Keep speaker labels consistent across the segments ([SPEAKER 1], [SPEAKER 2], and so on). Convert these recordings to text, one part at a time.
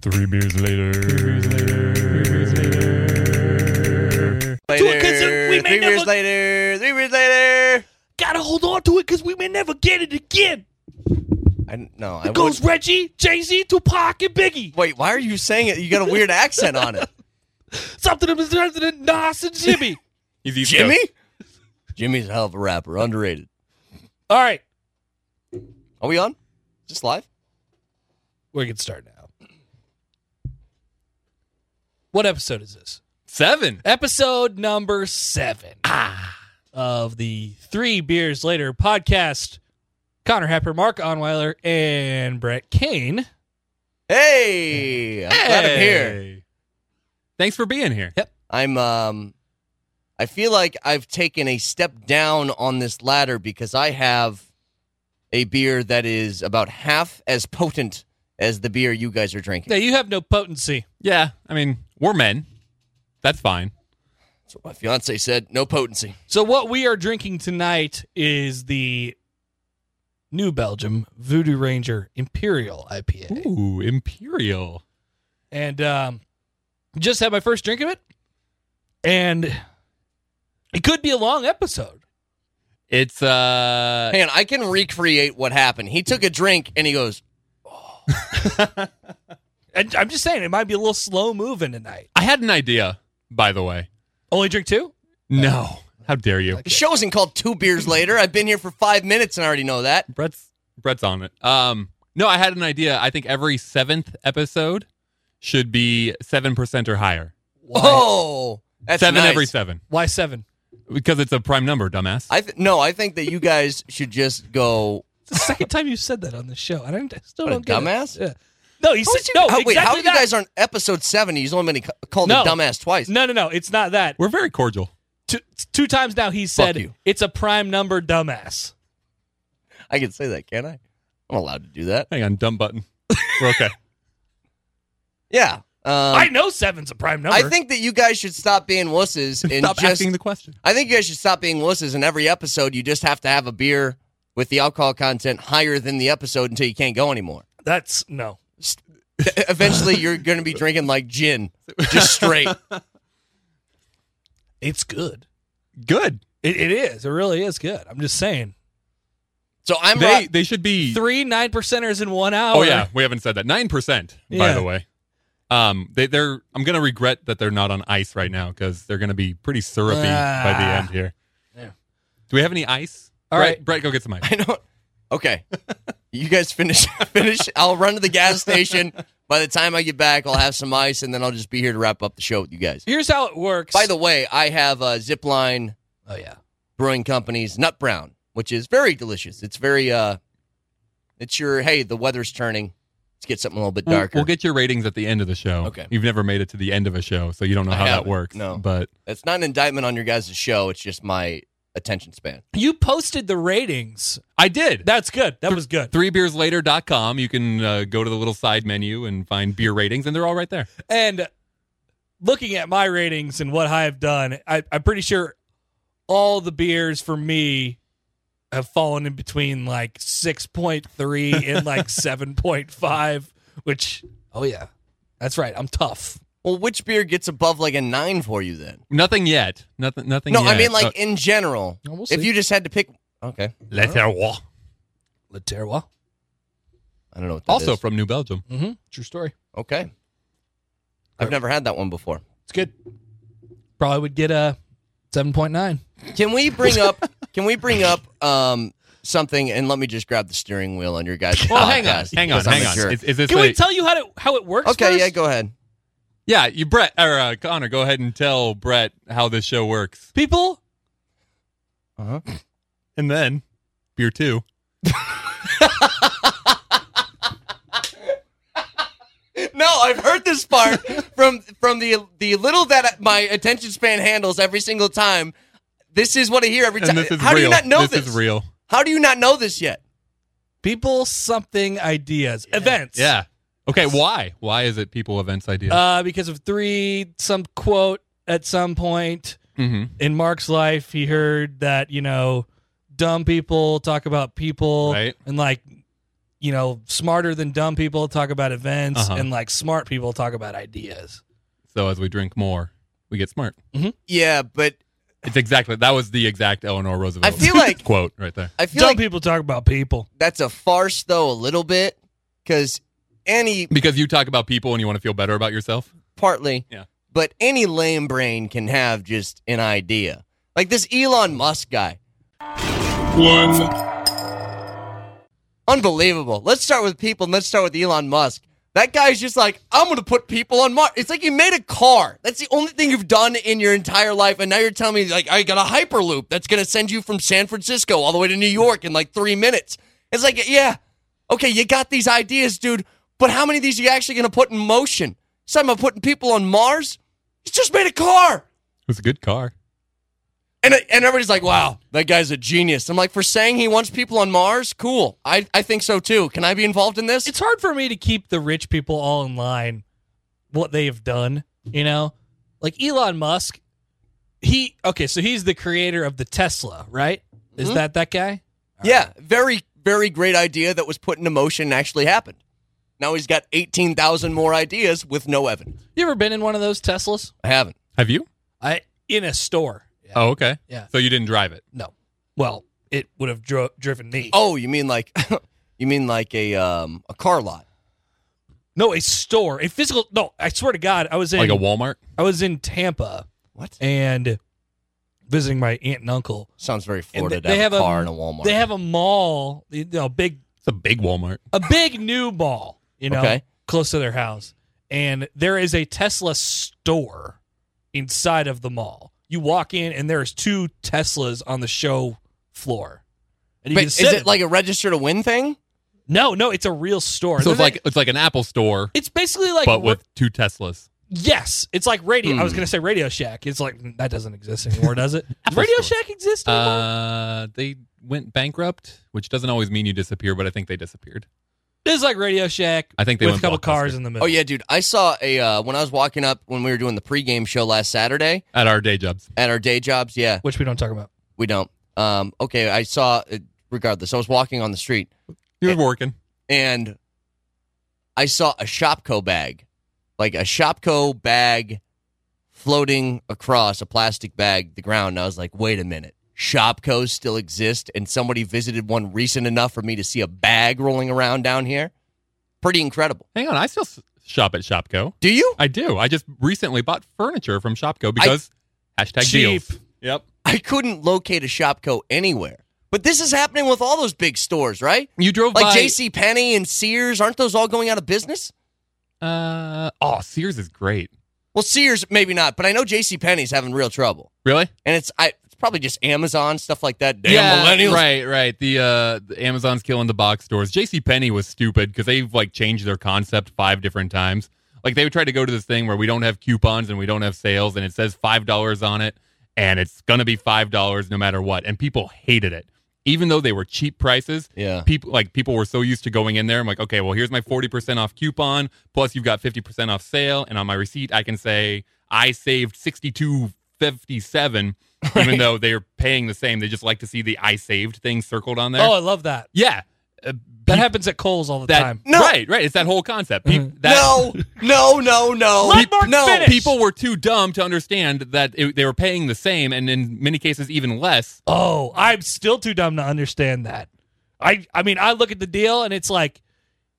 [SPEAKER 1] Three beers later.
[SPEAKER 2] later. three
[SPEAKER 3] we may never-
[SPEAKER 2] years later. Three years later.
[SPEAKER 3] Gotta hold on to it because we may never get it again.
[SPEAKER 2] I no. I
[SPEAKER 3] Goes
[SPEAKER 2] would-
[SPEAKER 3] Reggie, Jay Z, Tupac, and Biggie.
[SPEAKER 2] Wait, why are you saying it? You got a weird accent on it.
[SPEAKER 3] Something of Mr. President Nas and Jimmy.
[SPEAKER 1] He's East
[SPEAKER 2] Jimmy.
[SPEAKER 1] Coast.
[SPEAKER 2] Jimmy's a hell of a rapper. Underrated.
[SPEAKER 3] All right,
[SPEAKER 2] Are we on? Is this live?
[SPEAKER 3] we can start now. What episode is this?
[SPEAKER 1] Seven.
[SPEAKER 3] Episode number seven of the Three Beers Later podcast. Connor Happer, Mark Onweiler, and Brett Kane.
[SPEAKER 2] Hey, I'm glad I'm here.
[SPEAKER 1] Hey. Thanks for being here.
[SPEAKER 2] I'm um. I feel like I've taken a step down on this ladder because I have a beer that is about half as potent as the beer you guys are drinking.
[SPEAKER 3] Now, you have no potency.
[SPEAKER 1] Yeah, I mean, we're men. That's fine.
[SPEAKER 2] That's what my fiance said. No potency.
[SPEAKER 3] So what we are drinking tonight is the New Belgium Voodoo Ranger Imperial IPA.
[SPEAKER 1] Ooh, Imperial.
[SPEAKER 3] And um just had my first drink of it. And it could be a long episode.
[SPEAKER 1] It's uh
[SPEAKER 2] Man, I can recreate what happened. He took a drink and he goes,
[SPEAKER 3] And I'm just saying it might be a little slow moving tonight.
[SPEAKER 1] I had an idea, by the way.
[SPEAKER 3] Only drink two?
[SPEAKER 1] No. How dare you?
[SPEAKER 2] The show isn't called Two Beers Later. I've been here for five minutes and I already know that.
[SPEAKER 1] Brett's Brett's on it. Um no, I had an idea. I think every seventh episode should be seven percent or higher.
[SPEAKER 3] Why,
[SPEAKER 2] Oh, that's
[SPEAKER 1] seven
[SPEAKER 2] nice.
[SPEAKER 1] every seven.
[SPEAKER 3] why seven?
[SPEAKER 1] Because it's a prime number, dumbass.
[SPEAKER 2] I th- no, I think that you guys should just go.
[SPEAKER 3] It's the second time you said that on the show. And I don't- I still
[SPEAKER 2] What a
[SPEAKER 3] don't get it.
[SPEAKER 2] dumbass.
[SPEAKER 3] Yeah. No, he
[SPEAKER 2] How
[SPEAKER 3] said
[SPEAKER 2] is you-
[SPEAKER 3] no.
[SPEAKER 2] how- wait, how
[SPEAKER 3] exactly
[SPEAKER 2] are you
[SPEAKER 3] that.
[SPEAKER 2] guys on episode seventy? He's only been ca- called
[SPEAKER 3] No.
[SPEAKER 2] a dumbass twice.
[SPEAKER 3] No, no, no. It's not that.
[SPEAKER 1] We're very cordial.
[SPEAKER 3] two, two times now he said
[SPEAKER 2] you.
[SPEAKER 3] it's a prime number dumbass.
[SPEAKER 2] I can say that, can I? I'm allowed to do that.
[SPEAKER 1] Hang on, dumb button. We're okay.
[SPEAKER 2] Yeah. Um,
[SPEAKER 3] I
[SPEAKER 2] I,
[SPEAKER 3] know seven's a prime number.
[SPEAKER 2] think that you guys should stop being wusses and
[SPEAKER 1] Stop
[SPEAKER 2] just.
[SPEAKER 1] asking the question.
[SPEAKER 2] I think you guys should stop being wusses. And every episode, you just have to have a beer with the alcohol content higher than the episode until you can't go anymore.
[SPEAKER 3] that's no.
[SPEAKER 2] Eventually, you're going to be drinking like gin, just straight.
[SPEAKER 3] It's good.
[SPEAKER 1] Good.
[SPEAKER 3] It, it is. It really is good. I'm just saying.
[SPEAKER 2] So I'm
[SPEAKER 1] They
[SPEAKER 2] Rob-
[SPEAKER 1] they should be
[SPEAKER 3] Three nine percenters in one hour.
[SPEAKER 1] Oh yeah, we haven't said that. Nine percent, by
[SPEAKER 3] Yeah.
[SPEAKER 1] the way. Um, they, they're. I'm gonna regret that they're not on ice right now because they're gonna be pretty syrupy by the
[SPEAKER 3] Ah.
[SPEAKER 1] end here.
[SPEAKER 3] Yeah.
[SPEAKER 1] Do we have any ice?
[SPEAKER 3] All
[SPEAKER 1] Brett,
[SPEAKER 3] right.
[SPEAKER 1] Brett, go get some ice.
[SPEAKER 2] I don't. Okay, you guys finish. Finish. I'll run to the gas station. By the time I get back, I'll have some ice, and then I'll just be here to wrap up the show with you guys.
[SPEAKER 3] Here's how it works.
[SPEAKER 2] By the way, I have uh, Zipline
[SPEAKER 3] oh yeah.
[SPEAKER 2] Brewing Company's Nut Brown, which is very delicious. It's very. uh It's your hey, the weather's turning. Let's get something a little bit
[SPEAKER 1] Mm, We'll,
[SPEAKER 2] darker.
[SPEAKER 1] we'll get your ratings at the end of the show.
[SPEAKER 2] Okay.
[SPEAKER 1] You've never made it to the end of a show, so you don't know
[SPEAKER 2] I
[SPEAKER 1] how that
[SPEAKER 2] haven't,
[SPEAKER 1] works.
[SPEAKER 2] no.
[SPEAKER 1] But
[SPEAKER 2] That's not an indictment on your guys' show. It's just my attention span.
[SPEAKER 3] You posted the ratings.
[SPEAKER 1] I did.
[SPEAKER 3] That's good. That was good.
[SPEAKER 1] Threebeerslater.com. You can uh, go to the little side menu and find beer ratings, and they're all right there.
[SPEAKER 3] And looking at my ratings and what I've done, I, I'm pretty sure all the beers for me have fallen in between like 6.3 and like 7.5, which, oh, yeah, that's right. I'm tough.
[SPEAKER 2] Well, which beer gets above like a nine for you then?
[SPEAKER 1] Nothing yet. Nothing. Nothing.
[SPEAKER 2] No, I
[SPEAKER 1] yet.
[SPEAKER 2] mean like
[SPEAKER 1] Uh,
[SPEAKER 2] in general.
[SPEAKER 3] Oh, we'll
[SPEAKER 2] if
[SPEAKER 3] see.
[SPEAKER 2] you just had to pick, okay,
[SPEAKER 1] Le Terroir.
[SPEAKER 3] Le Terroir.
[SPEAKER 2] I don't know. What that
[SPEAKER 1] also
[SPEAKER 2] is.
[SPEAKER 1] from New Belgium.
[SPEAKER 3] Mm-hmm. True story.
[SPEAKER 2] okay. I've never had that one before.
[SPEAKER 3] It's good. Probably would get a seven point nine.
[SPEAKER 2] Can we bring up? Can we bring up um, something? And let me just grab the steering wheel Oh, on your guys.
[SPEAKER 1] Well, hang on,
[SPEAKER 2] podcast,
[SPEAKER 1] hang on,
[SPEAKER 2] because I'm
[SPEAKER 1] hang
[SPEAKER 2] a
[SPEAKER 1] on.
[SPEAKER 2] jerk.
[SPEAKER 1] Is, is this
[SPEAKER 3] Can
[SPEAKER 1] a,
[SPEAKER 3] we tell you how to how it works?
[SPEAKER 2] okay,
[SPEAKER 3] first?
[SPEAKER 2] yeah, go ahead.
[SPEAKER 1] yeah, you Brett or uh, Connor, go ahead and tell Brett how this show works,
[SPEAKER 3] People,
[SPEAKER 2] Uh-huh.
[SPEAKER 1] and then beer two.
[SPEAKER 2] No, I've heard this part from from the the little that my attention span handles every single time. This is what I hear every time.
[SPEAKER 1] And this is
[SPEAKER 2] How
[SPEAKER 1] real.
[SPEAKER 2] do you not know this?
[SPEAKER 1] this is real.
[SPEAKER 2] How do you not know this yet?
[SPEAKER 3] people, something, ideas, events.
[SPEAKER 1] Yeah. Okay. Why? Why is it people events idea?
[SPEAKER 3] Uh, because of three, some quote at some point
[SPEAKER 1] mm-hmm.
[SPEAKER 3] in Mark's life, he heard that you know, dumb people talk about people,
[SPEAKER 1] Right.
[SPEAKER 3] and like, you know, smarter than dumb people talk about events,
[SPEAKER 1] Uh-huh.
[SPEAKER 3] and like smart people talk about ideas.
[SPEAKER 1] So as we drink more, we get smart.
[SPEAKER 2] Yeah, but
[SPEAKER 1] It's exactly that was the exact Eleanor Roosevelt.
[SPEAKER 2] I feel like-
[SPEAKER 1] quote right there.
[SPEAKER 2] I feel
[SPEAKER 3] dumb
[SPEAKER 2] like
[SPEAKER 3] people talk about people.
[SPEAKER 2] that's a farce though a little bit because any
[SPEAKER 1] Because you talk about people and you want to feel better about yourself.
[SPEAKER 2] partly,
[SPEAKER 1] Yeah.
[SPEAKER 2] but any lame brain can have just an idea. Like this Elon Musk guy. Unbelievable. Let's start with people and let's start with Elon Musk. That guy's just like, I'm going to put people on Mars. It's like you made a car. That's the only thing you've done in your entire life. And now you're telling me, like, I got a Hyperloop that's going to send you from San Francisco all the way to New York in like three minutes. It's like, yeah, okay, you got these ideas, dude, but how many of these are you actually going to put in motion? Some of putting people on Mars? You just made a car.
[SPEAKER 1] It's a good car.
[SPEAKER 2] And, and everybody's like, wow, that guy's a genius. I'm like, for saying he wants people on Mars? Cool. I, I think so too. Can I be involved in this?
[SPEAKER 3] it's hard for me to keep the rich people all in line what they've done you know like elon musk he okay so he's the creator of the tesla right is
[SPEAKER 2] Mhm.
[SPEAKER 3] that that guy
[SPEAKER 2] Yeah, very, very great idea that was put into motion and actually happened. Now he's got 18,000 more ideas with no evidence.
[SPEAKER 3] you ever been in one of those teslas
[SPEAKER 2] I haven't.
[SPEAKER 1] Have you?
[SPEAKER 3] i in a store yeah.
[SPEAKER 1] Oh, okay.
[SPEAKER 3] Yeah.
[SPEAKER 1] So you didn't drive it.
[SPEAKER 3] no well it would have dro- driven me
[SPEAKER 2] Oh, you mean like, you mean like a um a car lot?
[SPEAKER 3] no a store a physical no i swear to god i was in
[SPEAKER 1] Like a Walmart?
[SPEAKER 3] i was in tampa
[SPEAKER 2] What?
[SPEAKER 3] and visiting my aunt and uncle
[SPEAKER 2] Sounds very
[SPEAKER 3] And
[SPEAKER 2] Florida.
[SPEAKER 3] they-
[SPEAKER 2] to
[SPEAKER 3] they
[SPEAKER 2] have,
[SPEAKER 3] have a-
[SPEAKER 2] a car and a Walmart.
[SPEAKER 3] they have a mall you know big
[SPEAKER 1] It's a big Walmart.
[SPEAKER 3] a big new mall, you know,
[SPEAKER 2] Okay.
[SPEAKER 3] close to their house. And there is a Tesla store inside of the mall. You walk in and there's two Teslas on the show floor. And you
[SPEAKER 2] Wait,
[SPEAKER 3] can
[SPEAKER 2] is
[SPEAKER 3] sit
[SPEAKER 2] it
[SPEAKER 3] in-
[SPEAKER 2] like a register to win thing?
[SPEAKER 3] No, no, it's a real store.
[SPEAKER 1] So
[SPEAKER 3] They're
[SPEAKER 1] it's like it's like an Apple store,
[SPEAKER 3] it's basically like
[SPEAKER 1] but with two Teslas.
[SPEAKER 3] yes, it's like radio. I was
[SPEAKER 2] Hmm.
[SPEAKER 3] gonna say Radio Shack. It's like mm, that doesn't exist anymore, does it? Does
[SPEAKER 1] Apple
[SPEAKER 3] radio
[SPEAKER 1] store.
[SPEAKER 3] Shack exists anymore?
[SPEAKER 1] Uh, they went bankrupt, which doesn't always mean you disappear, but I think they disappeared.
[SPEAKER 3] it's like Radio Shack.
[SPEAKER 1] I think they
[SPEAKER 3] with a
[SPEAKER 1] went
[SPEAKER 3] couple cars
[SPEAKER 1] Blockbuster.
[SPEAKER 3] in the middle.
[SPEAKER 2] Oh yeah, dude. I saw a uh, when I was walking up when we were doing the pregame show last Saturday
[SPEAKER 1] At our day jobs.
[SPEAKER 2] at our day jobs. Yeah,
[SPEAKER 3] which we don't talk about.
[SPEAKER 2] we don't. Um, okay, I saw. uh, Regardless, I was walking on the street
[SPEAKER 1] He was working.
[SPEAKER 2] and I saw a Shopco bag, like a Shopco bag floating across a plastic bag the ground. And I was like, wait a minute. Shopcos still exist, and somebody visited one recent enough for me to see a bag rolling around down here. Pretty incredible.
[SPEAKER 1] Hang on, I still s- shop at Shopco.
[SPEAKER 2] Do you?
[SPEAKER 1] I do. I just recently bought furniture from Shopco because hashtag
[SPEAKER 3] Cheap.
[SPEAKER 1] deals. Yep.
[SPEAKER 2] I couldn't locate a Shopco anywhere. But this is happening with all those big stores, right?
[SPEAKER 1] You drove
[SPEAKER 2] Like
[SPEAKER 1] by
[SPEAKER 2] J.C. JCPenney and Sears, aren't those all going out of business?
[SPEAKER 1] Uh oh, Sears is great.
[SPEAKER 2] Well, Sears maybe not, but I know JCPenney's having real trouble.
[SPEAKER 1] Really?
[SPEAKER 2] And it's I it's probably just Amazon stuff like that. Damn millennials.
[SPEAKER 1] Right, right. The uh the Amazon's killing the box stores. JC Penney was stupid because they've like changed their concept five different times. Like they would try to go to this thing where we don't have coupons and we don't have sales and it says five dollars on it and it's gonna be five dollars no matter what. And people hated it. Even though they were cheap prices,
[SPEAKER 2] Yeah.
[SPEAKER 1] people like people were so used to going in there. I'm like, okay, well, here's my 40% off coupon. Plus, you've got 50% off sale, and on my receipt, I can say I saved 62.57, even though they're paying the same. They just like to see the I saved thing circled on there.
[SPEAKER 3] Oh, I love that.
[SPEAKER 1] yeah, Uh,
[SPEAKER 3] That
[SPEAKER 1] peop-
[SPEAKER 3] happens at Kohl's all the
[SPEAKER 1] that-
[SPEAKER 3] time. Mm-hmm.
[SPEAKER 2] No.
[SPEAKER 1] right, right. It's that whole concept. Peop- that-
[SPEAKER 2] no, no, no, no.
[SPEAKER 3] Let Mark
[SPEAKER 2] no.
[SPEAKER 3] finish.
[SPEAKER 1] People were too dumb to understand that it, they were paying the same, and in many cases, even less.
[SPEAKER 3] Oh, I'm still too dumb to understand that. I I mean, I look at the deal and it's like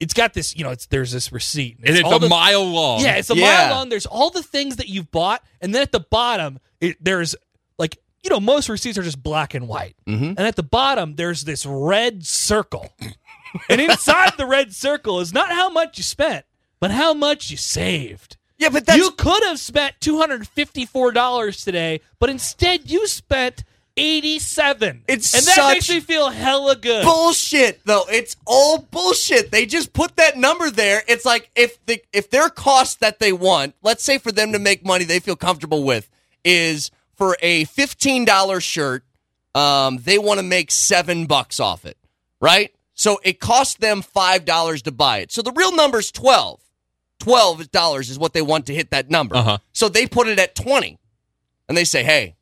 [SPEAKER 3] it's got this, you know, it's there's this receipt.
[SPEAKER 1] And it's
[SPEAKER 3] all
[SPEAKER 1] a
[SPEAKER 3] the-
[SPEAKER 1] mile long.
[SPEAKER 3] Yeah, it's a
[SPEAKER 2] Yeah.
[SPEAKER 3] mile long. There's all the things that you've bought, and then at the bottom, it, there's like you know most receipts are just black and white,
[SPEAKER 2] Mm-hmm.
[SPEAKER 3] and at the bottom there's this red circle, and inside the red circle is not how much you spent, but how much you saved.
[SPEAKER 2] Yeah, but that's
[SPEAKER 3] you could have spent two hundred fifty-four dollars today, but instead you spent eighty-seven.
[SPEAKER 2] It's
[SPEAKER 3] and that
[SPEAKER 2] such
[SPEAKER 3] makes me feel hella good.
[SPEAKER 2] bullshit though. It's all bullshit. They just put that number there. It's like if the if their cost that they want, let's say for them to make money they feel comfortable with is for a $15 shirt, um they want to make 7 bucks off it, right? So it costs them $5 to buy it. So the real number's 12. $12 is what they want to hit that number.
[SPEAKER 1] Uh-huh.
[SPEAKER 2] So they put it at 20. And they say, "Hey,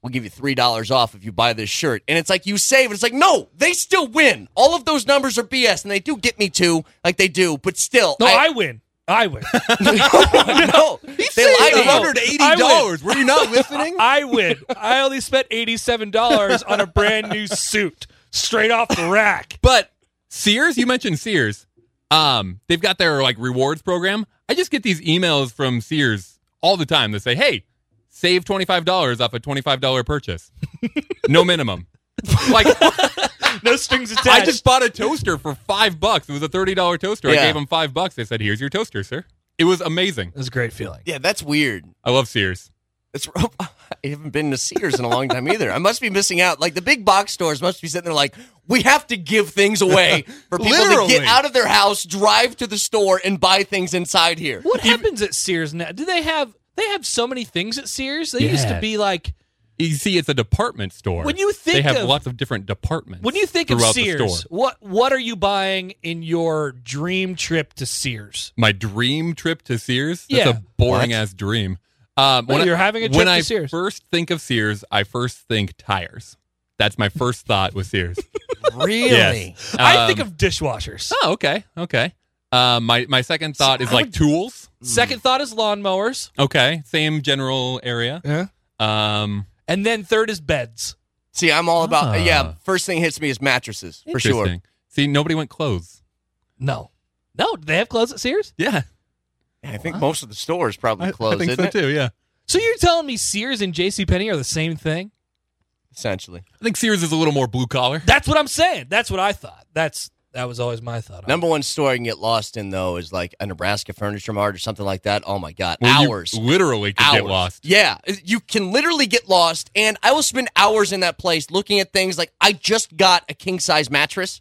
[SPEAKER 2] we'll give you three dollars off if you buy this shirt. And it's like you save. It's like no, they still win. All of those numbers are BS, and they do get me too, like they do. But still,
[SPEAKER 3] no, I win. I win.
[SPEAKER 2] no, they lied to you.
[SPEAKER 1] $180. Were you not listening?
[SPEAKER 3] I win. I only spent eighty-seven dollars on a brand new suit, straight off the rack.
[SPEAKER 1] But Sears, you mentioned Sears. Um, they've got their like rewards program. I just get these emails from Sears all the time that say, "Hey, save twenty five dollars off a twenty five dollar purchase, no minimum." like
[SPEAKER 3] No strings attached.
[SPEAKER 1] I just bought a toaster for five bucks. It was a thirty dollar toaster. I
[SPEAKER 2] Yeah.
[SPEAKER 1] gave them five bucks. They said, "Here's your toaster, sir." It was amazing.
[SPEAKER 3] It was a great feeling.
[SPEAKER 2] Yeah, that's weird.
[SPEAKER 1] I love Sears.
[SPEAKER 2] It's I haven't been to Sears in a long time either. I must be missing out. Like the big box stores must be sitting there like we have to give things away for people to
[SPEAKER 1] Literally.
[SPEAKER 2] get out of their house, drive to the store, and buy things inside here.
[SPEAKER 3] What happens at Sears now? Do they have? They have so many things at Sears. They used to
[SPEAKER 1] Yeah.
[SPEAKER 3] be like
[SPEAKER 1] You see, it's a department store.
[SPEAKER 3] When you think
[SPEAKER 1] they have
[SPEAKER 3] of-
[SPEAKER 1] lots of different departments.
[SPEAKER 3] When you think of
[SPEAKER 1] throughout the
[SPEAKER 3] Sears,
[SPEAKER 1] store.
[SPEAKER 3] what what are you buying in your dream trip to Sears?
[SPEAKER 1] my dream trip to Sears. That's
[SPEAKER 3] Yeah.
[SPEAKER 1] a boring ass dream. Um,
[SPEAKER 3] Well,
[SPEAKER 1] when I-
[SPEAKER 3] you're having a trip
[SPEAKER 1] when
[SPEAKER 3] to
[SPEAKER 1] I
[SPEAKER 3] Sears.
[SPEAKER 1] first think of Sears, I first think tires. That's my first thought with Sears.
[SPEAKER 2] Really?
[SPEAKER 1] Yes.
[SPEAKER 3] I
[SPEAKER 1] Um,
[SPEAKER 3] think of dishwashers.
[SPEAKER 1] oh, okay, okay. Um, my my second thought is like tools.
[SPEAKER 3] Mm. Second thought is lawnmowers,
[SPEAKER 1] Okay, same general area.
[SPEAKER 3] Yeah.
[SPEAKER 1] Um,
[SPEAKER 3] and then third is beds.
[SPEAKER 2] See, I'm all about uh,
[SPEAKER 1] Ah.
[SPEAKER 2] yeah. First thing hits me is mattresses for sure.
[SPEAKER 1] interesting. See, nobody went clothes.
[SPEAKER 3] No, no, do they have clothes at Sears?
[SPEAKER 1] Yeah,
[SPEAKER 2] I think most of the stores probably
[SPEAKER 1] I,
[SPEAKER 2] closed.
[SPEAKER 1] I think
[SPEAKER 2] isn't
[SPEAKER 1] so
[SPEAKER 2] it?
[SPEAKER 1] too. Yeah,
[SPEAKER 3] So you're telling me Sears and J.C. Penney are the same thing?
[SPEAKER 2] Essentially,
[SPEAKER 1] I think Sears is a little more blue collar.
[SPEAKER 3] That's what I'm saying. That's what I thought. That's that was always my thought.
[SPEAKER 2] number one store I can get lost in though is like a Nebraska furniture mart or something like that. Oh my god,
[SPEAKER 1] Well, you
[SPEAKER 2] hours,
[SPEAKER 1] literally could
[SPEAKER 2] hours.
[SPEAKER 1] get lost.
[SPEAKER 2] Yeah, you can literally get lost, and I will spend hours in that place looking at things like I just got a king size mattress.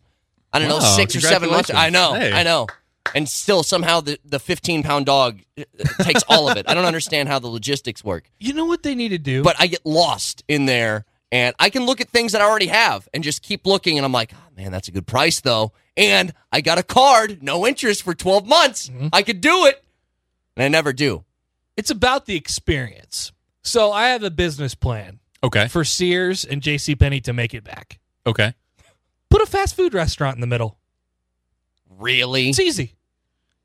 [SPEAKER 2] I don't know,
[SPEAKER 1] Wow,
[SPEAKER 2] six or seven months. I
[SPEAKER 1] congratulations.
[SPEAKER 2] know,
[SPEAKER 1] Hey.
[SPEAKER 2] I know. And still, somehow the, the 15 pound dog uh, takes all of it. I don't understand how the logistics work.
[SPEAKER 3] You know what they need to do?
[SPEAKER 2] but I get lost in there and I can look at things that I already have and just keep looking and I'm like, oh, man, that's a good price though. And I got a card, no interest for 12 months. I could do it. And I never do.
[SPEAKER 3] it's about the experience. So I have a business plan
[SPEAKER 1] Okay,
[SPEAKER 3] for Sears and J.C. Penney to make it back.
[SPEAKER 1] okay.
[SPEAKER 3] Put a fast food restaurant in the middle.
[SPEAKER 2] Really?
[SPEAKER 3] It's easy.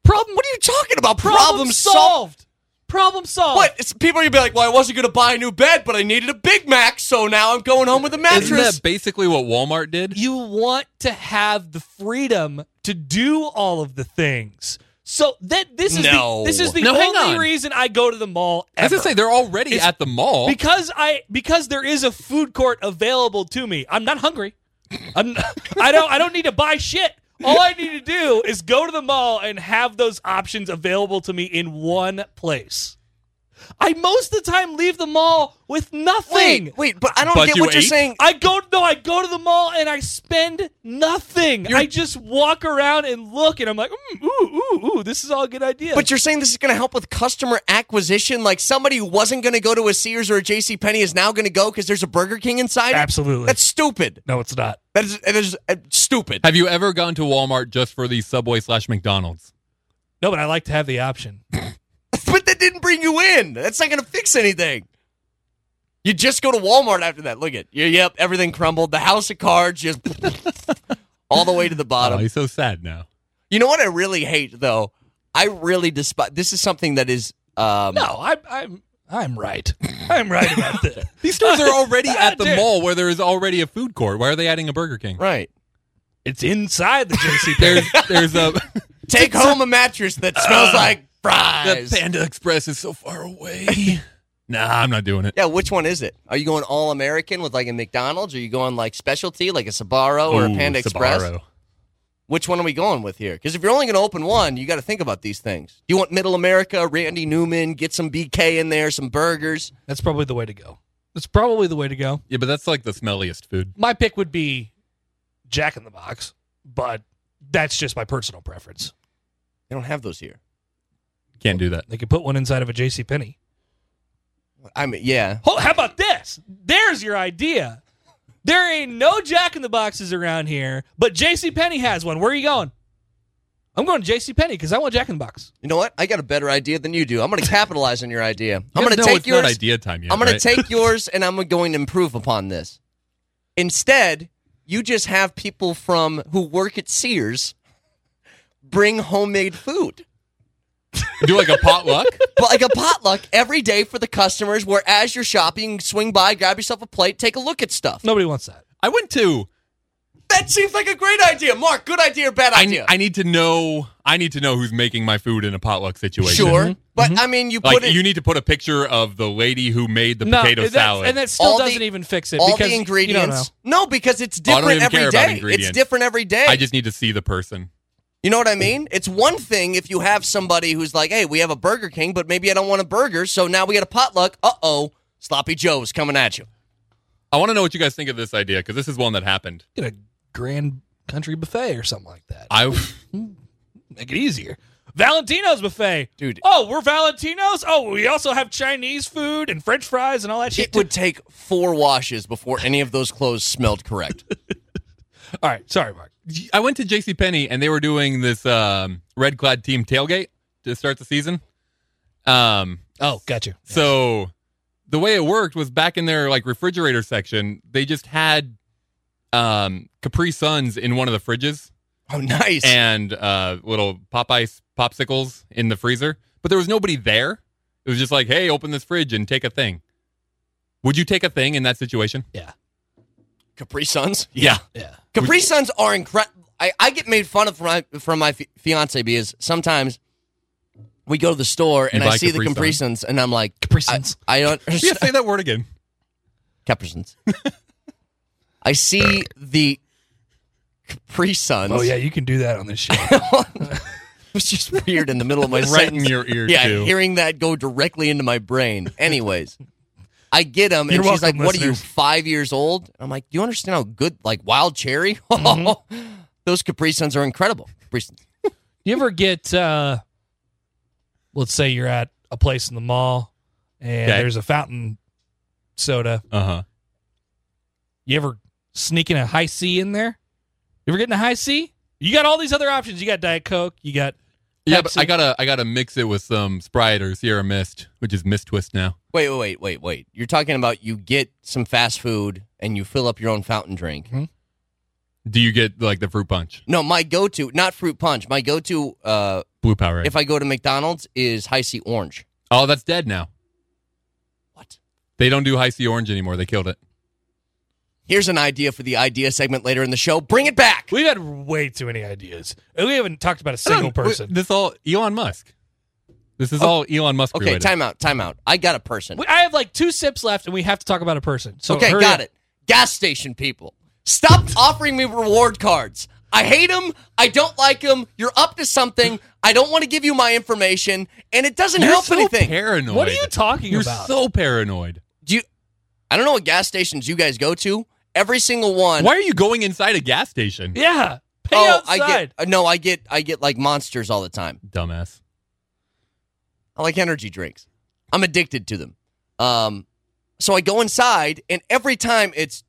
[SPEAKER 3] Problem.
[SPEAKER 2] what
[SPEAKER 3] What do
[SPEAKER 2] are
[SPEAKER 3] you?
[SPEAKER 2] you talking about?
[SPEAKER 3] Problem,
[SPEAKER 2] Problem solved.
[SPEAKER 3] solved. Problem solved.
[SPEAKER 2] What? It's, people are going to be like, well, I wasn't going to buy a new bed, but I needed a Big Mac, so now I'm going home with a mattress.
[SPEAKER 1] Isn't that basically what Walmart did?
[SPEAKER 3] You want to have the freedom to do all of the things. So that this is
[SPEAKER 2] No.
[SPEAKER 3] the, this is the
[SPEAKER 1] No, hang
[SPEAKER 3] only
[SPEAKER 1] on.
[SPEAKER 3] reason I go to the mall.
[SPEAKER 1] I was
[SPEAKER 3] Ever.
[SPEAKER 1] gonna say they're already
[SPEAKER 3] It's-
[SPEAKER 1] at the mall.
[SPEAKER 3] because I because there is a food court available to me. I'm not hungry. I'm I don't I don't need to buy shit. All I need to do is go to the mall and have those options available to me in one place. I most of the time leave the mall with nothing.
[SPEAKER 2] Wait, wait, but I don't
[SPEAKER 1] But
[SPEAKER 2] get
[SPEAKER 1] you
[SPEAKER 2] what you're
[SPEAKER 1] ate?
[SPEAKER 2] saying.
[SPEAKER 3] I go no, I go to the mall and I spend nothing. I just walk around and look, and I'm like, mm, ooh, ooh, ooh, this is all a good idea.
[SPEAKER 2] But you're saying this is going to help with customer acquisition? Like somebody who wasn't going to go to a Sears or a J.C. Penney is now going to go because there's a Burger King inside? it?
[SPEAKER 3] absolutely
[SPEAKER 2] That's stupid.
[SPEAKER 3] no, it's not.
[SPEAKER 2] That is, that is uh, stupid.
[SPEAKER 1] Have you ever gone to Walmart just for the Subway slash McDonald's?
[SPEAKER 3] No, but I like to have the option.
[SPEAKER 2] but that didn't bring you in. That's not going to fix anything. You just go to Walmart after that. Look at you. Yep, everything crumbled. The house of cards just all the way to the
[SPEAKER 1] Oh,
[SPEAKER 2] bottom.
[SPEAKER 1] he's so sad now.
[SPEAKER 2] You know what I really hate though? I really despise. This is something that is um,
[SPEAKER 3] No, I'm I'm I'm right. I'm right about that.
[SPEAKER 1] These stores are already at the
[SPEAKER 3] Dude.
[SPEAKER 1] mall where there is already a food court. Why are they adding a Burger King?
[SPEAKER 2] right.
[SPEAKER 3] It's inside the JC.
[SPEAKER 1] There's there's a
[SPEAKER 2] Take home a mattress that smells like
[SPEAKER 1] the
[SPEAKER 2] fries.
[SPEAKER 1] Panda Express is so far away. nah, I'm not doing it.
[SPEAKER 2] Yeah, which one is it? Are you going all American with like a McDonald's? Or are you going like specialty, like a Sabaro or a
[SPEAKER 1] Ooh,
[SPEAKER 2] Panda Express?
[SPEAKER 1] Sbarro.
[SPEAKER 2] Which one are we going with here? Because if you're only going to open one, you got to think about these things. You want Middle America, Randy Newman, get some BK in there, some burgers.
[SPEAKER 3] That's probably the way to go. That's probably the way to go.
[SPEAKER 1] Yeah, but that's like the smelliest food.
[SPEAKER 3] My pick would be Jack in the Box, but that's just my personal preference.
[SPEAKER 2] They don't have those here.
[SPEAKER 1] Can't do that.
[SPEAKER 3] They could put one inside of a JC Penney.
[SPEAKER 2] I mean, yeah.
[SPEAKER 3] Oh, how about this? There's your idea. There ain't no Jack in the Boxes around here, but JC Penney has one. Where are you going? I'm going to JC Penney because I want Jack in the Box.
[SPEAKER 2] You know what? I got a better idea than you do. I'm going to capitalize on your idea. I'm
[SPEAKER 1] You
[SPEAKER 2] going
[SPEAKER 1] guys
[SPEAKER 2] to
[SPEAKER 1] know
[SPEAKER 2] take
[SPEAKER 1] it's
[SPEAKER 2] yours.
[SPEAKER 1] Not idea time yet.
[SPEAKER 2] I'm going
[SPEAKER 1] right?
[SPEAKER 2] to take yours and I'm going to improve upon this. Instead, you just have people from who work at Sears bring homemade food.
[SPEAKER 1] do like a potluck.
[SPEAKER 2] But like a potluck every day for the customers where as you're shopping, swing by, grab yourself a plate, take a look at stuff.
[SPEAKER 3] Nobody wants that.
[SPEAKER 1] I went to.
[SPEAKER 2] That seems like a great idea. Mark, good idea or bad
[SPEAKER 1] I,
[SPEAKER 2] idea?
[SPEAKER 1] I need to know. I need to know who's making my food in a potluck situation.
[SPEAKER 2] sure. But I mean you put
[SPEAKER 1] Mm-hmm. Like
[SPEAKER 2] it
[SPEAKER 1] you need to put a picture of the lady who made the potato
[SPEAKER 3] and that-
[SPEAKER 1] salad.
[SPEAKER 3] and that still
[SPEAKER 2] All the-
[SPEAKER 3] doesn't even fix it
[SPEAKER 2] all
[SPEAKER 3] because
[SPEAKER 2] the
[SPEAKER 3] you don't know.
[SPEAKER 2] ingredients. No, because it's
[SPEAKER 1] I don't
[SPEAKER 2] different
[SPEAKER 1] even care
[SPEAKER 2] every
[SPEAKER 1] about
[SPEAKER 2] day. It's
[SPEAKER 1] ingredients.
[SPEAKER 2] different every day.
[SPEAKER 1] I just need to see the person.
[SPEAKER 2] You know what I mean? It's one thing if you have somebody who's like, hey, we have a Burger King, but maybe I don't want a burger, so now we got a potluck. Uh oh, Sloppy Joe's coming at you.
[SPEAKER 1] I want to know what you guys think of this idea because this is one that happened.
[SPEAKER 3] Get a grand country buffet or something like that.
[SPEAKER 1] I
[SPEAKER 3] Make it easier. Valentino's buffet,
[SPEAKER 2] Dude.
[SPEAKER 3] Oh, we're Valentino's. Oh, we also have Chinese food and French fries and all that shit.
[SPEAKER 2] It
[SPEAKER 3] too.
[SPEAKER 2] would take four washes before any of those clothes smelled correct.
[SPEAKER 3] all right, sorry, Mark.
[SPEAKER 1] I went to J.C. Penney and they were doing this um, red clad team tailgate to start the season. Um,
[SPEAKER 3] Oh, got you.
[SPEAKER 1] So the way it worked was back in their like refrigerator section, they just had um Capri Suns in one of the fridges
[SPEAKER 2] Oh, nice.
[SPEAKER 1] and uh little Popeyes popsicles in the freezer, but there was nobody there. It was just like, "Hey, open this fridge and take a thing." Would you take a thing in that situation?
[SPEAKER 2] Capri Suns?
[SPEAKER 1] Yeah.
[SPEAKER 3] Yeah.
[SPEAKER 2] Capri Suns are incredible. I, I get made fun of from my, from my fi- fiance because sometimes we go to the store and
[SPEAKER 1] buy
[SPEAKER 2] I see
[SPEAKER 1] Capri
[SPEAKER 2] the Capri Suns and I'm like,
[SPEAKER 3] Capri
[SPEAKER 2] I,
[SPEAKER 3] Suns.
[SPEAKER 2] I don't
[SPEAKER 1] Yeah,
[SPEAKER 2] understand.
[SPEAKER 1] say that word again.
[SPEAKER 2] Capri Suns. I see the Capri Suns.
[SPEAKER 3] Oh yeah, you can do that on this show.
[SPEAKER 2] It was just weird in the middle of my
[SPEAKER 1] Right in
[SPEAKER 2] sentence.
[SPEAKER 1] your ear
[SPEAKER 2] yeah,
[SPEAKER 1] too.
[SPEAKER 2] hearing that go directly into my brain. Anyways, I get them, and
[SPEAKER 3] You're
[SPEAKER 2] she's
[SPEAKER 3] welcome,
[SPEAKER 2] like, "What are you,
[SPEAKER 3] listeners."
[SPEAKER 2] five years old?" I'm like, "Do you understand how good like wild cherry?
[SPEAKER 1] Mm-hmm.
[SPEAKER 2] Those Capri Suns are incredible." Capri Suns.
[SPEAKER 3] You ever get, uh, let's say you're at a place in the mall and
[SPEAKER 1] Okay.
[SPEAKER 3] there's a fountain soda.
[SPEAKER 1] Uh-huh.
[SPEAKER 3] You ever sneaking a high C in there? You ever getting a high C? You got all these other options. You got Diet Coke. You got
[SPEAKER 1] Yeah, but
[SPEAKER 3] Pepsi.
[SPEAKER 1] I got to I got to mix it with some Sprite or Sierra Mist, which is Mist Twist now.
[SPEAKER 2] Wait, wait, wait, wait, wait. You're talking about you get some fast food and you fill up your own fountain drink.
[SPEAKER 1] Mm-hmm. Do you get like the fruit punch?
[SPEAKER 2] No, my go-to, not fruit punch. My go-to, uh,
[SPEAKER 1] Blue Powerade.
[SPEAKER 2] if I go to McDonald's, is high C orange.
[SPEAKER 1] oh, that's dead now.
[SPEAKER 2] What?
[SPEAKER 1] They don't do high C orange anymore. They killed it.
[SPEAKER 2] Here's an idea for the idea segment later in the show. Bring it back.
[SPEAKER 3] We've had way too many ideas. And We haven't talked about a
[SPEAKER 1] I don't-
[SPEAKER 3] single person.
[SPEAKER 1] This all Elon Musk. This is all Elon Musk
[SPEAKER 2] Okay,
[SPEAKER 1] related.
[SPEAKER 2] time out, time out. I got a person.
[SPEAKER 3] We- I have like two sips left, and we have to talk about a person. So
[SPEAKER 2] okay,
[SPEAKER 3] hurry
[SPEAKER 2] got
[SPEAKER 3] up.
[SPEAKER 2] it. Gas station people. Stop offering me reward cards. I hate them. I don't like them. You're up to something. I don't want to give you my information, and it doesn't
[SPEAKER 1] You're
[SPEAKER 2] help
[SPEAKER 1] so
[SPEAKER 2] anything.
[SPEAKER 1] paranoid.
[SPEAKER 3] What are you talking
[SPEAKER 1] You're
[SPEAKER 3] about?
[SPEAKER 1] so paranoid.
[SPEAKER 2] Do you? I don't know what gas stations you guys go to. Every single one.
[SPEAKER 1] Why are you going inside a gas station?
[SPEAKER 3] yeah, pay
[SPEAKER 2] Oh,
[SPEAKER 3] outside.
[SPEAKER 2] I get. uh, No, I get. I get like monsters all the time.
[SPEAKER 1] Dumbass.
[SPEAKER 2] I like energy drinks. I'm addicted to them. Um, so I go inside, and every time it's,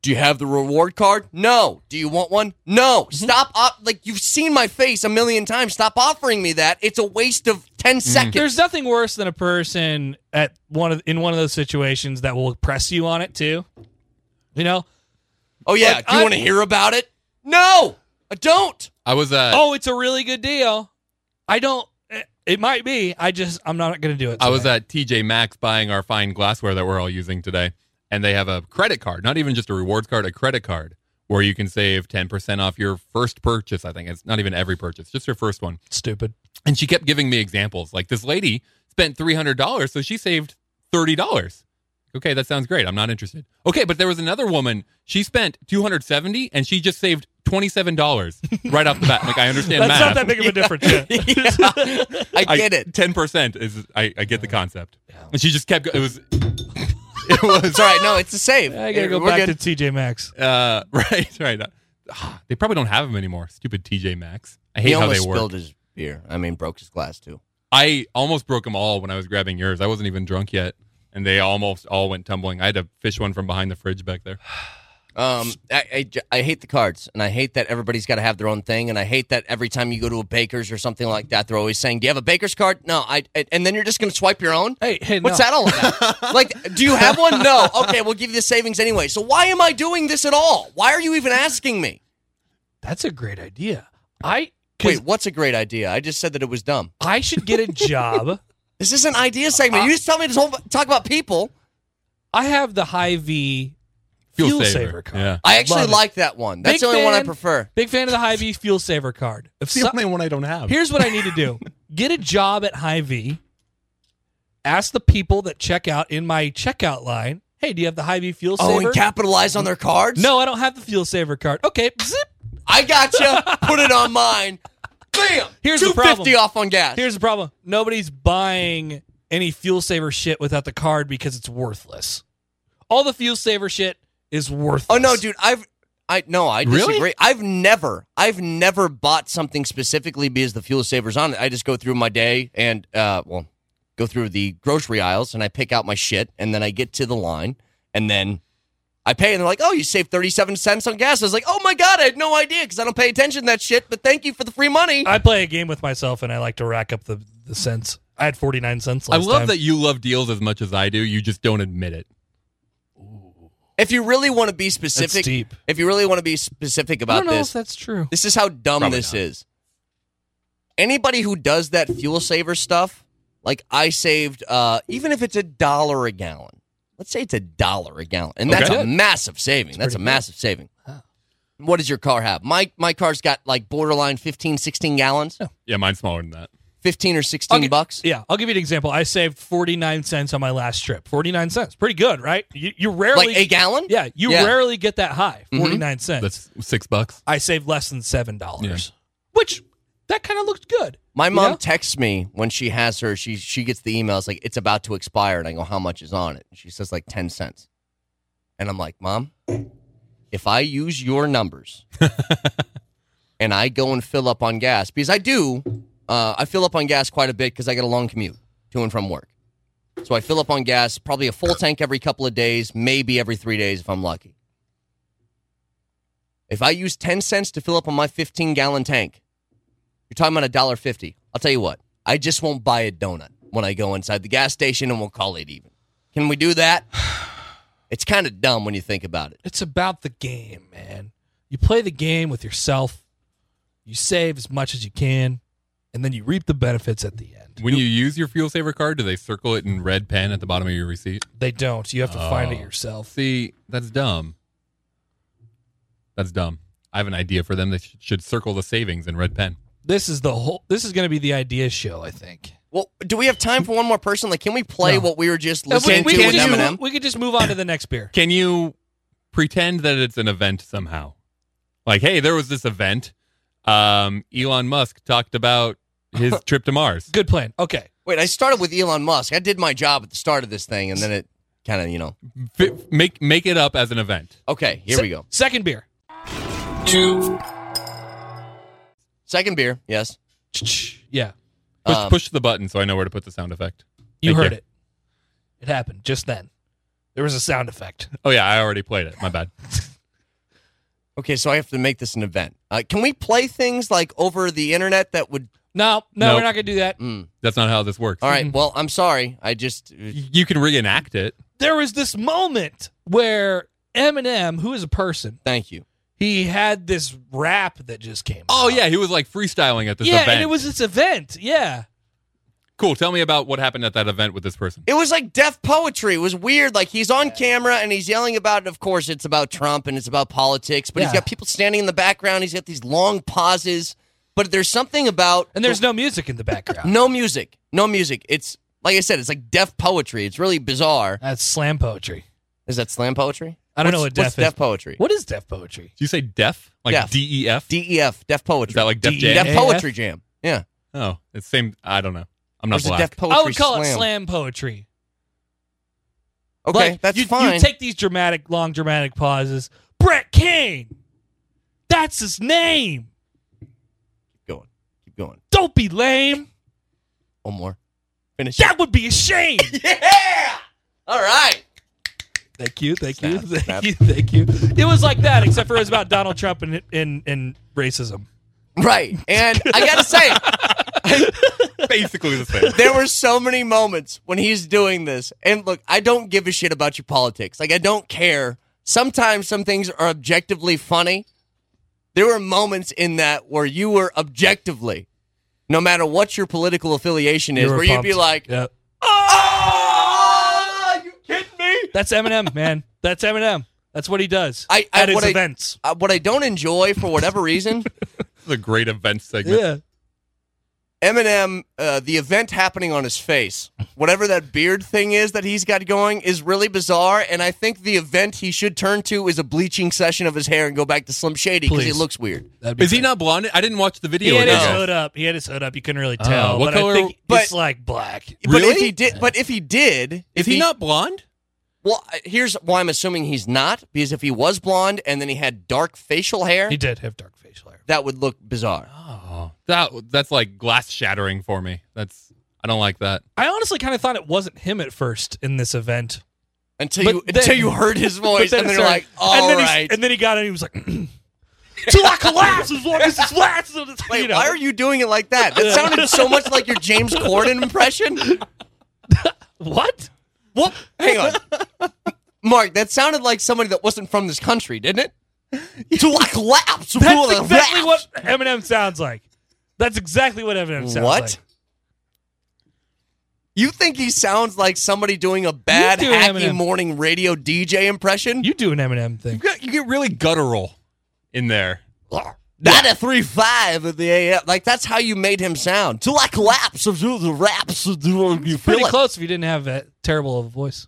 [SPEAKER 2] do you have the reward card? No. Do you want one? No.
[SPEAKER 3] Mm-hmm.
[SPEAKER 2] Stop. Op- like you've seen my face a million times. Stop offering me that. It's a waste of ten seconds.
[SPEAKER 3] Mm-hmm. There's nothing worse than a person at one of in one of those situations that will press you on it too. You know,
[SPEAKER 2] oh yeah.
[SPEAKER 3] like,
[SPEAKER 2] do you
[SPEAKER 3] I-
[SPEAKER 2] want to hear about it? No. I don't.
[SPEAKER 1] I was uh,
[SPEAKER 3] oh, it's a really good deal. I don't. eh, It might be. I just. I'm not going to do it.
[SPEAKER 1] I was
[SPEAKER 3] today.
[SPEAKER 1] at TJ Maxx buying our fine glassware that we're all using today, and they have a credit card, not even just a rewards card, a credit card where you can save 10% off your first purchase. I think it's not even every purchase, just your first one.
[SPEAKER 3] Stupid.
[SPEAKER 1] And she kept giving me examples. Like this lady spent $300, so she saved $30. Okay, that sounds great. I'm not interested. Okay, but there was another woman. She spent 270 and she just saved $27 right off the bat. Like I understand
[SPEAKER 3] That's not
[SPEAKER 1] math.
[SPEAKER 3] that big of a difference. yeah.
[SPEAKER 2] I get it.
[SPEAKER 1] Ten percent is I, I get the concept. And she just kept. go- It was
[SPEAKER 2] It was all right. No, it's a save.
[SPEAKER 3] I gotta go
[SPEAKER 2] We're
[SPEAKER 3] back
[SPEAKER 2] good.
[SPEAKER 3] to TJ Maxx.
[SPEAKER 1] uh, right, right. Ah, they probably don't have them anymore. Stupid TJ Maxx. I hate
[SPEAKER 2] he
[SPEAKER 1] how they
[SPEAKER 2] almost
[SPEAKER 1] work.
[SPEAKER 2] spilled his beer. I mean, broke his glass too.
[SPEAKER 1] I almost broke them all when I was grabbing yours. I wasn't even drunk yet, and they almost all went tumbling. I had to fish one from behind the fridge back there.
[SPEAKER 2] Um, I, I j- I hate the cards, and I hate that everybody's got to have their own thing, and I hate that every time you go to a baker's or something like that, they're always saying, "Do you have a baker's card?" No, I. I- And then you're just gonna swipe your own.
[SPEAKER 3] Hey, hey,
[SPEAKER 2] What's
[SPEAKER 3] no.
[SPEAKER 2] that all about? like, do you have one? No. Okay, we'll give you the savings anyway. So why am I doing this at all? Why are you even asking me?
[SPEAKER 3] That's a great idea. I 'cause
[SPEAKER 2] Wait, what's a great idea? I just said that it was dumb.
[SPEAKER 3] I should get a job.
[SPEAKER 2] This is an idea
[SPEAKER 3] Uh,
[SPEAKER 2] segment. You just tell me to talk talk about people.
[SPEAKER 3] I have the high V fuel, saver. card.
[SPEAKER 1] Yeah.
[SPEAKER 2] I actually
[SPEAKER 3] Love it.
[SPEAKER 2] like that one. That's
[SPEAKER 3] Big
[SPEAKER 2] the only one I
[SPEAKER 3] fan.
[SPEAKER 2] prefer.
[SPEAKER 3] Big fan of the high V fuel saver card. If
[SPEAKER 1] It's the
[SPEAKER 3] so-
[SPEAKER 1] only one I don't have.
[SPEAKER 3] Here's what I need to do: get a job at High V. Ask the people that check out in my checkout line. Hey, do you have the High V fuel
[SPEAKER 2] Oh,
[SPEAKER 3] saver?
[SPEAKER 2] and capitalize on their cards?
[SPEAKER 3] no, I don't have the fuel saver card. Okay, zip.
[SPEAKER 2] I gotcha. Put it on mine. Bam.
[SPEAKER 3] Here's the
[SPEAKER 2] 250
[SPEAKER 3] problem.
[SPEAKER 2] off on gas.
[SPEAKER 3] Here's the problem: nobody's buying any fuel saver shit without the card because it's worthless. All the fuel saver shit is worthless.
[SPEAKER 2] oh no, dude. I've I no, I
[SPEAKER 1] Really?
[SPEAKER 2] disagree. I've never I've never bought something specifically because the fuel savers on it. I just go through my day and uh well, go through the grocery aisles and I pick out my shit and then I get to the line and then I pay and they're like, "Oh, you saved 37 cents on gas." I was like, "Oh my god, I had no idea cuz I don't pay attention to that shit, but thank you for the free money."
[SPEAKER 3] I play a game with myself, and I like to rack up the, the cents. I had forty nine cents
[SPEAKER 1] I
[SPEAKER 3] last
[SPEAKER 1] love
[SPEAKER 3] time.
[SPEAKER 1] that you love deals as much as I do. You just don't admit it.
[SPEAKER 2] If you really want to be
[SPEAKER 3] That's
[SPEAKER 2] specific,
[SPEAKER 3] deep.
[SPEAKER 2] if you really want to be specific
[SPEAKER 3] I
[SPEAKER 2] about
[SPEAKER 3] don't know
[SPEAKER 2] this,
[SPEAKER 3] if that's true.
[SPEAKER 2] This is how dumb
[SPEAKER 1] Probably
[SPEAKER 2] this
[SPEAKER 1] not.
[SPEAKER 2] is. Anybody who does that fuel saver stuff, like I saved, uh, even if it's a dollar a gallon, let's say it's a dollar a gallon, and that's
[SPEAKER 1] Okay.
[SPEAKER 2] a massive saving. That's, a
[SPEAKER 3] pretty good.
[SPEAKER 2] massive saving. What does your car have? My my car's got like borderline 15, 16 gallons,
[SPEAKER 1] Yeah, mine's smaller than that.
[SPEAKER 2] 15 or 16
[SPEAKER 3] Okay.
[SPEAKER 2] bucks.
[SPEAKER 3] Yeah, I'll give you an example. I saved 49 cents on my last trip. 49 cents. Pretty good, right? You, you rarely
[SPEAKER 2] Like a gallon?
[SPEAKER 3] Yeah, you
[SPEAKER 2] Yeah.
[SPEAKER 3] rarely get that high. 49 cents.
[SPEAKER 1] Mm-hmm. That's six bucks.
[SPEAKER 3] I saved less than $7.
[SPEAKER 1] Yeah.
[SPEAKER 3] Which that kind of looked good.
[SPEAKER 2] My
[SPEAKER 3] You
[SPEAKER 2] mom
[SPEAKER 3] know?
[SPEAKER 2] texts me when she has her. She she gets the emails like it's about to expire, and I go, "How much is on it?" And she says like ten cents, and I'm like, "Mom, if I use your numbers, and I go and fill up on gas because I do, uh, I fill up on gas quite a bit because I get a long commute to and from work, so I fill up on gas probably a full tank every couple of days, maybe every three days if I'm lucky. If I use ten cents to fill up on my fifteen gallon tank." You're talking about a dollar fifty. I'll tell you what. I just won't buy a donut when I go inside the gas station, and we'll call it even. Can we do that? It's kind of dumb when you think about it.
[SPEAKER 3] It's about the game, man. You play the game with yourself. You save as much as you can, and then you reap the benefits at the end.
[SPEAKER 1] When you use your fuel saver card, do they circle it in red pen at the bottom of your receipt?
[SPEAKER 3] They don't. You have to find it
[SPEAKER 1] Oh.
[SPEAKER 3] yourself.
[SPEAKER 1] See, that's dumb. That's dumb. I have an idea for them. They sh- should circle the savings in red pen.
[SPEAKER 3] This is the whole this is going to be the idea show, I think.
[SPEAKER 2] Well, do we have time for one more person? Like, can we play
[SPEAKER 3] No.
[SPEAKER 2] what we were just listening
[SPEAKER 3] we,
[SPEAKER 2] to
[SPEAKER 3] we,
[SPEAKER 2] with
[SPEAKER 3] could just move-
[SPEAKER 2] Eminem?
[SPEAKER 3] we could just move on to the next beer.
[SPEAKER 1] Can you pretend that it's an event somehow? Like, hey, there was this event. Um, Elon Musk talked about his trip to Mars.
[SPEAKER 3] Good plan. Okay.
[SPEAKER 2] Wait, I started with Elon Musk. I did my job at the start of this thing, and then it kind of, you know.
[SPEAKER 1] Fi make make it up as an event.
[SPEAKER 2] Okay, here
[SPEAKER 3] Se-
[SPEAKER 2] we go.
[SPEAKER 3] Second beer.
[SPEAKER 2] Second beer. Yes.
[SPEAKER 3] Yeah.
[SPEAKER 1] Push,
[SPEAKER 2] Um,
[SPEAKER 1] push the button so I know where to put the sound effect.
[SPEAKER 3] You
[SPEAKER 1] Thank
[SPEAKER 3] heard
[SPEAKER 1] you.
[SPEAKER 3] it. It happened just then. There was a sound effect.
[SPEAKER 1] Oh yeah, I already played it. My bad.
[SPEAKER 2] Okay, so I have to make this an event. Uh, can we play things like over the internet that would?
[SPEAKER 3] No, no,
[SPEAKER 1] Nope.
[SPEAKER 3] we're not going to do that.
[SPEAKER 2] Mm.
[SPEAKER 1] That's not how this works.
[SPEAKER 2] All right.
[SPEAKER 3] Mm-hmm.
[SPEAKER 2] Well, I'm sorry. I just uh,
[SPEAKER 1] Y- You can reenact it.
[SPEAKER 3] There was this moment where Eminem, who is a person,
[SPEAKER 2] thank you.
[SPEAKER 3] he had this rap that just came
[SPEAKER 1] Oh
[SPEAKER 3] out.
[SPEAKER 1] yeah, he was like freestyling at this
[SPEAKER 3] yeah,
[SPEAKER 1] event.
[SPEAKER 3] and it was this event. Yeah.
[SPEAKER 1] Cool. Tell me about what happened at that event with this person.
[SPEAKER 2] It was like deaf poetry. It was weird. Like he's on camera and he's yelling about it. Of course, it's about Trump and it's about politics, but he's
[SPEAKER 3] Yeah.
[SPEAKER 2] got people standing in the background. He's got these long pauses. But there's something about
[SPEAKER 3] And there's no music in the background.
[SPEAKER 2] no music. No music. It's like I said, it's like deaf poetry. It's really bizarre.
[SPEAKER 3] That's slam poetry.
[SPEAKER 2] Is that slam poetry?
[SPEAKER 3] I don't know
[SPEAKER 2] What's-
[SPEAKER 3] what deaf
[SPEAKER 2] what's
[SPEAKER 3] is.
[SPEAKER 2] deaf poetry.
[SPEAKER 3] What is deaf poetry?
[SPEAKER 1] Did you say deaf? Like
[SPEAKER 2] Deaf.
[SPEAKER 1] D E F?
[SPEAKER 2] DEF, deaf poetry.
[SPEAKER 1] Is that like Def
[SPEAKER 3] D-
[SPEAKER 1] Jam?
[SPEAKER 2] deaf
[SPEAKER 3] DEF?
[SPEAKER 2] poetry jam? Yeah.
[SPEAKER 1] Oh, it's same. I don't know. I'm
[SPEAKER 2] Or
[SPEAKER 1] not
[SPEAKER 2] is it
[SPEAKER 1] black.
[SPEAKER 2] deaf poetry
[SPEAKER 3] I would call
[SPEAKER 2] slam.
[SPEAKER 3] it slam poetry.
[SPEAKER 2] Okay,
[SPEAKER 3] like,
[SPEAKER 2] that's
[SPEAKER 3] you,
[SPEAKER 2] fine.
[SPEAKER 3] You take these dramatic, long dramatic pauses. Brett Kane. That's his name.
[SPEAKER 2] Keep going. Keep going.
[SPEAKER 3] Don't be lame.
[SPEAKER 2] One more. Finish. it.
[SPEAKER 3] That would be a shame.
[SPEAKER 2] Yeah. All right.
[SPEAKER 3] Thank you, thank you,
[SPEAKER 2] Snap,
[SPEAKER 3] thank
[SPEAKER 2] snap.
[SPEAKER 3] you, thank you. It was like that, except for it was about Donald Trump and and and racism.
[SPEAKER 2] Right. And I gotta say,
[SPEAKER 1] Basically the same.
[SPEAKER 2] there were so many moments when he's doing this. And look, I don't give a shit about your politics. Like, I don't care. Sometimes some things are objectively funny. There were moments in that where you were objectively, no matter what your political affiliation is,
[SPEAKER 3] You were
[SPEAKER 2] where you'd be
[SPEAKER 3] pumped.
[SPEAKER 2] like,
[SPEAKER 3] Yeah.
[SPEAKER 2] oh,
[SPEAKER 3] "Ah,
[SPEAKER 2] you kidding me?
[SPEAKER 3] That's Eminem, man. That's Eminem. That's what he does
[SPEAKER 2] I- I-
[SPEAKER 3] at his
[SPEAKER 2] what I-
[SPEAKER 3] events.
[SPEAKER 2] Uh, what I don't enjoy for whatever reason,
[SPEAKER 1] This is a great event segment.
[SPEAKER 3] Yeah,
[SPEAKER 2] Eminem, uh, the event happening on his face, whatever that beard thing is that he's got going, is really bizarre. And I think the event he should turn to is a bleaching session of his hair and go back to Slim Shady because he
[SPEAKER 3] Please.
[SPEAKER 2] looks weird.
[SPEAKER 3] That'd be
[SPEAKER 1] Is he
[SPEAKER 3] great.
[SPEAKER 1] not blonde? I didn't watch the
[SPEAKER 3] He
[SPEAKER 1] video.
[SPEAKER 3] had
[SPEAKER 1] of
[SPEAKER 3] his
[SPEAKER 1] that.
[SPEAKER 3] hood up. He had his hood up. You couldn't really
[SPEAKER 1] Oh,
[SPEAKER 3] tell.
[SPEAKER 1] what
[SPEAKER 3] but
[SPEAKER 1] color-
[SPEAKER 3] I think
[SPEAKER 2] but-
[SPEAKER 3] it's like black.
[SPEAKER 2] But if
[SPEAKER 1] Really?
[SPEAKER 2] he did, but if he did,
[SPEAKER 1] Is
[SPEAKER 2] if
[SPEAKER 1] he not blonde?
[SPEAKER 2] Well, uh, here's why I'm assuming he's not because if he was blonde and then he had dark facial hair,
[SPEAKER 3] He did have dark facial hair.
[SPEAKER 2] that would look bizarre.
[SPEAKER 1] Oh, that that's like glass shattering for me. That's I don't like that.
[SPEAKER 3] I honestly kind of thought it wasn't him at first in this event.
[SPEAKER 2] Until
[SPEAKER 3] But
[SPEAKER 2] you
[SPEAKER 3] then-
[SPEAKER 2] until you heard his
[SPEAKER 3] But
[SPEAKER 2] voice and
[SPEAKER 3] it
[SPEAKER 2] then you're
[SPEAKER 3] started-
[SPEAKER 2] like, all
[SPEAKER 3] and
[SPEAKER 2] right.
[SPEAKER 3] then he- and then he got in. He was like, "Till I collapse is what this is last." of the-"
[SPEAKER 2] Wait,
[SPEAKER 3] you know?
[SPEAKER 2] why are you doing it like that? That sounded so much like your James Corden impression.
[SPEAKER 3] what? What?
[SPEAKER 2] Hang on. Mark, that sounded like somebody that wasn't from this country, didn't it? To like laps.
[SPEAKER 3] That's exactly what Eminem sounds like. That's exactly what Eminem sounds
[SPEAKER 2] What?
[SPEAKER 3] like.
[SPEAKER 2] You think he sounds like somebody doing a bad
[SPEAKER 3] do
[SPEAKER 2] hacky
[SPEAKER 3] Eminem.
[SPEAKER 2] morning radio DJ impression?
[SPEAKER 3] You do an Eminem thing.
[SPEAKER 1] You get, you get really guttural in there.
[SPEAKER 2] Not a three five at the AM. Like that's how you made him sound. To like laps of the raps of the you feel
[SPEAKER 3] Pretty
[SPEAKER 2] like-
[SPEAKER 3] close if you didn't have that terrible of a voice.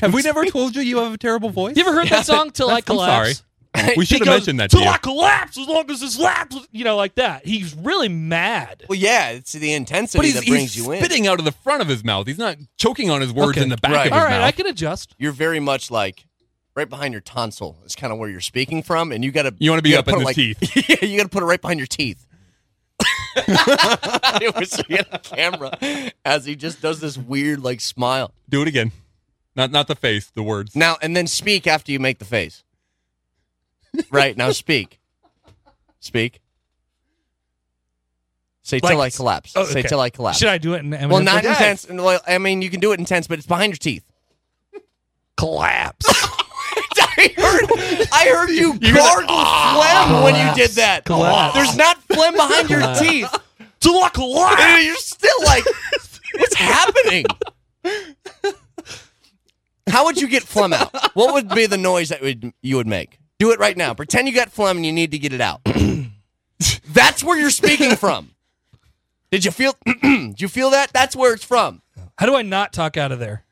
[SPEAKER 1] Have we never told you you have a terrible voice?
[SPEAKER 3] You ever heard that song "Till I
[SPEAKER 1] I'm
[SPEAKER 3] Collapse"?
[SPEAKER 1] sorry. We should
[SPEAKER 3] He
[SPEAKER 1] have
[SPEAKER 3] goes,
[SPEAKER 1] mentioned that to
[SPEAKER 3] Till
[SPEAKER 1] you.
[SPEAKER 3] I collapse, as long as this laps, you know, like that. He's really mad.
[SPEAKER 2] Well, yeah, it's the intensity
[SPEAKER 1] But he's,
[SPEAKER 2] that brings
[SPEAKER 1] he's
[SPEAKER 2] you in.
[SPEAKER 1] spitting out of the front of his mouth. He's not choking on his words
[SPEAKER 3] Okay,
[SPEAKER 1] in the back
[SPEAKER 2] right.
[SPEAKER 1] of
[SPEAKER 3] All
[SPEAKER 1] his
[SPEAKER 3] right,
[SPEAKER 1] mouth.
[SPEAKER 3] I can adjust.
[SPEAKER 2] You're very much like right behind your tonsil is kind of where you're speaking from, and you got to
[SPEAKER 1] You wanna be up in the
[SPEAKER 2] teeth. Yeah, you got to put it right behind your teeth. I was seeing the camera as he just does this weird like smile
[SPEAKER 1] Do it again. Not not the face, the words.
[SPEAKER 2] now, and then speak after you make the face. Right now, speak, speak. Say till I
[SPEAKER 3] Like-
[SPEAKER 2] collapse.
[SPEAKER 3] Oh,
[SPEAKER 2] Say
[SPEAKER 3] okay.
[SPEAKER 2] till I collapse.
[SPEAKER 3] Should I do it in Eminem?
[SPEAKER 2] well, not
[SPEAKER 3] voice?
[SPEAKER 2] intense. Well, I mean, you can do it intense, but it's behind your teeth.
[SPEAKER 3] Collapse.
[SPEAKER 2] I heard, I heard you
[SPEAKER 1] You heard that,
[SPEAKER 2] gargle phlegm when you did that.
[SPEAKER 3] Collapse.
[SPEAKER 2] There's not phlegm behind your
[SPEAKER 3] Collapse.
[SPEAKER 2] teeth.
[SPEAKER 3] Till I
[SPEAKER 2] And
[SPEAKER 3] collapse.
[SPEAKER 2] You're still like, what's happening? How would you get phlegm out? What would be the noise that would you would make? Do it right now. Pretend you got phlegm and you need to get it out. That's where you're speaking from. Did you feel? did you feel that? That's where it's from.
[SPEAKER 3] How do I not talk out of there?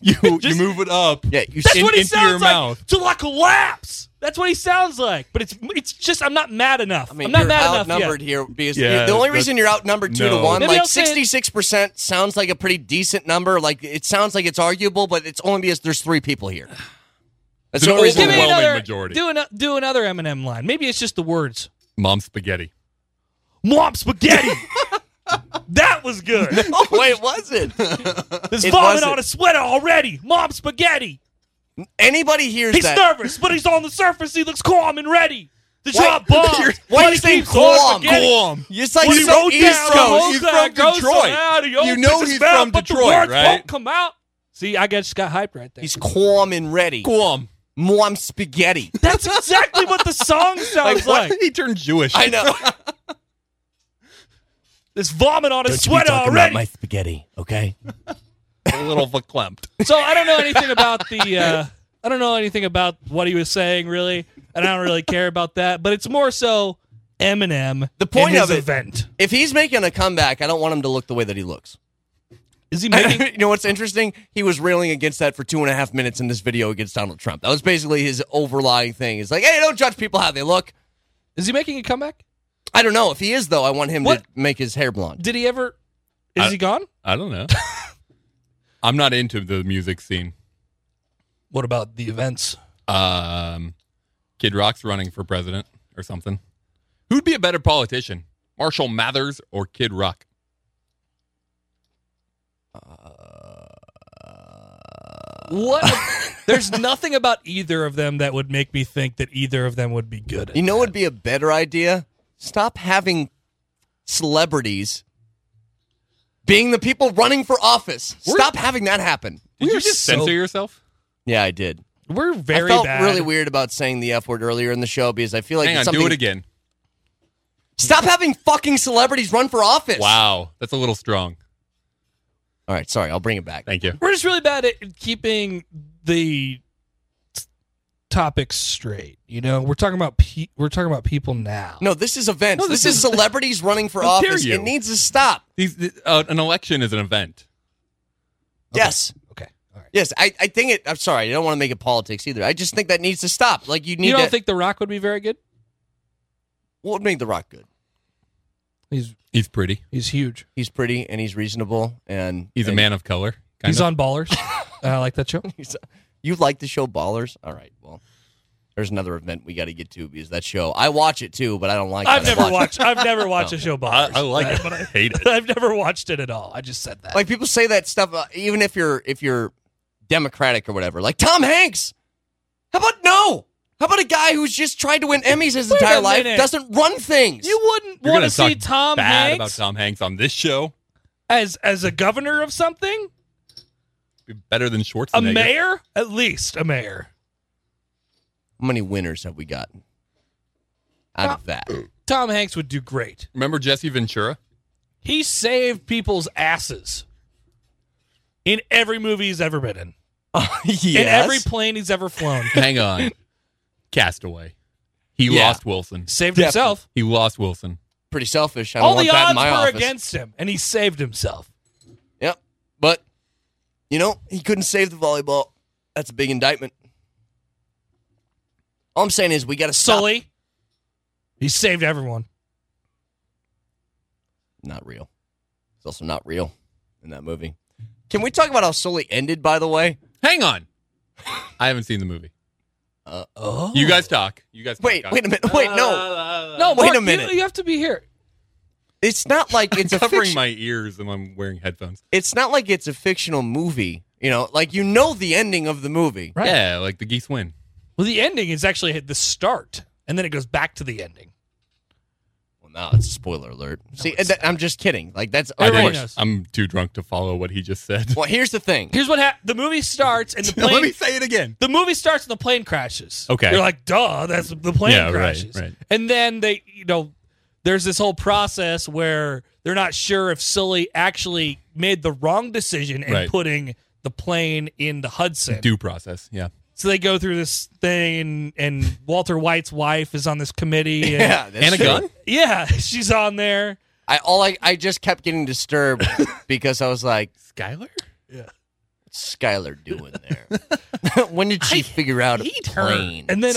[SPEAKER 1] you you move it up.
[SPEAKER 2] Yeah, you.
[SPEAKER 3] That's
[SPEAKER 2] in-
[SPEAKER 3] what he
[SPEAKER 1] into
[SPEAKER 3] sounds
[SPEAKER 1] your
[SPEAKER 3] like.
[SPEAKER 1] mouth.
[SPEAKER 3] Till I collapse. That's what he sounds like. But it's it's just I'm not mad enough. I
[SPEAKER 2] I mean,
[SPEAKER 3] am not
[SPEAKER 2] you're
[SPEAKER 3] mad enough. yet.
[SPEAKER 2] outnumbered here because
[SPEAKER 1] Yeah,
[SPEAKER 2] the only
[SPEAKER 1] that's-
[SPEAKER 2] reason you're outnumbered two
[SPEAKER 1] No.
[SPEAKER 2] to one,
[SPEAKER 3] Maybe
[SPEAKER 2] like
[SPEAKER 3] I'll say it-
[SPEAKER 2] sixty-six percent sounds like a pretty decent number. Like it sounds like it's arguable, but it's only because there's three people here.
[SPEAKER 1] It's
[SPEAKER 2] That's the
[SPEAKER 1] an
[SPEAKER 2] only reason.
[SPEAKER 3] Give me
[SPEAKER 2] why.
[SPEAKER 1] overwhelming
[SPEAKER 3] another
[SPEAKER 1] majority.
[SPEAKER 3] Do, an, do another Eminem line. Maybe it's just the words.
[SPEAKER 1] Mom spaghetti.
[SPEAKER 3] Mom spaghetti. that was good.
[SPEAKER 2] Oh, wait, was it?
[SPEAKER 3] There's
[SPEAKER 2] It
[SPEAKER 3] vomit
[SPEAKER 2] wasn't.
[SPEAKER 3] on his sweater already. Mom spaghetti.
[SPEAKER 2] Anybody hears
[SPEAKER 3] He's
[SPEAKER 2] that?
[SPEAKER 3] nervous, but he's on the surface. He looks calm and ready to
[SPEAKER 2] Why-
[SPEAKER 3] drop bombs.
[SPEAKER 2] You're-
[SPEAKER 3] but
[SPEAKER 2] why you
[SPEAKER 3] he
[SPEAKER 2] saying
[SPEAKER 3] keeps calling
[SPEAKER 2] calm?
[SPEAKER 3] spaghetti.
[SPEAKER 1] Calm.
[SPEAKER 2] It's like
[SPEAKER 3] When
[SPEAKER 2] he's
[SPEAKER 3] he
[SPEAKER 2] so
[SPEAKER 3] wrote down
[SPEAKER 2] East
[SPEAKER 3] the
[SPEAKER 2] Coast.
[SPEAKER 3] whole
[SPEAKER 1] He's
[SPEAKER 3] thing,
[SPEAKER 1] from
[SPEAKER 3] goes
[SPEAKER 1] Detroit.
[SPEAKER 3] out, he
[SPEAKER 1] You
[SPEAKER 3] opens
[SPEAKER 1] know
[SPEAKER 3] his
[SPEAKER 1] he's
[SPEAKER 3] mouth,
[SPEAKER 1] from
[SPEAKER 3] but the
[SPEAKER 1] Detroit,
[SPEAKER 3] words
[SPEAKER 1] right?
[SPEAKER 3] Won't come out. See, I just got hyped right there.
[SPEAKER 2] He's calm and ready.
[SPEAKER 1] Calm.
[SPEAKER 2] Mom spaghetti.
[SPEAKER 3] That's exactly what the song sounds
[SPEAKER 1] Like,
[SPEAKER 3] like.
[SPEAKER 1] why did he turn Jewish?
[SPEAKER 2] I know.
[SPEAKER 3] This vomit on his
[SPEAKER 2] Don't you be
[SPEAKER 3] sweater
[SPEAKER 2] talking
[SPEAKER 3] already.
[SPEAKER 2] about my spaghetti, okay?
[SPEAKER 1] a little verklempt.
[SPEAKER 3] so I don't know anything about the. Uh, I don't know anything about what he was saying really, and I don't really care about that. But it's more so Eminem.
[SPEAKER 2] The point
[SPEAKER 3] and his
[SPEAKER 2] of it-
[SPEAKER 3] event
[SPEAKER 2] If he's making a comeback, I don't want him to look the way that he looks.
[SPEAKER 3] is he making
[SPEAKER 2] you know what's interesting? He was railing against that for two and a half minutes in this video against Donald Trump. That was basically his overlying thing. He's like, hey, don't judge people how they look.
[SPEAKER 3] is he making a comeback?
[SPEAKER 2] I don't know. If he is, though, I want him
[SPEAKER 3] What?
[SPEAKER 2] to make his hair blonde.
[SPEAKER 3] Did he ever? Is
[SPEAKER 1] I-
[SPEAKER 3] he gone?
[SPEAKER 1] I don't know. I'm not into the music scene.
[SPEAKER 3] What about the events?
[SPEAKER 1] Um, Kid Rock's running for president or something. Who'd be a better politician, Marshall Mathers or Kid Rock?
[SPEAKER 3] What? There's nothing about either of them that would make me think that either of them would be good. at
[SPEAKER 2] You know
[SPEAKER 3] that.
[SPEAKER 2] what would be a better idea? Stop having celebrities being the people running for office. Stop having that happen.
[SPEAKER 1] Did
[SPEAKER 3] We're
[SPEAKER 1] you just
[SPEAKER 3] so-
[SPEAKER 1] censor yourself?
[SPEAKER 2] Yeah, I did.
[SPEAKER 3] We're very
[SPEAKER 2] I felt
[SPEAKER 3] bad.
[SPEAKER 2] really weird about saying the F word earlier in the show because I feel like
[SPEAKER 1] Hang
[SPEAKER 2] it's
[SPEAKER 1] on,
[SPEAKER 2] something.
[SPEAKER 1] do it again.
[SPEAKER 2] Stop having fucking celebrities run for office.
[SPEAKER 1] Wow, that's a little strong.
[SPEAKER 2] All right, sorry, I'll bring it back.
[SPEAKER 1] Thank you.
[SPEAKER 3] We're just really bad at keeping the t- topics straight. You know, we're talking about pe- we're talking about people now.
[SPEAKER 2] No, this is events.
[SPEAKER 3] No,
[SPEAKER 2] this,
[SPEAKER 3] this
[SPEAKER 2] is,
[SPEAKER 3] is-
[SPEAKER 2] celebrities running for
[SPEAKER 1] How dare
[SPEAKER 2] office.
[SPEAKER 1] you.
[SPEAKER 2] It needs to stop.
[SPEAKER 1] These, th- uh, an election is an event.
[SPEAKER 2] Yes.
[SPEAKER 3] Okay. All right.
[SPEAKER 2] Yes, I, I think it. I'm sorry, I don't want to make it politics either. I just think that needs to stop. Like you need
[SPEAKER 3] You don't
[SPEAKER 2] to.
[SPEAKER 3] think The Rock would be very good?
[SPEAKER 2] what would make The Rock good?
[SPEAKER 3] He's
[SPEAKER 1] He's pretty.
[SPEAKER 3] he's huge.
[SPEAKER 2] He's pretty and he's reasonable and
[SPEAKER 1] He's a
[SPEAKER 2] and-
[SPEAKER 1] man of color. Kind
[SPEAKER 3] he's
[SPEAKER 1] of.
[SPEAKER 3] on Ballers. and I like that show.
[SPEAKER 2] He's- you like the show Ballers? All right. Well, there's another event we got to get to because that show I watch it too, but I don't like.
[SPEAKER 3] I've
[SPEAKER 2] that I
[SPEAKER 3] never
[SPEAKER 2] watch
[SPEAKER 3] watched. I've never watched a show Ballers.
[SPEAKER 1] I, I like it, but I hate it.
[SPEAKER 3] I've never watched it at all. I just said that.
[SPEAKER 2] it. Like people say that stuff, uh, even if you're if you're Democratic or whatever. Like Tom Hanks. How about no? How about a guy who's just tried to win Emmys his
[SPEAKER 3] Wait a
[SPEAKER 2] entire life
[SPEAKER 3] minute.
[SPEAKER 2] doesn't run things?
[SPEAKER 3] you wouldn't
[SPEAKER 1] You're
[SPEAKER 3] want
[SPEAKER 1] gonna
[SPEAKER 3] to see
[SPEAKER 1] talk
[SPEAKER 3] Tom
[SPEAKER 1] bad
[SPEAKER 3] Hanks
[SPEAKER 1] about Tom Hanks on this show.
[SPEAKER 3] as as a governor of something,
[SPEAKER 1] Better than Schwarzenegger.
[SPEAKER 3] a mayor, at least a mayor.
[SPEAKER 2] How many winners have we gotten out of that?
[SPEAKER 3] Tom Hanks would do great.
[SPEAKER 1] Remember Jesse Ventura?
[SPEAKER 3] He saved people's asses in every movie he's ever been in, in every plane he's ever flown.
[SPEAKER 1] Hang on. Castaway. He
[SPEAKER 2] Yeah.
[SPEAKER 1] lost Wilson.
[SPEAKER 3] saved
[SPEAKER 2] Definitely.
[SPEAKER 3] himself.
[SPEAKER 1] He lost Wilson.
[SPEAKER 2] Pretty selfish. I don't
[SPEAKER 3] All
[SPEAKER 2] want
[SPEAKER 3] the
[SPEAKER 2] that
[SPEAKER 3] odds
[SPEAKER 2] in my
[SPEAKER 3] were
[SPEAKER 2] office.
[SPEAKER 3] against him, and he saved himself.
[SPEAKER 2] Yep. But you know, he couldn't save the volleyball. That's a big indictment. All I'm saying is we got to stop.
[SPEAKER 3] Sully, he saved everyone.
[SPEAKER 2] Not real. It's also not real in that movie. Can we talk about how Sully ended? By the way,
[SPEAKER 1] Hang on. I haven't seen the movie.
[SPEAKER 3] Oh,
[SPEAKER 1] You guys talk. You guys talk.
[SPEAKER 2] Uh, wait,
[SPEAKER 1] I-
[SPEAKER 2] wait a minute. Wait, no,
[SPEAKER 1] Uh,
[SPEAKER 3] no,
[SPEAKER 2] wait
[SPEAKER 3] Mark,
[SPEAKER 2] a
[SPEAKER 3] you-
[SPEAKER 2] minute.
[SPEAKER 3] You, have to be here.
[SPEAKER 2] it's not like it's a
[SPEAKER 1] covering
[SPEAKER 2] fiction-
[SPEAKER 1] my ears and I'm wearing headphones.
[SPEAKER 2] It's not like it's a fictional movie. You know, like you know the ending of the movie.
[SPEAKER 3] Right.
[SPEAKER 1] Yeah, like the geese win.
[SPEAKER 3] Well, the ending is actually at the start, and then it goes back to the ending.
[SPEAKER 2] Well, now it's a spoiler alert. See, that, I'm just kidding. Like that's
[SPEAKER 1] I
[SPEAKER 2] of
[SPEAKER 3] Everybody
[SPEAKER 1] didn't-
[SPEAKER 2] course.
[SPEAKER 3] knows.
[SPEAKER 1] I'm too drunk to follow what he just said.
[SPEAKER 2] Well, here's the thing.
[SPEAKER 3] Here's what happened: the movie starts, and the plane.
[SPEAKER 1] say it again.
[SPEAKER 3] the movie starts and the plane crashes.
[SPEAKER 1] Okay.
[SPEAKER 3] You're like, duh, that's the plane
[SPEAKER 1] Yeah, right,
[SPEAKER 3] crashes.
[SPEAKER 1] right.
[SPEAKER 3] And then they, you know, there's this whole process where they're not sure if Sully actually made the wrong decision in
[SPEAKER 1] Right.
[SPEAKER 3] putting the plane in the Hudson.
[SPEAKER 1] Due process. Yeah.
[SPEAKER 3] So they go through this thing, and, and Walter White's wife is on this committee. And,
[SPEAKER 2] Yeah, that's
[SPEAKER 1] and a
[SPEAKER 2] true.
[SPEAKER 1] gun?
[SPEAKER 3] Yeah, she's on there.
[SPEAKER 2] I all I, I just kept getting disturbed because I was like,
[SPEAKER 1] Skylar?
[SPEAKER 2] "What's Skylar doing there? when did she figure out a plane?"
[SPEAKER 3] And then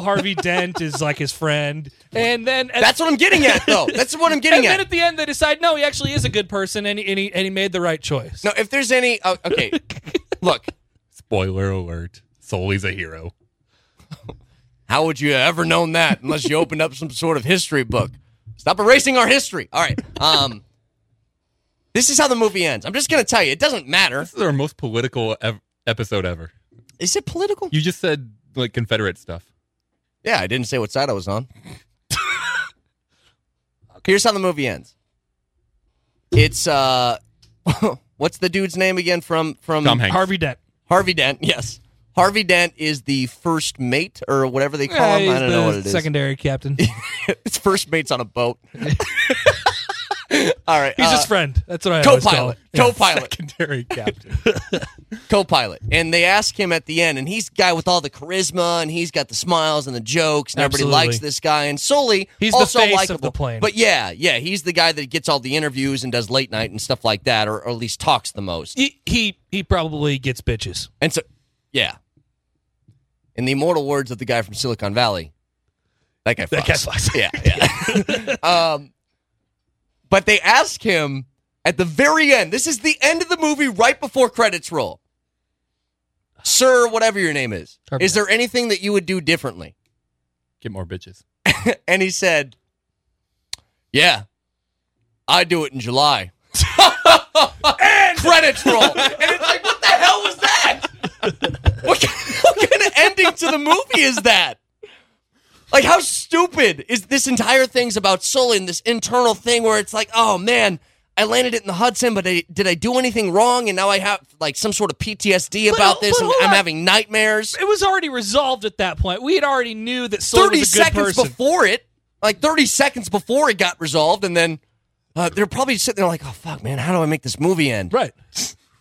[SPEAKER 3] Harvey Dent is like his friend. And then at
[SPEAKER 2] that's what I'm getting at, though. That's what I'm
[SPEAKER 3] and
[SPEAKER 2] getting
[SPEAKER 3] then
[SPEAKER 2] at.
[SPEAKER 3] at the end, they decide, no, he actually is a good person, and he, and he, and he made the right choice.
[SPEAKER 2] no, if there's any, oh, okay, look,
[SPEAKER 1] Spoiler alert. Sully's a hero.
[SPEAKER 2] how would you have ever known that unless you opened up some sort of history book? Stop erasing our history. All right, um, this is how the movie ends. I'm just gonna tell you, it doesn't matter.
[SPEAKER 1] This is our most political ev- episode ever.
[SPEAKER 2] Is it political?
[SPEAKER 1] You just said like Confederate stuff.
[SPEAKER 2] Yeah, I didn't say what side I was on. Here's how the movie ends. It's uh what's the dude's name again from from
[SPEAKER 1] Tom Hanks.
[SPEAKER 3] Harvey Dent.
[SPEAKER 2] Harvey Dent, yes. Harvey Dent is the first mate or whatever they call him. I don't know what it is.
[SPEAKER 3] Secondary captain.
[SPEAKER 2] it's first mate's on a boat. All right.
[SPEAKER 3] He's
[SPEAKER 2] uh,
[SPEAKER 3] his friend. That's what I always call
[SPEAKER 2] co-pilot.
[SPEAKER 3] it. Yeah.
[SPEAKER 2] Co-pilot.
[SPEAKER 3] Secondary captain.
[SPEAKER 2] uh, co-pilot and they ask him at the end and he's the guy with all the charisma and he's got the smiles and the jokes and
[SPEAKER 3] Absolutely.
[SPEAKER 2] everybody likes this guy and solely
[SPEAKER 3] He's the
[SPEAKER 2] also
[SPEAKER 3] face of
[SPEAKER 2] likable.
[SPEAKER 3] the plane.
[SPEAKER 2] but yeah yeah he's the guy that gets all the interviews and does late night and stuff like that or, or at least talks the most
[SPEAKER 3] he, he he probably gets bitches.
[SPEAKER 2] and so yeah in the immortal words of the guy from silicon valley that guy
[SPEAKER 3] That guy
[SPEAKER 2] fucks.
[SPEAKER 3] fucks.
[SPEAKER 2] yeah yeah um, but they ask him at the very end this is the end of the movie right before credits roll sir whatever your name is
[SPEAKER 3] Turbulence.
[SPEAKER 2] is there anything that you would do differently
[SPEAKER 1] Get more bitches.
[SPEAKER 2] and he said yeah i do it in july credits roll and it's like what the hell was that what kind, what kind of ending to the movie is that like how stupid is this entire thing's about Sully and this internal thing where it's like, oh man, I landed it in the Hudson, but I, did I do anything wrong? And now I have like some sort of PTSD about
[SPEAKER 3] but
[SPEAKER 2] this, and
[SPEAKER 3] hold
[SPEAKER 2] I'm
[SPEAKER 3] on.
[SPEAKER 2] having nightmares.
[SPEAKER 3] It was already resolved at that point. We had already knew that Soul
[SPEAKER 2] Thirty
[SPEAKER 3] was a good
[SPEAKER 2] seconds
[SPEAKER 3] person.
[SPEAKER 2] before it, like thirty seconds before it got resolved, and then uh, they're probably sitting there like, oh fuck, man, how do I make this movie end?
[SPEAKER 3] right.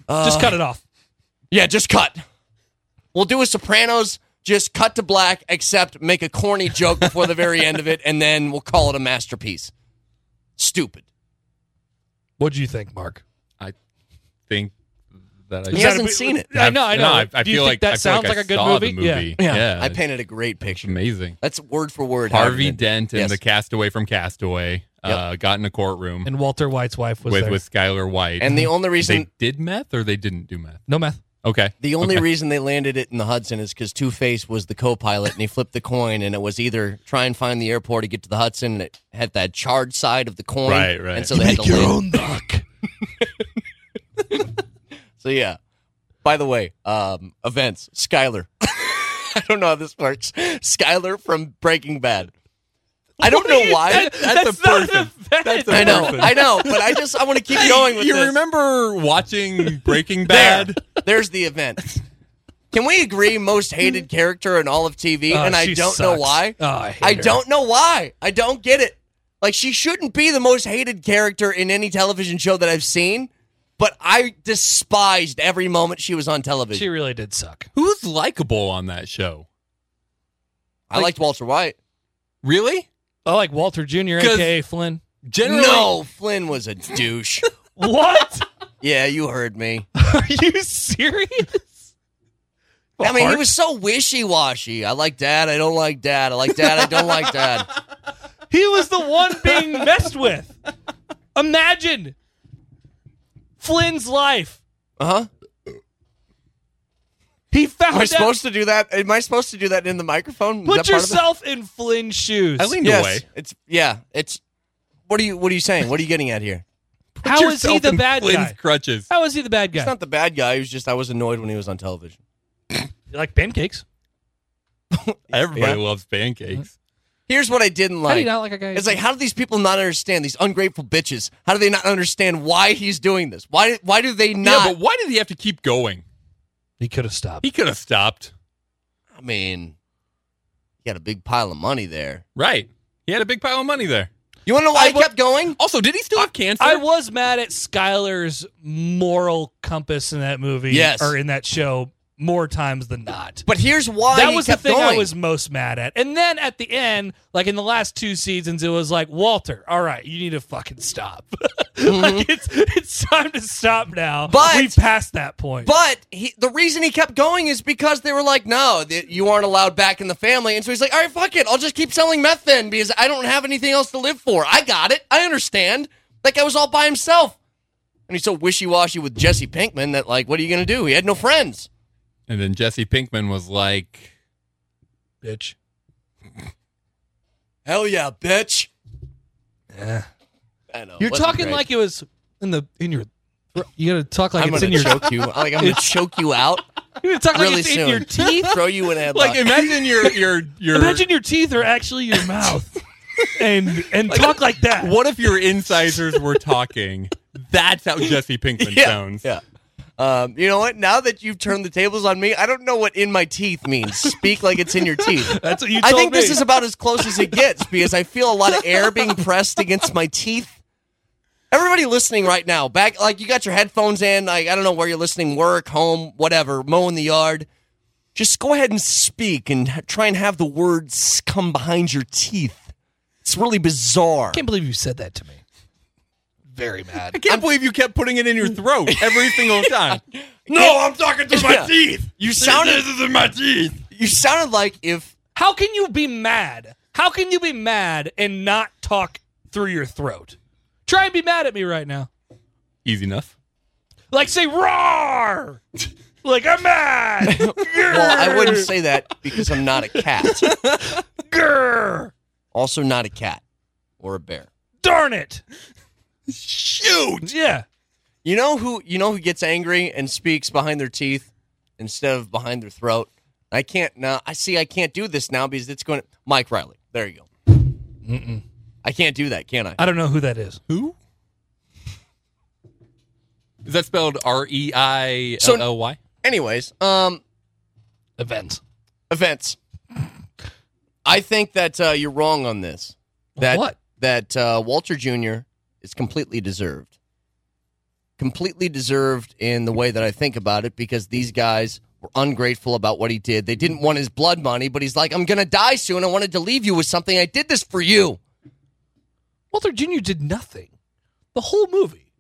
[SPEAKER 2] Uh,
[SPEAKER 3] Just cut it off.
[SPEAKER 2] Yeah, just cut. We'll do a Sopranos. Just cut to black, except make a corny joke before the very end of it, and then we'll call it a masterpiece. Stupid.
[SPEAKER 3] What do you think, Mark?
[SPEAKER 1] I think that I
[SPEAKER 2] He
[SPEAKER 3] that a
[SPEAKER 2] hasn't
[SPEAKER 3] bit-
[SPEAKER 2] seen it.
[SPEAKER 3] I know. I know.
[SPEAKER 1] No, I, I
[SPEAKER 3] do you
[SPEAKER 1] feel
[SPEAKER 3] think
[SPEAKER 1] like
[SPEAKER 3] that
[SPEAKER 1] I feel
[SPEAKER 3] sounds
[SPEAKER 1] like,
[SPEAKER 3] like,
[SPEAKER 1] I
[SPEAKER 3] a good
[SPEAKER 1] saw
[SPEAKER 3] movie?
[SPEAKER 1] The movie.
[SPEAKER 3] Yeah.
[SPEAKER 1] Yeah.
[SPEAKER 2] I painted a great picture.
[SPEAKER 1] amazing.
[SPEAKER 2] That's word for word. how
[SPEAKER 1] Uh, Harvey
[SPEAKER 2] it ended.
[SPEAKER 1] Dent and
[SPEAKER 2] Yes.
[SPEAKER 1] the castaway from Castaway uh, got in a courtroom
[SPEAKER 3] And Walter White's wife was
[SPEAKER 1] with
[SPEAKER 3] there.
[SPEAKER 1] with Skylar White.
[SPEAKER 2] And the only
[SPEAKER 1] they
[SPEAKER 2] reason
[SPEAKER 1] did meth or they didn't do meth.
[SPEAKER 3] no math.
[SPEAKER 1] Okay.
[SPEAKER 2] the only
[SPEAKER 1] Okay.
[SPEAKER 2] reason they landed it in the Hudson is because Two Face was the co-pilot, and he flipped the coin, and it was either try and find the airport to get to the Hudson, and it had that charred side of the coin,
[SPEAKER 1] Right, right.
[SPEAKER 2] And so they had to land.
[SPEAKER 3] luck.
[SPEAKER 2] So yeah. By the way, um, events Skyler. I don't know how this works. Skyler from Breaking Bad. I don't know why.
[SPEAKER 3] that's not an event.
[SPEAKER 2] I know, I know, but I just I want to keep going with
[SPEAKER 1] you
[SPEAKER 2] this.
[SPEAKER 1] remember watching Breaking
[SPEAKER 2] There.
[SPEAKER 1] Bad?
[SPEAKER 2] There's the event. Can we agree most hated character in all of TV?
[SPEAKER 3] Oh,
[SPEAKER 2] and I
[SPEAKER 3] she
[SPEAKER 2] don't know
[SPEAKER 3] sucks.
[SPEAKER 2] why.
[SPEAKER 3] Oh, I, hate
[SPEAKER 2] I
[SPEAKER 3] her.
[SPEAKER 2] don't know why. I don't get it. Like she shouldn't be the most hated character in any television show that I've seen, but I despised every moment she was on television.
[SPEAKER 3] She really did suck.
[SPEAKER 1] Who's likable on that show?
[SPEAKER 2] I liked Walter White.
[SPEAKER 1] Really?
[SPEAKER 3] I like Walter Jr.
[SPEAKER 1] 'Cause-
[SPEAKER 3] aka Flynn.
[SPEAKER 1] Generally,
[SPEAKER 2] No, Flynn was a douche.
[SPEAKER 3] What?
[SPEAKER 2] yeah, you heard me.
[SPEAKER 3] Are you serious?
[SPEAKER 2] I mean, he was so wishy-washy. I like dad. I don't like dad. I like dad. I don't like dad.
[SPEAKER 3] He was the one being messed with. Imagine Flynn's life.
[SPEAKER 2] Uh huh.
[SPEAKER 3] He found
[SPEAKER 2] Am I
[SPEAKER 3] out.
[SPEAKER 2] supposed to do that? Am I supposed to do that in the microphone? Is that
[SPEAKER 3] put
[SPEAKER 2] part of it?
[SPEAKER 3] yourself in Flynn's shoes.
[SPEAKER 1] I leaned
[SPEAKER 2] yes,
[SPEAKER 1] away.
[SPEAKER 2] It's yeah. It's what are you what are you saying? What are you getting at here?
[SPEAKER 3] How is he
[SPEAKER 1] Yourself
[SPEAKER 3] the
[SPEAKER 1] in
[SPEAKER 3] bad
[SPEAKER 1] Flynn's
[SPEAKER 3] guy?
[SPEAKER 1] crutches.
[SPEAKER 3] How is he the bad guy?
[SPEAKER 2] He's not the bad guy. He was just I was annoyed when he was on television.
[SPEAKER 3] You like pancakes.
[SPEAKER 1] Everybody
[SPEAKER 2] Yeah.
[SPEAKER 1] loves pancakes.
[SPEAKER 2] Here's what I didn't
[SPEAKER 3] How do
[SPEAKER 2] like.
[SPEAKER 3] you not like a guy?
[SPEAKER 2] it's like how do these people not understand these ungrateful bitches? How do they not understand why he's doing this? Why why do they not?
[SPEAKER 1] yeah, but why did he have to keep going?
[SPEAKER 3] he could have stopped.
[SPEAKER 1] He could have stopped.
[SPEAKER 2] I mean, you got a big pile of money there.
[SPEAKER 1] Right. He had a big pile of money there.
[SPEAKER 2] You want to know why
[SPEAKER 1] I
[SPEAKER 2] he
[SPEAKER 1] would-
[SPEAKER 2] kept going?
[SPEAKER 1] Also, did he still have cancer?
[SPEAKER 3] I was mad at Skylar's moral compass in that movie
[SPEAKER 2] Yes.
[SPEAKER 3] or in that show more times than not.
[SPEAKER 2] But here's why
[SPEAKER 3] that
[SPEAKER 2] he
[SPEAKER 3] was the
[SPEAKER 2] kept
[SPEAKER 3] thing
[SPEAKER 2] going.
[SPEAKER 3] I was most mad at. And then at the end, like in the last two seasons, it was like Walter, all right, you need to fucking stop. like it's it's time to stop now.
[SPEAKER 2] Mm-hmm. But-
[SPEAKER 3] we passed that point.
[SPEAKER 2] But he, the reason he kept going is because they were like, no, th- you aren't allowed back in the family. And so he's like, all right, fuck it. I'll just keep selling meth then because I don't have anything else to live for. I got it. I understand. That guy was all by himself. And he's so wishy washy with Jesse Pinkman that, like, what are you going to do? He had no friends.
[SPEAKER 1] and then Jesse Pinkman was like,
[SPEAKER 3] bitch,
[SPEAKER 2] Hell yeah, bitch. I know.
[SPEAKER 3] you're
[SPEAKER 2] Wasn't
[SPEAKER 3] talking
[SPEAKER 2] great.
[SPEAKER 3] like it was in the in your. You gotta talk like
[SPEAKER 2] I'm
[SPEAKER 3] it's
[SPEAKER 2] gonna
[SPEAKER 3] in your.
[SPEAKER 2] choke you. Like I'm gonna choke you out
[SPEAKER 3] You gotta talk like
[SPEAKER 2] really
[SPEAKER 3] it's
[SPEAKER 2] soon.
[SPEAKER 3] in your teeth.
[SPEAKER 2] Throw you in a headlock.
[SPEAKER 1] like imagine your your your.
[SPEAKER 3] Imagine your teeth are actually your mouth, and and talk like that.
[SPEAKER 1] what if your incisors were talking? That's how Jesse Pinkman
[SPEAKER 2] yeah,
[SPEAKER 1] sounds.
[SPEAKER 2] Yeah. Um, you know what? Now that you've turned the tables on me, I don't know what in my teeth means. Speak like it's in your teeth.
[SPEAKER 3] That's what you
[SPEAKER 2] I
[SPEAKER 3] told
[SPEAKER 2] think this
[SPEAKER 3] me.
[SPEAKER 2] is about as close as it gets because I feel a lot of air being pressed against my teeth. somebody listening right now, back like you got your headphones in, like I don't know where you're listening, work, home, whatever, mowing the yard, just go ahead and speak and h- try and have the words come behind your teeth. It's really bizarre.
[SPEAKER 3] Can't believe you said that to me. Very mad.
[SPEAKER 1] I can't believe you kept putting it in your throat every single time.
[SPEAKER 2] No,
[SPEAKER 1] I'm talking to
[SPEAKER 2] my Yeah.
[SPEAKER 1] teeth. You
[SPEAKER 2] sounded-
[SPEAKER 1] this is in my teeth.
[SPEAKER 2] You sounded like if
[SPEAKER 3] How can you be mad? How can you be mad and not talk through your throat? Try and be mad at me right now.
[SPEAKER 1] Easy enough.
[SPEAKER 3] Like say roar. like I'm mad.
[SPEAKER 2] well, I wouldn't say that because I'm not a cat.
[SPEAKER 3] Grr.
[SPEAKER 2] also not a cat or a bear.
[SPEAKER 3] Darn it.
[SPEAKER 2] Shoot.
[SPEAKER 3] Yeah.
[SPEAKER 2] You know who you know who gets angry and speaks behind their teeth instead of behind their throat? I can't now I see I can't do this now because it's going to Mike Riley. There you go. I can't do that, can I?
[SPEAKER 3] I don't know who that is.
[SPEAKER 1] Who? Is that spelled R E I
[SPEAKER 2] So-
[SPEAKER 1] L L Y?
[SPEAKER 2] Anyways, um
[SPEAKER 3] Events.
[SPEAKER 2] events. I think that uh, you're wrong on this.
[SPEAKER 3] On
[SPEAKER 2] That
[SPEAKER 3] what?
[SPEAKER 2] that uh, Walter Jr. is completely deserved. Completely deserved in the way that I think about it because these guys were ungrateful about what he did. They didn't want his blood money, but he's like, I'm going to die soon. I wanted to leave you with something. I did this for you.
[SPEAKER 3] Walter Jr. did nothing. The whole movie.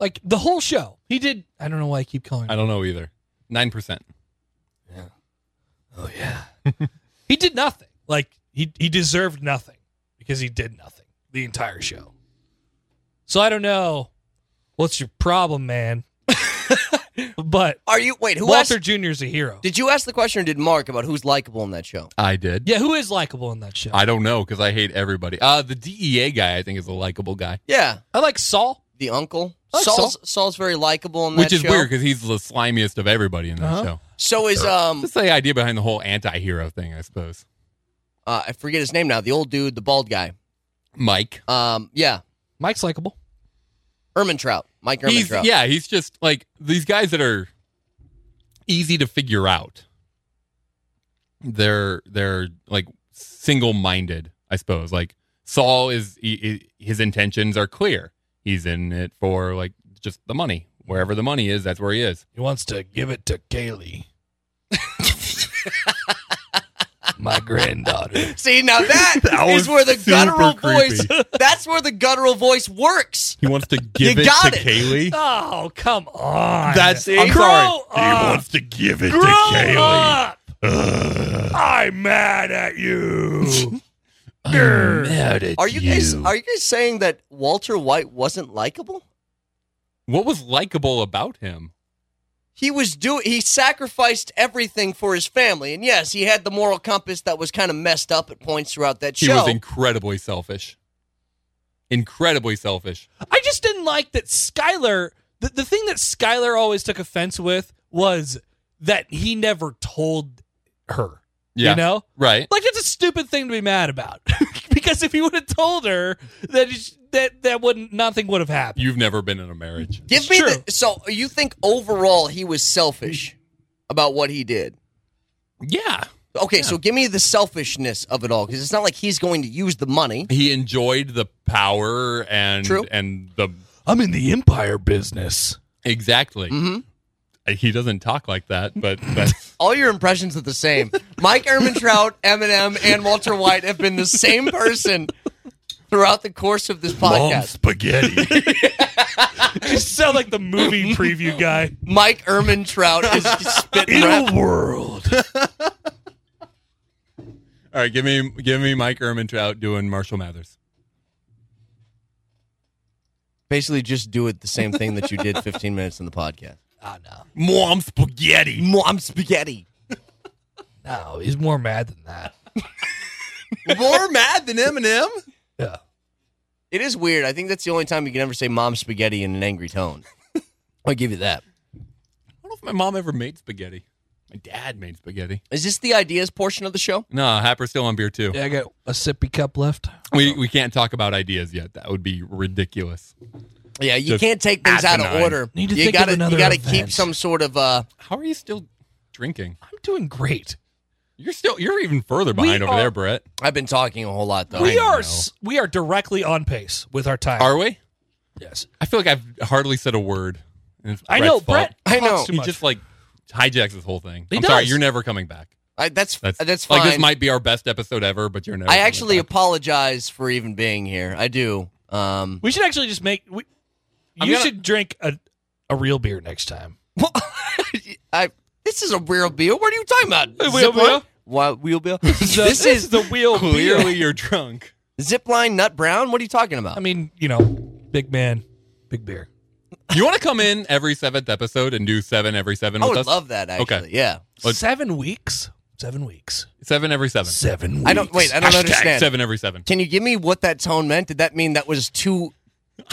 [SPEAKER 3] Like the whole show. He did I don't know why I keep calling
[SPEAKER 1] I
[SPEAKER 3] him.
[SPEAKER 1] don't know either. Nine percent.
[SPEAKER 3] Oh yeah. he did nothing. Like he he deserved nothing because he did nothing the entire show. So I don't know what's your problem, man. but
[SPEAKER 2] Are you, wait, who
[SPEAKER 3] Walter
[SPEAKER 2] asked?
[SPEAKER 3] Jr. is a hero.
[SPEAKER 2] Did you ask the question or did Mark about who's likable in that show?
[SPEAKER 1] I did.
[SPEAKER 3] yeah, who is likable in that show? I,
[SPEAKER 1] I don't know because I hate everybody. Uh the DEA guy I think is a likable guy,
[SPEAKER 2] Yeah.
[SPEAKER 3] like Saul.
[SPEAKER 2] The uncle.
[SPEAKER 3] I like
[SPEAKER 2] Saul's,
[SPEAKER 3] Saul.
[SPEAKER 2] Saul's very likable in that
[SPEAKER 1] which is
[SPEAKER 2] show.
[SPEAKER 1] weird because he's the slimiest of everybody in that
[SPEAKER 3] Uh-huh.
[SPEAKER 1] show.
[SPEAKER 2] So is, um,
[SPEAKER 1] That's the idea behind the whole anti-hero thing, I suppose.
[SPEAKER 2] uh, I forget his name now, the old dude, the bald guy.
[SPEAKER 1] Mike.
[SPEAKER 2] Um, yeah.
[SPEAKER 3] Mike's likable.
[SPEAKER 2] Ermintrout. Mike
[SPEAKER 1] He's,
[SPEAKER 2] Ermintrout.
[SPEAKER 1] yeah, he's just like these guys that are easy to figure out. They're they're like single-minded, I suppose. Like Saul is he, he- his intentions are clear. He's in it for like just the money. Wherever the money is, that's where he is.
[SPEAKER 3] He wants to give it to Kaylee. My granddaughter.
[SPEAKER 2] See now that,
[SPEAKER 1] That
[SPEAKER 2] that
[SPEAKER 1] was
[SPEAKER 2] is where the
[SPEAKER 1] super
[SPEAKER 2] guttural
[SPEAKER 1] creepy.
[SPEAKER 2] voice. That's where the guttural voice works.
[SPEAKER 1] He wants to give it
[SPEAKER 2] got
[SPEAKER 1] to
[SPEAKER 2] it.
[SPEAKER 1] Kaylee.
[SPEAKER 3] Oh, come on.
[SPEAKER 1] That's
[SPEAKER 3] it.
[SPEAKER 1] I'm
[SPEAKER 3] Grow
[SPEAKER 1] sorry.
[SPEAKER 3] Up.
[SPEAKER 1] to give it
[SPEAKER 3] Grow up. I'm mad at you.
[SPEAKER 2] Are you guys are you guys saying that Walter White wasn't likable?
[SPEAKER 1] What was likable about him?
[SPEAKER 2] He was do he sacrificed everything for his family, and yes, he had the moral compass that was kind of messed up at points throughout that
[SPEAKER 1] He
[SPEAKER 2] show.
[SPEAKER 1] was incredibly selfish. Incredibly selfish.
[SPEAKER 3] I just didn't like that Skyler. The, the thing that Skyler always took offense with was that he never told her.
[SPEAKER 1] Yeah.
[SPEAKER 3] You know?
[SPEAKER 1] Right.
[SPEAKER 3] Like, that's a stupid thing to be mad about. because if he would have told her, that is- that, that wouldn't, nothing would have happened.
[SPEAKER 1] You've never been in a marriage.
[SPEAKER 2] Give me
[SPEAKER 3] True.
[SPEAKER 2] the, so you think overall he was selfish about what he did?
[SPEAKER 1] Yeah.
[SPEAKER 2] Okay, so give me the selfishness of it all because it's not like he's going to use the money.
[SPEAKER 1] He enjoyed the power and
[SPEAKER 2] True.
[SPEAKER 1] and the
[SPEAKER 3] I'm in the empire business.
[SPEAKER 1] exactly.
[SPEAKER 2] Mm-hmm.
[SPEAKER 1] Uh, He doesn't talk like that, but that's
[SPEAKER 2] All your impressions are the same. Mike Ehrmantraut, Eminem, and Walter White have been the same person throughout the course of this podcast.
[SPEAKER 3] spaghetti. you sound like the movie preview guy.
[SPEAKER 2] Mike Ehrmantraut is spitting rap.
[SPEAKER 3] world.
[SPEAKER 1] all right. Give me give me Mike Ehrmantraut doing Marshall Mathers.
[SPEAKER 2] Basically, just do it the same thing that you did 15 minutes in the podcast.
[SPEAKER 3] Oh, no.
[SPEAKER 1] Mom spaghetti.
[SPEAKER 2] Mom spaghetti.
[SPEAKER 3] No, he's more mad than that.
[SPEAKER 2] More mad than Eminem.
[SPEAKER 3] Yeah.
[SPEAKER 2] It is weird. I think that's the only time you can ever say mom spaghetti in an angry tone. I'll give you that.
[SPEAKER 1] I don't know if my mom ever made spaghetti. My dad made spaghetti.
[SPEAKER 2] Is this the ideas portion of the show?
[SPEAKER 1] No, Happer's still on beer too.
[SPEAKER 3] Yeah, I got a sippy cup left.
[SPEAKER 1] We we can't talk about ideas yet. That would be ridiculous.
[SPEAKER 2] Yeah, you
[SPEAKER 1] Just
[SPEAKER 2] can't take things out of
[SPEAKER 1] asinine.
[SPEAKER 2] order.
[SPEAKER 3] Need to
[SPEAKER 2] you
[SPEAKER 3] think of
[SPEAKER 2] gotta
[SPEAKER 3] another
[SPEAKER 2] you gotta
[SPEAKER 3] event.
[SPEAKER 2] keep some sort of uh
[SPEAKER 1] How are you still drinking?
[SPEAKER 3] I'm doing great.
[SPEAKER 1] You're still you're even further behind over
[SPEAKER 3] are-
[SPEAKER 1] there, Brett.
[SPEAKER 2] I've been talking a whole lot though.
[SPEAKER 3] we
[SPEAKER 1] I
[SPEAKER 3] are
[SPEAKER 1] know.
[SPEAKER 3] s we are directly on pace with our time.
[SPEAKER 1] Are we?
[SPEAKER 3] Yes.
[SPEAKER 1] I feel like I've hardly said a word. and it's
[SPEAKER 3] I
[SPEAKER 1] Brett's
[SPEAKER 3] know,
[SPEAKER 1] fault.
[SPEAKER 3] Brett.
[SPEAKER 2] I
[SPEAKER 3] talks
[SPEAKER 2] know.
[SPEAKER 3] Too
[SPEAKER 1] He
[SPEAKER 3] much.
[SPEAKER 1] just like hijacks this whole thing.
[SPEAKER 3] He
[SPEAKER 1] I'm sorry,
[SPEAKER 3] does.
[SPEAKER 1] you're never coming back.
[SPEAKER 2] I, that's Uh, that's,
[SPEAKER 1] That's
[SPEAKER 2] fine.
[SPEAKER 1] Like this might be our best episode ever, but you're never.
[SPEAKER 2] I
[SPEAKER 1] coming
[SPEAKER 2] actually
[SPEAKER 1] back.
[SPEAKER 2] apologize for even being here. I do. Um,
[SPEAKER 3] we should actually just make. We,
[SPEAKER 1] I'm
[SPEAKER 3] you
[SPEAKER 1] gonna-
[SPEAKER 3] should drink a, a real beer next time.
[SPEAKER 2] I this is a real beer. What are you talking about?
[SPEAKER 3] A real
[SPEAKER 2] Zipline?
[SPEAKER 3] beer?
[SPEAKER 2] What wheel beer?
[SPEAKER 3] The-
[SPEAKER 2] this is
[SPEAKER 3] the wheel beer.
[SPEAKER 1] clearly you're drunk.
[SPEAKER 2] Zipline Nut Brown. What are you talking about?
[SPEAKER 3] I mean, you know, big man, big beer.
[SPEAKER 1] You want to come in every seventh episode and do seven every seven
[SPEAKER 2] I
[SPEAKER 1] with
[SPEAKER 2] would
[SPEAKER 1] us?
[SPEAKER 2] love that. Actually,
[SPEAKER 1] Okay.
[SPEAKER 2] yeah.
[SPEAKER 1] Let's-
[SPEAKER 3] Seven weeks. Seven weeks.
[SPEAKER 1] Seven every seven.
[SPEAKER 3] Seven. Weeks.
[SPEAKER 2] I don't wait. I don't
[SPEAKER 1] Hashtag
[SPEAKER 2] understand.
[SPEAKER 1] Seven every seven.
[SPEAKER 2] Can you give me what that tone meant? Did that mean that was too,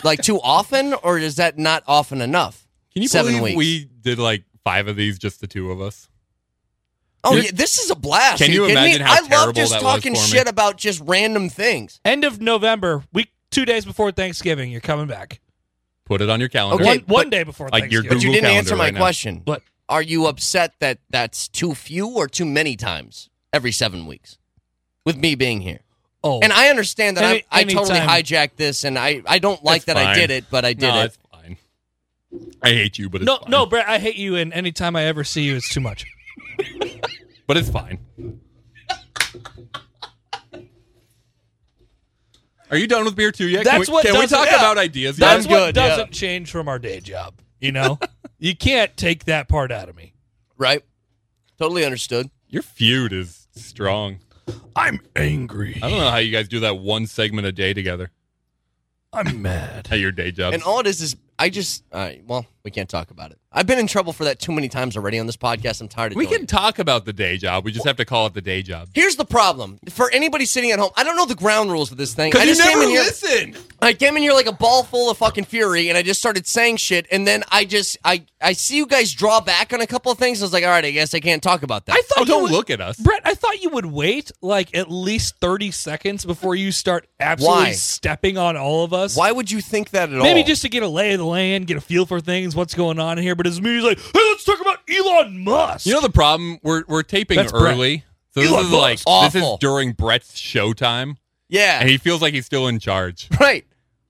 [SPEAKER 2] like too often, or is that not often enough?
[SPEAKER 1] Can you
[SPEAKER 2] Seven
[SPEAKER 1] believe
[SPEAKER 2] weeks.
[SPEAKER 1] we did like five of these, just the two of us?
[SPEAKER 2] Oh,
[SPEAKER 1] You're-
[SPEAKER 2] yeah, this is a blast.
[SPEAKER 1] Can
[SPEAKER 2] Are
[SPEAKER 1] you
[SPEAKER 2] kidding me?
[SPEAKER 1] imagine how
[SPEAKER 2] I
[SPEAKER 1] terrible
[SPEAKER 2] love just
[SPEAKER 1] that was
[SPEAKER 2] talking
[SPEAKER 1] for me?
[SPEAKER 2] shit about just random things.
[SPEAKER 3] End of November, week two days before Thanksgiving. You're coming back.
[SPEAKER 1] Put it on your calendar.
[SPEAKER 2] Okay,
[SPEAKER 3] one one
[SPEAKER 2] but-
[SPEAKER 3] day before
[SPEAKER 1] Like, you're
[SPEAKER 3] Thanksgiving.
[SPEAKER 2] But you
[SPEAKER 1] Google
[SPEAKER 2] didn't
[SPEAKER 1] Calendar
[SPEAKER 2] answer my
[SPEAKER 1] right now.
[SPEAKER 2] question.
[SPEAKER 3] What?
[SPEAKER 2] Are you upset that that's too few or too many times every seven weeks with me being here?
[SPEAKER 3] oh,
[SPEAKER 2] And I understand that
[SPEAKER 3] Any-
[SPEAKER 2] I, I totally
[SPEAKER 3] anytime.
[SPEAKER 2] hijacked this, and I, I don't like
[SPEAKER 1] It's
[SPEAKER 2] that I
[SPEAKER 1] fine.
[SPEAKER 2] did it, but I did
[SPEAKER 1] no,
[SPEAKER 2] it.
[SPEAKER 1] it's fine. I hate you, but it's
[SPEAKER 3] no,
[SPEAKER 1] fine.
[SPEAKER 3] no, Brett, I hate you. And anytime I ever see you, it's too much.
[SPEAKER 1] but it's fine. Are you done with beer too yet?
[SPEAKER 3] That's
[SPEAKER 1] can we,
[SPEAKER 3] what
[SPEAKER 1] Can we
[SPEAKER 3] doesn't-
[SPEAKER 1] talk
[SPEAKER 3] yeah.
[SPEAKER 1] about ideas? yet?
[SPEAKER 3] That's
[SPEAKER 2] I'm
[SPEAKER 3] what
[SPEAKER 2] good, yeah.
[SPEAKER 3] doesn't change from our day job. You know, you can't take that part out of me.
[SPEAKER 2] Right? Totally understood.
[SPEAKER 1] Your feud is strong.
[SPEAKER 3] I'm angry.
[SPEAKER 1] I don't know how you guys do that one segment a day together
[SPEAKER 3] I'm mad.
[SPEAKER 1] at your day job.
[SPEAKER 2] And all it is is I just all right, well, we can't talk about it. I've been in trouble for that too many times already on this podcast. I'm tired of
[SPEAKER 1] we
[SPEAKER 2] doing
[SPEAKER 1] can
[SPEAKER 2] it.
[SPEAKER 1] talk about the day job. We just have to call it the day job.
[SPEAKER 2] Here's the problem for anybody sitting at home. I don't know the ground rules of this thing. I
[SPEAKER 1] you
[SPEAKER 2] just came
[SPEAKER 1] never
[SPEAKER 2] in here.
[SPEAKER 1] listen.
[SPEAKER 2] I came in here like a ball full of fucking fury, and I just started saying shit. And then I just I I see you guys draw back on a couple of things. I was like, all right, I guess I can't talk about that.
[SPEAKER 3] I thought
[SPEAKER 1] Oh,
[SPEAKER 3] you
[SPEAKER 1] don't
[SPEAKER 3] would-
[SPEAKER 1] look at us.
[SPEAKER 3] Brett, I thought you would wait like at least 30 seconds before you start absolutely
[SPEAKER 2] Why?
[SPEAKER 3] stepping on all of us.
[SPEAKER 2] Why would you think that at all?
[SPEAKER 3] Maybe just to get a lay of the land, get a feel for things, what's going on here. But his movie's like, hey, let's talk about Elon Musk.
[SPEAKER 1] You know the problem? We're we're taping
[SPEAKER 3] That's Brett.
[SPEAKER 1] early. So this
[SPEAKER 3] Elon
[SPEAKER 1] is like
[SPEAKER 2] Musk.
[SPEAKER 1] this is
[SPEAKER 2] Awful.
[SPEAKER 1] during Brett's showtime,
[SPEAKER 2] yeah,
[SPEAKER 1] and he feels like he's still in charge.
[SPEAKER 2] right.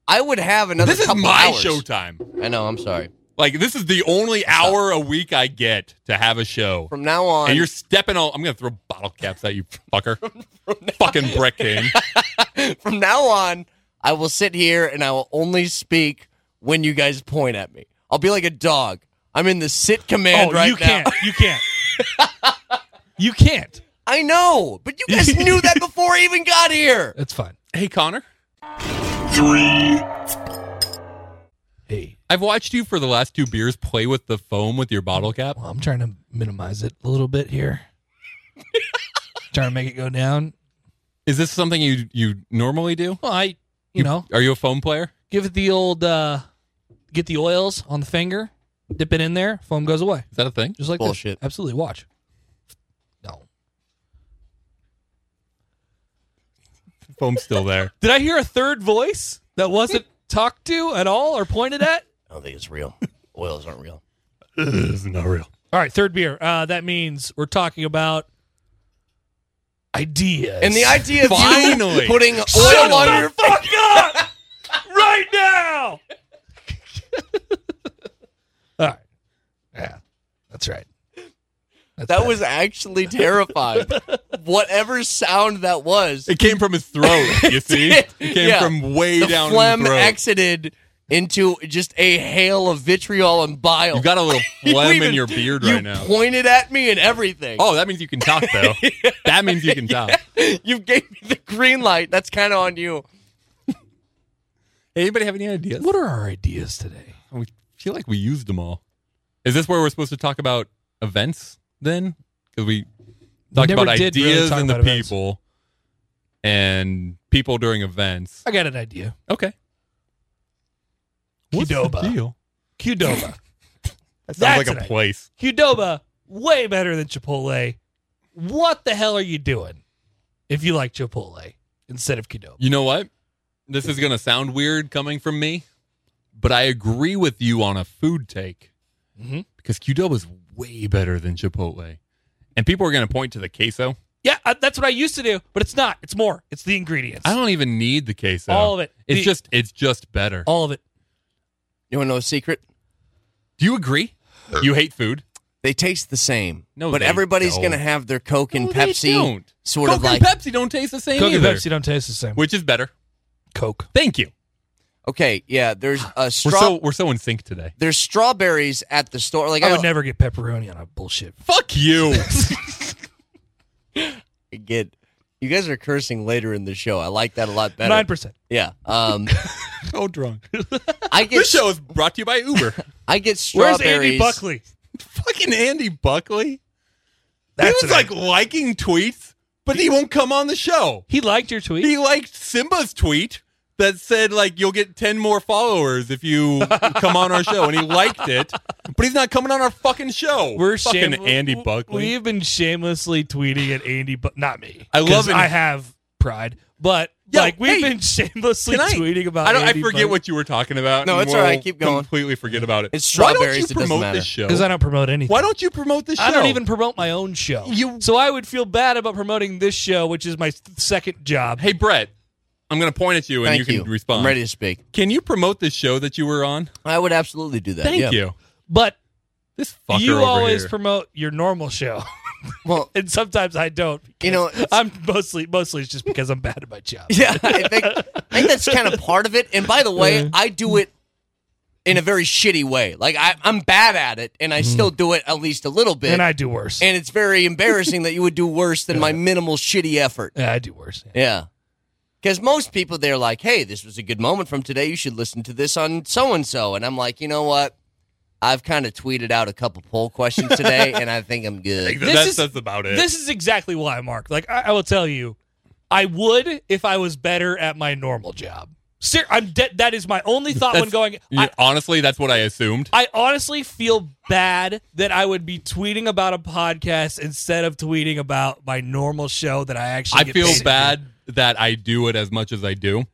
[SPEAKER 2] I would have another.
[SPEAKER 1] This is
[SPEAKER 2] couple
[SPEAKER 1] my
[SPEAKER 2] hours.
[SPEAKER 1] showtime.
[SPEAKER 2] I know. I'm sorry.
[SPEAKER 1] Like this is the only hour a week I get to have a show.
[SPEAKER 2] From now on,
[SPEAKER 1] And you're stepping on. I'm gonna throw bottle caps at you, fucker. Fucking Brett King.
[SPEAKER 2] from now on, I will sit here and I will only speak when you guys point at me. I'll be like a dog. I'm in the sit command
[SPEAKER 3] oh,
[SPEAKER 2] right
[SPEAKER 3] you
[SPEAKER 2] now.
[SPEAKER 3] can't. You can't. you can't.
[SPEAKER 2] I know, but you guys knew that before I even got here.
[SPEAKER 3] That's fine.
[SPEAKER 1] Hey Connor,
[SPEAKER 3] Hey,
[SPEAKER 1] I've watched you for the last two beers play with the foam with your bottle cap.
[SPEAKER 3] well, I'm trying to minimize it a little bit here. trying to make it go down.
[SPEAKER 1] Is this something you you normally do?
[SPEAKER 3] Well, I, you know,
[SPEAKER 1] Are you a foam player?
[SPEAKER 3] give it the old, uh get the oils on the finger, dip it in there, foam goes away.
[SPEAKER 1] Is that a thing?
[SPEAKER 3] Just like
[SPEAKER 2] Bullshit.
[SPEAKER 3] This. Absolutely. Watch. No.
[SPEAKER 1] Foam's still there.
[SPEAKER 3] Did I hear a third voice that wasn't talked to at all or pointed at?
[SPEAKER 2] I don't think it's real. Oils aren't real.
[SPEAKER 1] this is not real.
[SPEAKER 3] All right, third beer. Uh, that means we're talking about ideas.
[SPEAKER 2] And the idea of you
[SPEAKER 1] Finally.
[SPEAKER 2] putting oil
[SPEAKER 3] Shut the
[SPEAKER 2] on your
[SPEAKER 3] fuck up right now. all right. Yeah, that's right. That's
[SPEAKER 2] that
[SPEAKER 3] better.
[SPEAKER 2] was actually terrifying. Whatever sound that was,
[SPEAKER 1] It came from his throat, you see? It came
[SPEAKER 2] Yeah.
[SPEAKER 1] from way
[SPEAKER 2] the
[SPEAKER 1] down
[SPEAKER 2] phlegm
[SPEAKER 1] his throat.
[SPEAKER 2] exited into just a hail of vitriol and bile.
[SPEAKER 1] you got a little
[SPEAKER 2] You
[SPEAKER 1] phlegm in
[SPEAKER 2] even-
[SPEAKER 1] your beard
[SPEAKER 2] you
[SPEAKER 1] right now.
[SPEAKER 2] pointed at me and everything.
[SPEAKER 1] oh, that means you can talk, though. that means you can talk.
[SPEAKER 2] you gave me the green light. That's kind of on you.
[SPEAKER 1] Anybody have any ideas?
[SPEAKER 3] What are our ideas today?
[SPEAKER 1] I feel like we used them all. Is this where we're supposed to talk about events then? Because we talked
[SPEAKER 3] never
[SPEAKER 1] about
[SPEAKER 3] did
[SPEAKER 1] ideas
[SPEAKER 3] really talk
[SPEAKER 1] and the
[SPEAKER 3] about events.
[SPEAKER 1] people and people during events.
[SPEAKER 3] I got an idea.
[SPEAKER 1] Okay. What's
[SPEAKER 3] Qdoba.
[SPEAKER 1] the deal?
[SPEAKER 3] Qdoba.
[SPEAKER 1] That sounds
[SPEAKER 3] That's an
[SPEAKER 1] like a
[SPEAKER 3] idea.
[SPEAKER 1] place.
[SPEAKER 3] Qdoba, way better than Chipotle. What the hell are you doing if you like Chipotle instead of Qdoba?
[SPEAKER 1] You know what? This is going to sound weird coming from me, but I agree with you on a food take
[SPEAKER 3] Mhm.
[SPEAKER 1] because Qdoba is way better than Chipotle. And people are going to point to the queso.
[SPEAKER 3] Yeah, uh, that's what I used to do, but it's not. It's more. It's the ingredients.
[SPEAKER 1] I don't even need the queso.
[SPEAKER 3] All of it.
[SPEAKER 1] It's
[SPEAKER 3] The-
[SPEAKER 1] just it's just better.
[SPEAKER 3] All of it.
[SPEAKER 2] You want to know a secret?
[SPEAKER 1] Do you agree? You hate food.
[SPEAKER 2] They taste the same.
[SPEAKER 1] No,
[SPEAKER 2] but
[SPEAKER 1] they
[SPEAKER 2] everybody's
[SPEAKER 1] don't.
[SPEAKER 2] going to have their Coke and
[SPEAKER 1] No, they
[SPEAKER 2] Pepsi
[SPEAKER 1] don't.
[SPEAKER 2] sort
[SPEAKER 1] Coke
[SPEAKER 2] of like.
[SPEAKER 1] and Pepsi don't taste the same
[SPEAKER 3] Coke and
[SPEAKER 1] either,
[SPEAKER 3] Pepsi don't taste the same.
[SPEAKER 1] which is better.
[SPEAKER 3] Coke.
[SPEAKER 1] Thank you.
[SPEAKER 2] okay, yeah, there's a
[SPEAKER 1] We're
[SPEAKER 2] straw.
[SPEAKER 1] so we're so in sync today.
[SPEAKER 2] there's strawberries at the store. Like I,
[SPEAKER 3] I would
[SPEAKER 2] don't
[SPEAKER 3] never get pepperoni on a bullshit.
[SPEAKER 1] Fuck you.
[SPEAKER 2] get. You guys are cursing later in the show. I like that a lot better.
[SPEAKER 3] Nine percent.
[SPEAKER 2] Yeah. Um,
[SPEAKER 3] Oh, drunk.
[SPEAKER 2] I get.
[SPEAKER 1] this show is brought to you by Uber.
[SPEAKER 2] I get
[SPEAKER 3] Where's
[SPEAKER 2] strawberries.
[SPEAKER 3] Andy Buckley?
[SPEAKER 1] Fucking Andy Buckley.
[SPEAKER 3] That's
[SPEAKER 1] he was
[SPEAKER 3] an-
[SPEAKER 1] like liking tweets, but he won't come on the show.
[SPEAKER 3] He liked your tweet.
[SPEAKER 1] He liked Simba's tweet that said like you'll get 10 more followers if you come on our show and he liked it, but he's not coming on our fucking show.
[SPEAKER 3] We're
[SPEAKER 1] fucking
[SPEAKER 3] shame-
[SPEAKER 1] Andy
[SPEAKER 3] w-
[SPEAKER 1] Buckley.
[SPEAKER 3] We've been shamelessly tweeting at Andy, but not me.
[SPEAKER 1] I love
[SPEAKER 3] 'Cause
[SPEAKER 1] it.
[SPEAKER 3] I have pride, but
[SPEAKER 1] Yo,
[SPEAKER 3] like
[SPEAKER 1] hey,
[SPEAKER 3] we've been shamelessly
[SPEAKER 1] can I-
[SPEAKER 3] tweeting about.
[SPEAKER 1] I don't I
[SPEAKER 3] Andy
[SPEAKER 1] forget what you were talking about.
[SPEAKER 2] No,
[SPEAKER 1] and
[SPEAKER 2] it's all right.
[SPEAKER 1] we'll
[SPEAKER 2] Keep going.
[SPEAKER 1] Completely forget about it.
[SPEAKER 2] It's
[SPEAKER 1] Why don't
[SPEAKER 2] strawberries.
[SPEAKER 1] you
[SPEAKER 2] It doesn't
[SPEAKER 1] promote
[SPEAKER 2] matter.
[SPEAKER 1] this show?
[SPEAKER 3] because I don't promote anything.
[SPEAKER 1] Why don't you promote this show?
[SPEAKER 3] I don't even promote my own show.
[SPEAKER 1] You-
[SPEAKER 3] so I would feel bad about promoting this show, which is my s- second job.
[SPEAKER 1] Hey Brett, I'm going to point at you and
[SPEAKER 2] Thank
[SPEAKER 1] you can respond.
[SPEAKER 2] I'm ready to speak.
[SPEAKER 1] Can you promote this show that you were on?
[SPEAKER 2] I would absolutely do that.
[SPEAKER 1] Thank
[SPEAKER 2] yeah.
[SPEAKER 1] you.
[SPEAKER 3] but
[SPEAKER 1] This fucker
[SPEAKER 3] you
[SPEAKER 1] over
[SPEAKER 3] always
[SPEAKER 1] here.
[SPEAKER 3] promote your normal show,
[SPEAKER 2] Well,
[SPEAKER 3] and sometimes I don't.
[SPEAKER 2] You know,
[SPEAKER 3] because I'm mostly mostly it's just because I'm bad at my job.
[SPEAKER 2] yeah, I think, I think that's kind of part of it. And by the way, I do it in a very shitty way. Like I, I'm bad at it, and
[SPEAKER 1] Mm-hmm.
[SPEAKER 2] I still do it at least a little bit.
[SPEAKER 3] and I do worse.
[SPEAKER 2] and it's very embarrassing that you would do worse than my minimal shitty effort.
[SPEAKER 3] Yeah, I do worse. Yeah.
[SPEAKER 2] Yeah. Because most people, they're like, hey, this was a good moment from today. You should listen to this on so and so. And I'm like, you know what? I've kind of tweeted out a couple poll questions today, and I think I'm good.
[SPEAKER 3] This
[SPEAKER 1] that's,
[SPEAKER 3] is-
[SPEAKER 1] that's about it.
[SPEAKER 3] This is exactly why, Mark. Like I, I will tell you, I would if I was better at my normal job. Ser- I'm de- that is my only thought when
[SPEAKER 1] That's-
[SPEAKER 3] going.
[SPEAKER 1] Yeah,
[SPEAKER 3] I,
[SPEAKER 1] honestly, that's what I assumed.
[SPEAKER 3] I honestly feel bad that I would be tweeting about a podcast instead of tweeting about my normal show that I actually.
[SPEAKER 1] I
[SPEAKER 3] get
[SPEAKER 1] feel
[SPEAKER 3] paid to do.
[SPEAKER 1] bad that I do it as much as I do,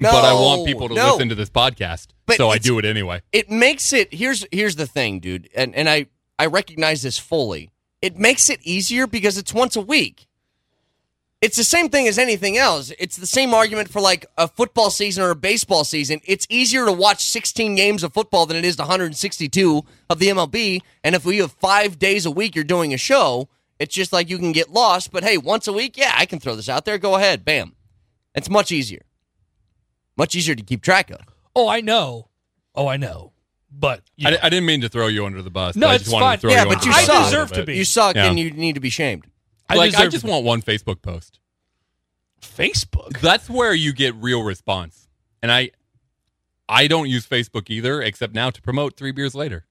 [SPEAKER 1] but I want people to
[SPEAKER 2] no.
[SPEAKER 1] listen to this podcast,
[SPEAKER 2] But
[SPEAKER 1] so I
[SPEAKER 2] it's-
[SPEAKER 1] do it anyway.
[SPEAKER 2] It makes it here's here's the thing, dude, and and I I recognize this fully. It makes it easier because it's once a week. It's the same thing as anything else. It's the same argument for like a football season or a baseball season. It's easier to watch 16 games of football than it is to 162 of the MLB. And if we have five days a week, you're doing a show. It's just like you can get lost. But hey, once a week, yeah, I can throw this out there. Go ahead, bam. It's much easier. Much easier to keep track of.
[SPEAKER 3] Oh, I know. Oh, I know. But you
[SPEAKER 1] I,
[SPEAKER 3] know,
[SPEAKER 1] I didn't mean to throw you under the bus.
[SPEAKER 3] No,
[SPEAKER 1] but I
[SPEAKER 3] it's
[SPEAKER 1] just wanted
[SPEAKER 3] fine.
[SPEAKER 1] to throw
[SPEAKER 2] Yeah,
[SPEAKER 1] you
[SPEAKER 2] but
[SPEAKER 1] under
[SPEAKER 2] you
[SPEAKER 1] the bus a
[SPEAKER 2] suck.
[SPEAKER 1] little
[SPEAKER 3] I deserve to
[SPEAKER 1] bit.
[SPEAKER 3] be.
[SPEAKER 2] You suck,
[SPEAKER 1] Yeah.
[SPEAKER 2] and you need to be shamed.
[SPEAKER 3] I
[SPEAKER 1] like, I
[SPEAKER 3] deserve
[SPEAKER 1] just
[SPEAKER 3] it.
[SPEAKER 1] want one Facebook post.
[SPEAKER 3] Facebook.
[SPEAKER 1] That's where you get real response. And I, I don't use Facebook either, except now to promote three beers later.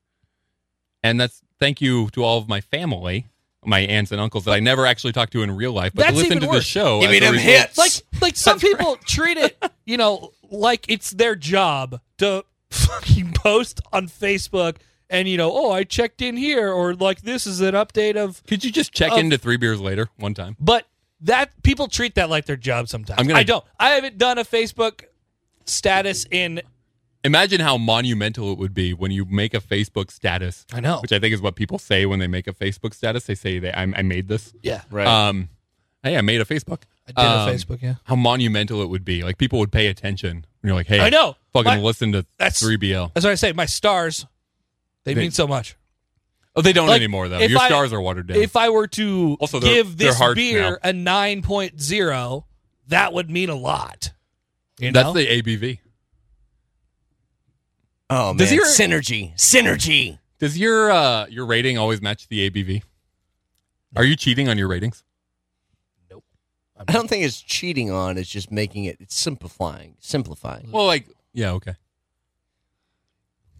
[SPEAKER 1] And that's thank you to all of my family, my aunts and uncles that I never actually talked to in real life, but
[SPEAKER 3] That's
[SPEAKER 1] listen
[SPEAKER 3] even
[SPEAKER 1] to the
[SPEAKER 3] worse.
[SPEAKER 1] show.
[SPEAKER 2] Give
[SPEAKER 1] as
[SPEAKER 2] me
[SPEAKER 1] a
[SPEAKER 2] them
[SPEAKER 1] result.
[SPEAKER 2] hits.
[SPEAKER 3] like like some people treat it you know like it's their job to fucking post on facebook and you know oh i checked in here or like this is an update of
[SPEAKER 1] Could you just check
[SPEAKER 3] Of-
[SPEAKER 1] into three beers later one time?
[SPEAKER 3] but that people treat that like their job sometimes
[SPEAKER 1] I'm gonna-
[SPEAKER 3] i don't i haven't done a facebook status in
[SPEAKER 1] Imagine how monumental it would be when you make a Facebook status,
[SPEAKER 3] i know
[SPEAKER 1] which I think is what people say when they make a Facebook status. They say, they, I, I made this.
[SPEAKER 3] yeah
[SPEAKER 2] Right.
[SPEAKER 1] Um, hey, I made a Facebook.
[SPEAKER 3] i did a
[SPEAKER 1] Um,
[SPEAKER 3] facebook yeah
[SPEAKER 1] How monumental it would be. Like people would pay attention. And you're like, hey,
[SPEAKER 3] i know
[SPEAKER 1] fucking
[SPEAKER 3] My-
[SPEAKER 1] listen to
[SPEAKER 3] That's-
[SPEAKER 1] 3BL.
[SPEAKER 3] that's what i say my stars they,
[SPEAKER 1] They-
[SPEAKER 3] mean so much
[SPEAKER 1] Oh, they don't
[SPEAKER 3] Like,
[SPEAKER 1] anymore, though.
[SPEAKER 3] if
[SPEAKER 1] Your
[SPEAKER 3] I-
[SPEAKER 1] stars are watered down.
[SPEAKER 3] if I were to
[SPEAKER 1] Also, they're-
[SPEAKER 3] give
[SPEAKER 1] they're
[SPEAKER 3] this
[SPEAKER 1] hard
[SPEAKER 3] beer a 9.0, that would mean a lot. You
[SPEAKER 1] That's
[SPEAKER 3] know?
[SPEAKER 1] the ABV.
[SPEAKER 2] Oh
[SPEAKER 1] Does
[SPEAKER 2] man,
[SPEAKER 1] your-
[SPEAKER 2] synergy, synergy.
[SPEAKER 1] Does your uh, your rating always match the ABV? Are you cheating on your ratings?
[SPEAKER 2] I don't think it's cheating on; it's just making it. It's simplifying, simplifying.
[SPEAKER 1] Well, like, yeah, okay.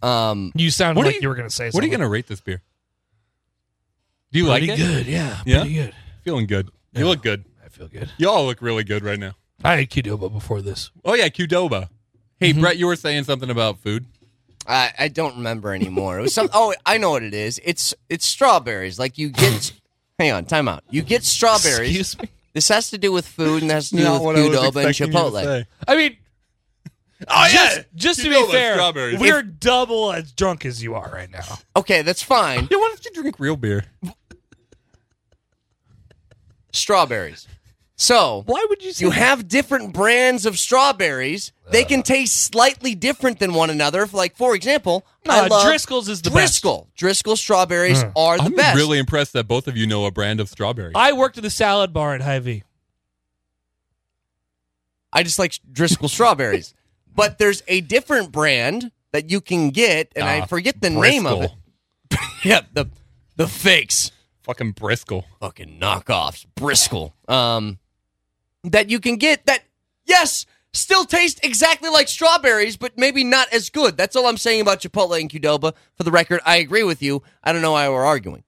[SPEAKER 2] Um,
[SPEAKER 3] you sound
[SPEAKER 1] What are
[SPEAKER 3] like
[SPEAKER 1] you-
[SPEAKER 3] you, were going to say something.
[SPEAKER 1] What are you going to rate this beer? Do you like it?
[SPEAKER 3] Pretty good, yeah.
[SPEAKER 1] Yeah?
[SPEAKER 3] Pretty good.
[SPEAKER 1] Feeling good. You
[SPEAKER 3] Yeah.
[SPEAKER 1] look good.
[SPEAKER 3] I feel good.
[SPEAKER 1] Y'all look really good right now.
[SPEAKER 3] I had Qdoba before this.
[SPEAKER 1] Oh yeah, Qdoba. Hey Brett, you were saying something about food.
[SPEAKER 2] I, I don't remember anymore. It was some. Oh, I know what it is. It's it's strawberries. Like you get. hang on, time out. You get strawberries.
[SPEAKER 3] Excuse me.
[SPEAKER 2] This has to do with food, and has to do with Qdoba and Chipotle.
[SPEAKER 3] I mean,
[SPEAKER 1] Oh
[SPEAKER 3] just, just to be
[SPEAKER 1] Qdoba,
[SPEAKER 3] fair,
[SPEAKER 1] strawberries.
[SPEAKER 3] we're double as drunk as you are right now.
[SPEAKER 2] Okay, that's fine.
[SPEAKER 1] Yeah, why don't you drink real beer?
[SPEAKER 2] Strawberries. So
[SPEAKER 3] Why would you say
[SPEAKER 2] you
[SPEAKER 3] that?
[SPEAKER 2] have different brands of strawberries. They can taste slightly different than one another. If, Like for example, I
[SPEAKER 3] Uh,
[SPEAKER 2] love
[SPEAKER 3] Driscoll's is the
[SPEAKER 2] Driscoll. Driscoll strawberries are the
[SPEAKER 1] I'm
[SPEAKER 2] best.
[SPEAKER 1] really impressed that both of you know a brand of strawberry.
[SPEAKER 3] best. I worked at the salad bar at Hy-Vee.
[SPEAKER 2] I just like Driscoll strawberries. But there's a different brand that you can get, and I
[SPEAKER 1] Ah,
[SPEAKER 2] forget the name of it.
[SPEAKER 1] Bristol.
[SPEAKER 2] yeah, the the fakes.
[SPEAKER 1] Fucking Briscoe.
[SPEAKER 2] fucking knockoffs, Briscoe, um, that you can get that, yes, still taste exactly like strawberries, but maybe not as good. That's all I'm saying about Chipotle and Qdoba. For the record, I agree with you. I don't know why we're arguing.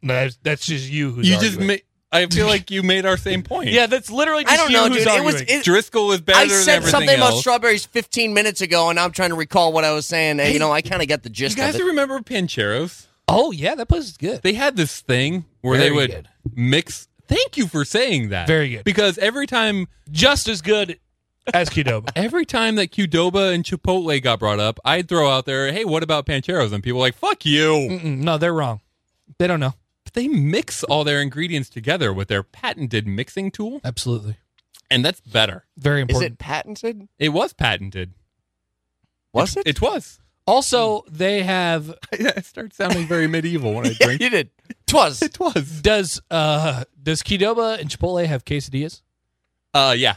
[SPEAKER 3] No, that's, that's just you who's
[SPEAKER 1] You just
[SPEAKER 3] arguing.
[SPEAKER 1] made. I feel like you made our same point.
[SPEAKER 3] Yeah, that's literally just
[SPEAKER 2] I don't
[SPEAKER 3] you
[SPEAKER 2] know,
[SPEAKER 3] who's
[SPEAKER 2] dude. It was.
[SPEAKER 3] arguing.
[SPEAKER 2] It,
[SPEAKER 1] Driscoll is better
[SPEAKER 2] I
[SPEAKER 1] than
[SPEAKER 2] said
[SPEAKER 1] everything
[SPEAKER 2] something
[SPEAKER 1] else.
[SPEAKER 2] about strawberries 15 minutes ago, and I'm trying to recall what I was saying. And, you know, I kind of got the
[SPEAKER 1] you
[SPEAKER 2] gist of
[SPEAKER 1] guys
[SPEAKER 2] it.
[SPEAKER 1] remember Pancheros?
[SPEAKER 3] oh, yeah, that place is good.
[SPEAKER 1] They had this thing where
[SPEAKER 3] Very
[SPEAKER 1] they would
[SPEAKER 3] good.
[SPEAKER 1] mix. Thank you for saying that.
[SPEAKER 3] Very good.
[SPEAKER 1] Because every time
[SPEAKER 3] Just as good as Qdoba.
[SPEAKER 1] Every time that Qdoba and Chipotle got brought up, I'd throw out there, "Hey, what about Pancheros?" And people were like, "Fuck you!"
[SPEAKER 3] Mm-mm, no, they're wrong. They don't know.
[SPEAKER 1] But they mix all their ingredients together with their patented mixing tool,
[SPEAKER 3] Absolutely.
[SPEAKER 1] and that's better.
[SPEAKER 3] Very
[SPEAKER 2] Is
[SPEAKER 3] important.
[SPEAKER 2] it patented?
[SPEAKER 1] It was patented.
[SPEAKER 2] Was it?
[SPEAKER 1] It was.
[SPEAKER 3] also, they have
[SPEAKER 1] I start sounding very medieval when I drink.
[SPEAKER 2] you did. Twas.
[SPEAKER 1] It was.
[SPEAKER 3] does uh does Qdoba and Chipotle have quesadillas?
[SPEAKER 1] Uh, yeah.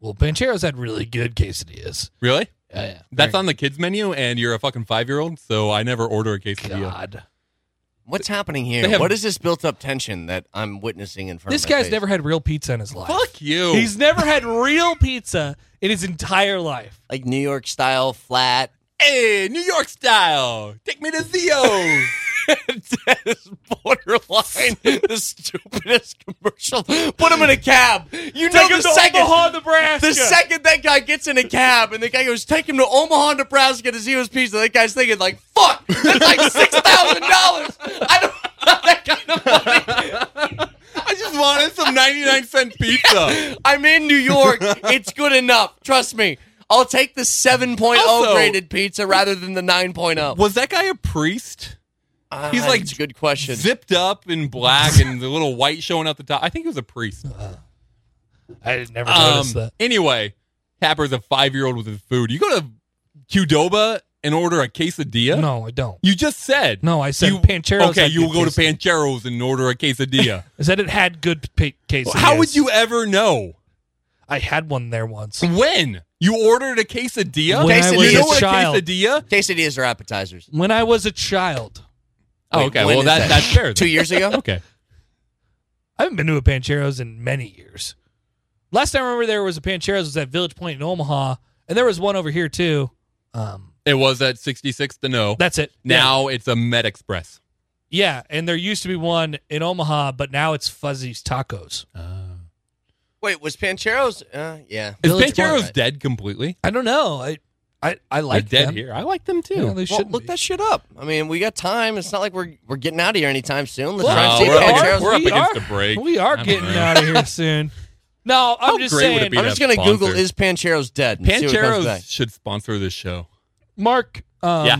[SPEAKER 3] Well, Pancheros had really good quesadillas.
[SPEAKER 1] Really?
[SPEAKER 3] Yeah, yeah.
[SPEAKER 1] That's
[SPEAKER 3] Very-
[SPEAKER 1] on the kids menu, and you're a fucking five year old, so I never order a quesadilla.
[SPEAKER 3] God.
[SPEAKER 2] What's happening
[SPEAKER 1] They
[SPEAKER 2] here?
[SPEAKER 1] have-
[SPEAKER 2] what is this built up tension that I'm witnessing in front
[SPEAKER 3] This
[SPEAKER 2] of my
[SPEAKER 3] guy's
[SPEAKER 2] face?
[SPEAKER 3] never had real pizza in his life.
[SPEAKER 1] Fuck you.
[SPEAKER 3] He's never had real pizza in his entire life.
[SPEAKER 2] Like New York style, flat.
[SPEAKER 1] hey, New York style. Take me to Zio's.
[SPEAKER 2] that is borderline the stupidest commercial. Put him in a cab. You know the second,
[SPEAKER 3] Nebraska.
[SPEAKER 2] the second that guy gets in a cab and the guy goes, take him to Omaha, Nebraska to see his pizza. That guy's thinking like, fuck, that's like six thousand dollars. I don't have that kind of money.
[SPEAKER 1] I just wanted some 99 cent pizza.
[SPEAKER 2] I'm in New York. It's good enough. Trust me. I'll take the 7.0
[SPEAKER 1] Also-
[SPEAKER 2] graded pizza rather than the 9.0.
[SPEAKER 1] Was that guy a priest?
[SPEAKER 2] Ah,
[SPEAKER 1] he's like
[SPEAKER 2] that's a good question.
[SPEAKER 1] Zipped up in black and the little white showing out the top. I think he was a priest.
[SPEAKER 3] I had never
[SPEAKER 1] Um,
[SPEAKER 3] noticed that.
[SPEAKER 1] anyway, Tapper's a five year old with his food. You go to Qdoba and order a quesadilla?
[SPEAKER 3] No, I don't.
[SPEAKER 1] You just said.
[SPEAKER 3] No, I said
[SPEAKER 1] You-
[SPEAKER 3] Pancheros.
[SPEAKER 1] Okay,
[SPEAKER 3] had
[SPEAKER 1] you
[SPEAKER 3] good
[SPEAKER 1] go to
[SPEAKER 3] quesadillas.
[SPEAKER 1] Pancheros and order a quesadilla.
[SPEAKER 3] I said it had good pa- quesadillas.
[SPEAKER 1] How would you ever know?
[SPEAKER 3] I had one there once.
[SPEAKER 1] When? You ordered a quesadilla?
[SPEAKER 3] When
[SPEAKER 2] I
[SPEAKER 1] you
[SPEAKER 2] was
[SPEAKER 1] know
[SPEAKER 2] a
[SPEAKER 1] what
[SPEAKER 3] child.
[SPEAKER 1] a quesadilla?
[SPEAKER 2] Quesadillas are appetizers.
[SPEAKER 3] When I was a child,
[SPEAKER 1] Oh,
[SPEAKER 2] Wait,
[SPEAKER 1] okay. Well,
[SPEAKER 2] when is
[SPEAKER 1] that,
[SPEAKER 2] that?
[SPEAKER 1] that's fair.
[SPEAKER 2] Two
[SPEAKER 1] then.
[SPEAKER 2] years ago?
[SPEAKER 1] Okay.
[SPEAKER 3] I haven't been to a Pancheros in many years. Last time I remember there was a Pancheros was at Village Point in Omaha, and there was one over here too. Um,
[SPEAKER 1] It was at 66 to no.
[SPEAKER 3] that's it.
[SPEAKER 1] Now it's a Med Express.
[SPEAKER 3] yeah, and there used to be one in Omaha, but now it's Fuzzy's Tacos.
[SPEAKER 2] Wait, was Pancheros? Uh, yeah.
[SPEAKER 1] Is
[SPEAKER 3] Village
[SPEAKER 1] Pancheros
[SPEAKER 3] Market.
[SPEAKER 1] dead completely?
[SPEAKER 3] I don't know. I I, I like
[SPEAKER 1] They're dead
[SPEAKER 3] them.
[SPEAKER 1] here. I like them
[SPEAKER 3] Yeah,
[SPEAKER 1] too.
[SPEAKER 3] they
[SPEAKER 2] Well,
[SPEAKER 3] should
[SPEAKER 2] look that shit up. I mean, we got time. It's not like we're we're getting out of here anytime soon. Let's
[SPEAKER 3] Well,
[SPEAKER 2] try and
[SPEAKER 3] no,
[SPEAKER 2] see
[SPEAKER 3] we're up
[SPEAKER 2] Pancheros.
[SPEAKER 1] against- Uh, we're up
[SPEAKER 3] We
[SPEAKER 1] against
[SPEAKER 3] are-
[SPEAKER 1] a break.
[SPEAKER 3] we are
[SPEAKER 1] I'm
[SPEAKER 3] getting uh,
[SPEAKER 1] alright.
[SPEAKER 3] out of here soon. No, I'm
[SPEAKER 1] How
[SPEAKER 3] just
[SPEAKER 1] great would it
[SPEAKER 3] saying,
[SPEAKER 1] be
[SPEAKER 2] I'm
[SPEAKER 1] to
[SPEAKER 2] just gonna
[SPEAKER 1] sponsor.
[SPEAKER 2] Google is Pancheros dead. and see what comes back.
[SPEAKER 1] Pancheros should sponsor this show.
[SPEAKER 3] Mark. Um,
[SPEAKER 1] Yeah.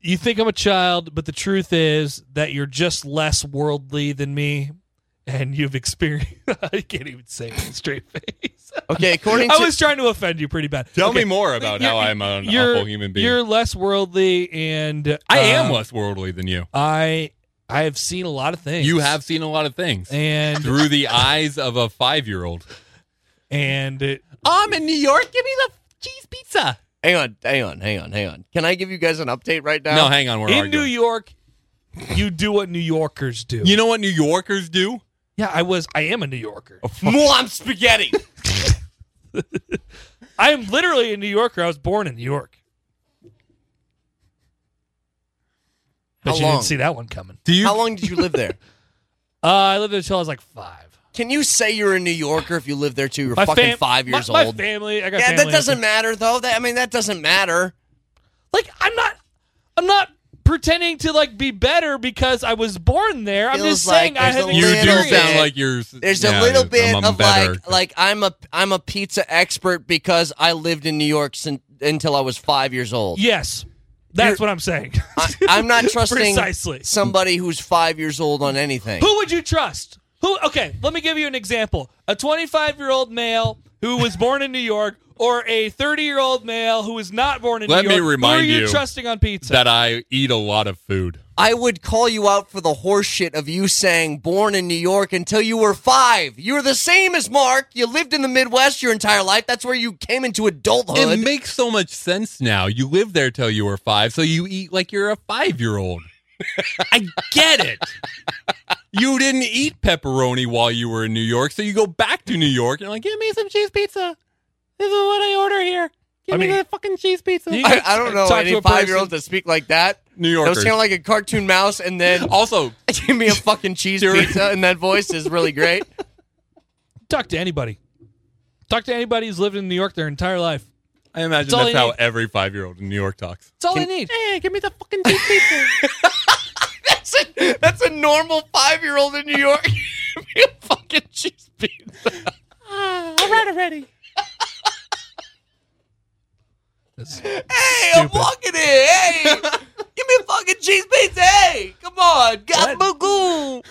[SPEAKER 3] You think I'm a child, but the truth is that you're just less worldly than me, and you've experienced. I can't even say it with a straight face.
[SPEAKER 2] Okay, according to
[SPEAKER 3] I was trying to offend you pretty bad.
[SPEAKER 1] Tell
[SPEAKER 3] Okay.
[SPEAKER 1] me more about
[SPEAKER 3] You're-
[SPEAKER 1] how I'm an
[SPEAKER 3] you're,
[SPEAKER 1] awful human being.
[SPEAKER 3] You're less worldly, and
[SPEAKER 1] I am
[SPEAKER 3] um,
[SPEAKER 1] less worldly than you.
[SPEAKER 3] I I have seen a lot of things.
[SPEAKER 1] You have seen a lot of things
[SPEAKER 3] and
[SPEAKER 1] through the eyes of a five-year-old.
[SPEAKER 3] and it,
[SPEAKER 1] I'm in New York. Give me the cheese pizza.
[SPEAKER 2] hang on, hang on, hang on, hang on. Can I give you guys an update right now?
[SPEAKER 1] No, hang on. We're
[SPEAKER 3] in New
[SPEAKER 1] arguing.
[SPEAKER 3] York, you do what New Yorkers do.
[SPEAKER 1] you know what New Yorkers do?
[SPEAKER 3] yeah, I was. I am a New Yorker.
[SPEAKER 2] More on spaghetti.
[SPEAKER 3] I am literally a New Yorker. I was born in New York.
[SPEAKER 2] How
[SPEAKER 3] But you
[SPEAKER 2] long?
[SPEAKER 3] didn't see that one coming.
[SPEAKER 1] Do you?
[SPEAKER 2] How long did you live there?
[SPEAKER 3] Uh, I lived there until I was like five.
[SPEAKER 2] Can you say you're a New Yorker if you live there too? You're
[SPEAKER 3] My
[SPEAKER 2] fucking
[SPEAKER 3] fam-
[SPEAKER 2] five
[SPEAKER 3] my-
[SPEAKER 2] years
[SPEAKER 3] my
[SPEAKER 2] old.
[SPEAKER 3] family. I got
[SPEAKER 2] yeah,
[SPEAKER 3] family
[SPEAKER 2] that
[SPEAKER 3] up
[SPEAKER 2] doesn't
[SPEAKER 3] there.
[SPEAKER 2] matter though. That I mean, that doesn't matter.
[SPEAKER 3] Like I'm not. I'm not pretending to like be better because I was born there. I'm
[SPEAKER 2] Feels
[SPEAKER 3] just
[SPEAKER 2] like
[SPEAKER 3] saying I
[SPEAKER 2] there's a
[SPEAKER 3] have.
[SPEAKER 1] You do
[SPEAKER 2] Little
[SPEAKER 1] sound
[SPEAKER 2] bit.
[SPEAKER 1] like you're.
[SPEAKER 2] There's
[SPEAKER 1] yeah,
[SPEAKER 2] a little
[SPEAKER 1] I'm-
[SPEAKER 2] bit
[SPEAKER 1] I'm
[SPEAKER 2] of
[SPEAKER 1] better.
[SPEAKER 2] like like I'm a I'm a pizza expert because I lived in New York sin- until I was five years old.
[SPEAKER 3] Yes, that's
[SPEAKER 2] You're-
[SPEAKER 3] what I'm saying.
[SPEAKER 2] I, I'm not trusting
[SPEAKER 3] Precisely.
[SPEAKER 2] somebody who's five years old on anything.
[SPEAKER 3] Who would you trust? Who? Okay, let me give you an example. A 25 year old male who was born in New York, or a 30 year old male who was not born in
[SPEAKER 1] Let
[SPEAKER 3] New
[SPEAKER 1] me
[SPEAKER 3] York.
[SPEAKER 1] remind
[SPEAKER 3] who are you,
[SPEAKER 1] you
[SPEAKER 3] trusting on pizza?
[SPEAKER 1] that I eat a lot of food.
[SPEAKER 2] I would call you out for the horseshit of you saying born in New York until you were five. You're the same as Mark. You lived in the Midwest your entire life. That's where you came into adulthood.
[SPEAKER 1] It makes so much sense now. You lived there till you were five, so you eat like you're a five year old. I get it. You didn't eat pepperoni while you were in New York, so you go back to New York and you're like, give me some cheese pizza. This is what I order here. Give
[SPEAKER 3] I
[SPEAKER 1] me
[SPEAKER 3] mean-
[SPEAKER 1] the fucking cheese pizza.
[SPEAKER 3] You-
[SPEAKER 2] I, I don't know
[SPEAKER 3] Talk to
[SPEAKER 2] any
[SPEAKER 3] a person-
[SPEAKER 2] five year old to speak like that.
[SPEAKER 1] New
[SPEAKER 2] That was
[SPEAKER 1] Yorkers.
[SPEAKER 2] kind of like a cartoon mouse, and then
[SPEAKER 1] also,
[SPEAKER 2] give me a fucking cheese
[SPEAKER 1] During-
[SPEAKER 2] pizza, and that voice is really great.
[SPEAKER 3] Talk to anybody. Talk to anybody who's lived in New York their entire life.
[SPEAKER 1] I imagine
[SPEAKER 3] That's all
[SPEAKER 1] that's
[SPEAKER 3] I
[SPEAKER 1] how
[SPEAKER 3] need.
[SPEAKER 1] every five year old in New York talks.
[SPEAKER 3] That's all they need.
[SPEAKER 1] Hey, give me the fucking cheese pizza.
[SPEAKER 2] That's a, that's a normal five year old in New York. Give me a fucking cheese pizza.
[SPEAKER 3] all right already.
[SPEAKER 2] Hey, I'm
[SPEAKER 3] Stupid.
[SPEAKER 2] walking in. Hey, give me a fucking cheese pizza. Hey, come on, gabagool,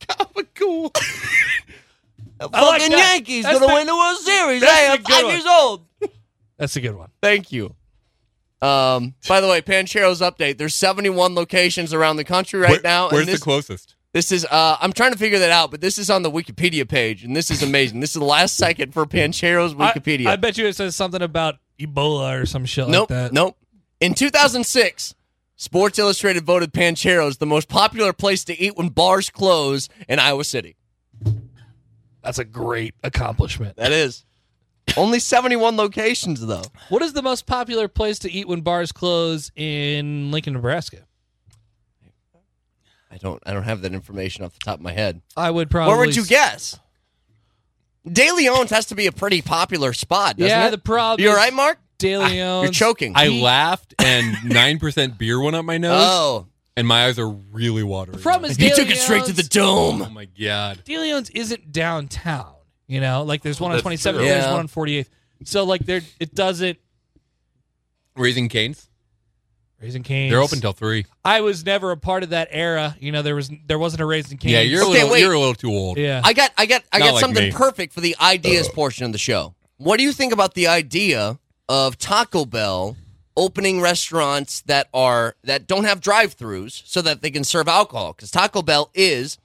[SPEAKER 2] gabagool. The
[SPEAKER 3] I like
[SPEAKER 2] fucking
[SPEAKER 3] that.
[SPEAKER 2] Yankees
[SPEAKER 3] That's
[SPEAKER 2] gonna
[SPEAKER 3] the-
[SPEAKER 2] win the World Series.
[SPEAKER 3] that's
[SPEAKER 2] Hey,
[SPEAKER 3] the
[SPEAKER 2] I'm
[SPEAKER 3] good
[SPEAKER 2] five
[SPEAKER 3] one.
[SPEAKER 2] years old.
[SPEAKER 3] That's a good one.
[SPEAKER 2] Thank you. Um. By the way, Panchero's update. There's 71 locations around the country right
[SPEAKER 1] Where-
[SPEAKER 2] now.
[SPEAKER 1] Where's
[SPEAKER 2] and this,
[SPEAKER 1] the closest?
[SPEAKER 2] This is uh I'm trying to figure that out, but this is on the Wikipedia page and this is amazing. this is the last second for Panchero's Wikipedia.
[SPEAKER 3] I, I bet you it says something about Ebola or some shit
[SPEAKER 2] nope.
[SPEAKER 3] like that.
[SPEAKER 2] Nope. In 2006, Sports Illustrated voted Pancheros the most popular place to eat when bars close in Iowa City.
[SPEAKER 3] That's a great accomplishment.
[SPEAKER 2] That is only 71 locations though.
[SPEAKER 3] What is the most popular place to eat when bars close in Lincoln, Nebraska?
[SPEAKER 2] I don't I don't have that information off the top of my head.
[SPEAKER 3] I would probably.
[SPEAKER 2] Where would you
[SPEAKER 3] s-
[SPEAKER 2] guess? De Leon's has to be a pretty popular spot, doesn't
[SPEAKER 3] Yeah,
[SPEAKER 2] it?
[SPEAKER 3] the problem.
[SPEAKER 2] you all
[SPEAKER 3] is
[SPEAKER 2] right, Mark?
[SPEAKER 3] De Leon's.
[SPEAKER 2] You're choking.
[SPEAKER 1] I laughed and 9% beer went up my nose,
[SPEAKER 2] oh,
[SPEAKER 1] and my eyes are really watery.
[SPEAKER 3] The problem is
[SPEAKER 2] you
[SPEAKER 3] De
[SPEAKER 2] took it straight to
[SPEAKER 3] Leon's-
[SPEAKER 2] the dome.
[SPEAKER 1] Oh my god.
[SPEAKER 3] De Leon's isn't downtown. You know, like there's one on
[SPEAKER 1] That's
[SPEAKER 3] 27th,
[SPEAKER 1] true.
[SPEAKER 3] there's
[SPEAKER 2] Yeah.
[SPEAKER 3] one on 48th. So like there, it doesn't.
[SPEAKER 1] Raising Canes?
[SPEAKER 3] Raising Canes.
[SPEAKER 1] They're open till 3.
[SPEAKER 3] I was never a part of that era. You know, there was there wasn't a Raising Canes.
[SPEAKER 1] Yeah, you're a
[SPEAKER 2] Okay,
[SPEAKER 1] little
[SPEAKER 2] wait.
[SPEAKER 1] you're a little too old.
[SPEAKER 3] Yeah.
[SPEAKER 2] I got I got I
[SPEAKER 1] Not
[SPEAKER 2] got
[SPEAKER 1] like
[SPEAKER 2] something
[SPEAKER 1] me.
[SPEAKER 2] perfect for the ideas portion of the show. What do you think about the idea of Taco Bell opening restaurants that are that don't have drive-throughs so that they can serve alcohol cuz Taco Bell is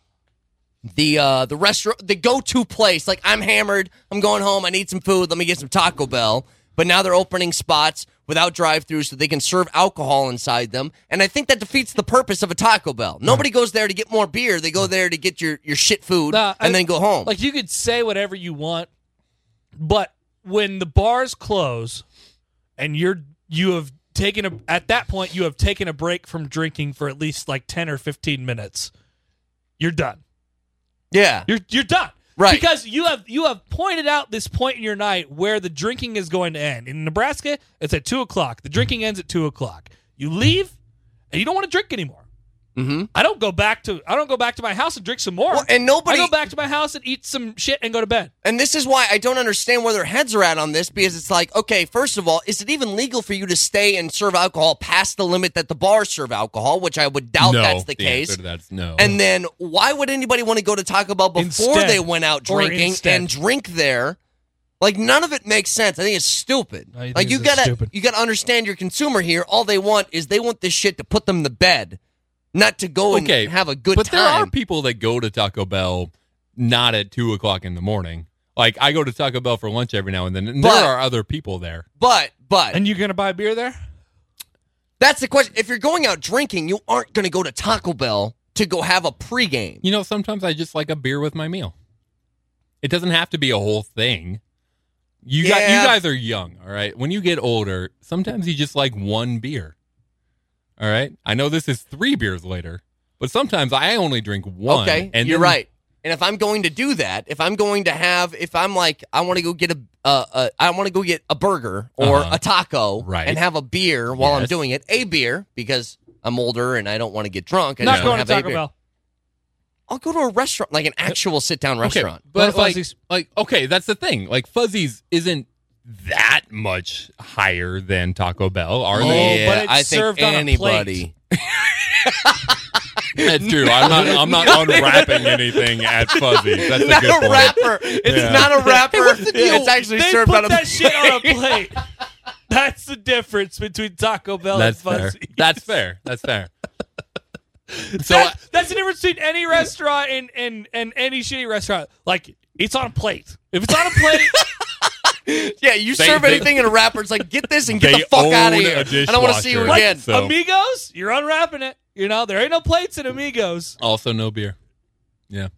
[SPEAKER 2] the uh the restaurant the go-to place like I'm hammered, I'm going home, I need some food, let me get some Taco Bell. But now they're opening spots without drive-throughs so they can serve alcohol inside them, and I think that defeats the purpose of a Taco Bell. Nobody goes there to get more beer; they go there to get your your shit food
[SPEAKER 3] Nah, I-
[SPEAKER 2] and then go home.
[SPEAKER 3] Like you could say whatever you want, but when the bars close and you're you have taken a at that point you have taken a break from drinking for at least like 10 or 15 minutes. You're done.
[SPEAKER 2] yeah,
[SPEAKER 3] You're you're done.
[SPEAKER 2] Right.
[SPEAKER 3] Because you have you have pointed out this point in your night where the drinking is going to end. In Nebraska, it's at two o'clock. The drinking ends at two o'clock. You leave and you don't want to drink anymore.
[SPEAKER 2] Mhm.
[SPEAKER 3] I don't go back to I don't go back to my house and drink some more.
[SPEAKER 2] Well, and nobody-
[SPEAKER 3] I go back to my house and eat some shit and go to bed.
[SPEAKER 2] and this is why I don't understand where their heads are at on this because it's like, okay, first of all, is it even legal for you to stay and serve alcohol past the limit that the bars serve alcohol, which I would doubt
[SPEAKER 1] no,
[SPEAKER 2] Oh, that's the,
[SPEAKER 1] answer
[SPEAKER 2] case.
[SPEAKER 1] to that's no.
[SPEAKER 2] And then why would anybody want to go to Taco Bell before
[SPEAKER 3] Instead.
[SPEAKER 2] they went out
[SPEAKER 3] Or
[SPEAKER 2] drinking
[SPEAKER 3] instead.
[SPEAKER 2] and drink there? Like none of it makes sense. I think it's stupid.
[SPEAKER 3] I think
[SPEAKER 2] like you
[SPEAKER 3] it's
[SPEAKER 2] gotta
[SPEAKER 3] stupid.
[SPEAKER 2] you gotta understand your consumer here. All they want is they want this shit to put them to bed, not to go
[SPEAKER 1] okay,
[SPEAKER 2] and have a good
[SPEAKER 1] But
[SPEAKER 2] time.
[SPEAKER 1] there are people that go to Taco Bell not at two o'clock in the morning. Like I go to Taco Bell for lunch every now and then, and
[SPEAKER 2] But-
[SPEAKER 1] there are other people there.
[SPEAKER 2] but but
[SPEAKER 3] And you're gonna buy beer there?
[SPEAKER 2] That's the question. If you're going out drinking, you aren't going to go to Taco Bell to go have a pregame.
[SPEAKER 1] You know, sometimes I just like a beer with my meal. It doesn't have to be a whole thing. You got
[SPEAKER 2] Yeah.
[SPEAKER 1] you guys are young, all right? When you get older, sometimes you just like one beer. All right? I know this is 3 beers later, but sometimes I only drink one.
[SPEAKER 2] Okay,
[SPEAKER 1] and
[SPEAKER 2] you're
[SPEAKER 1] then-
[SPEAKER 2] right. And if I'm going to do that, if I'm going to have, if I'm like, I want to go get a, uh, uh, I want to go get a burger or
[SPEAKER 1] Uh-huh.
[SPEAKER 2] a taco,
[SPEAKER 1] Right.
[SPEAKER 2] and have a beer while I'm
[SPEAKER 1] Yes.
[SPEAKER 2] doing it, a beer because I'm older and I don't want to get drunk. I
[SPEAKER 3] Not
[SPEAKER 2] just wanna
[SPEAKER 3] going to
[SPEAKER 2] have a
[SPEAKER 3] Taco
[SPEAKER 2] beer.
[SPEAKER 3] Bell.
[SPEAKER 2] I'll go to a restaurant, like an actual sit down restaurant.
[SPEAKER 1] Uh, Okay, but
[SPEAKER 3] Little
[SPEAKER 1] like,
[SPEAKER 3] Fuzzies.
[SPEAKER 1] like, okay, that's the thing. Like, Fuzzies isn't that much higher than Taco Bell, are
[SPEAKER 3] Oh,
[SPEAKER 1] they?
[SPEAKER 3] but it's served on a plate.
[SPEAKER 1] That's true. I'm not. I'm not unwrapping anything at Fuzzy. That's a
[SPEAKER 2] not
[SPEAKER 1] good
[SPEAKER 2] a
[SPEAKER 1] point.
[SPEAKER 2] wrapper. It's
[SPEAKER 1] Yeah.
[SPEAKER 2] not a wrapper. It's
[SPEAKER 3] Yo,
[SPEAKER 2] actually
[SPEAKER 3] they
[SPEAKER 2] served
[SPEAKER 3] put
[SPEAKER 2] on a
[SPEAKER 3] that shit on a plate. That's the difference between Taco Bell
[SPEAKER 1] That's
[SPEAKER 3] and
[SPEAKER 1] fair.
[SPEAKER 3] Fuzzy.
[SPEAKER 1] That's fair. That's fair. So uh,
[SPEAKER 3] That- that's the difference between any restaurant and, and, and any shitty restaurant. Like, it's on a plate. If it's on a plate,
[SPEAKER 2] Yeah, you
[SPEAKER 1] They-
[SPEAKER 2] serve
[SPEAKER 1] they-
[SPEAKER 2] anything in a wrapper. It's like get this and get
[SPEAKER 1] They
[SPEAKER 2] the fuck out of
[SPEAKER 1] own
[SPEAKER 2] here.
[SPEAKER 1] a
[SPEAKER 2] I don't want to see you
[SPEAKER 1] dishwasher.
[SPEAKER 2] again.
[SPEAKER 1] What? So-
[SPEAKER 3] Amigos, you're unwrapping it. You know, there ain't no plates in Amigos.
[SPEAKER 1] Also, no beer. Yeah.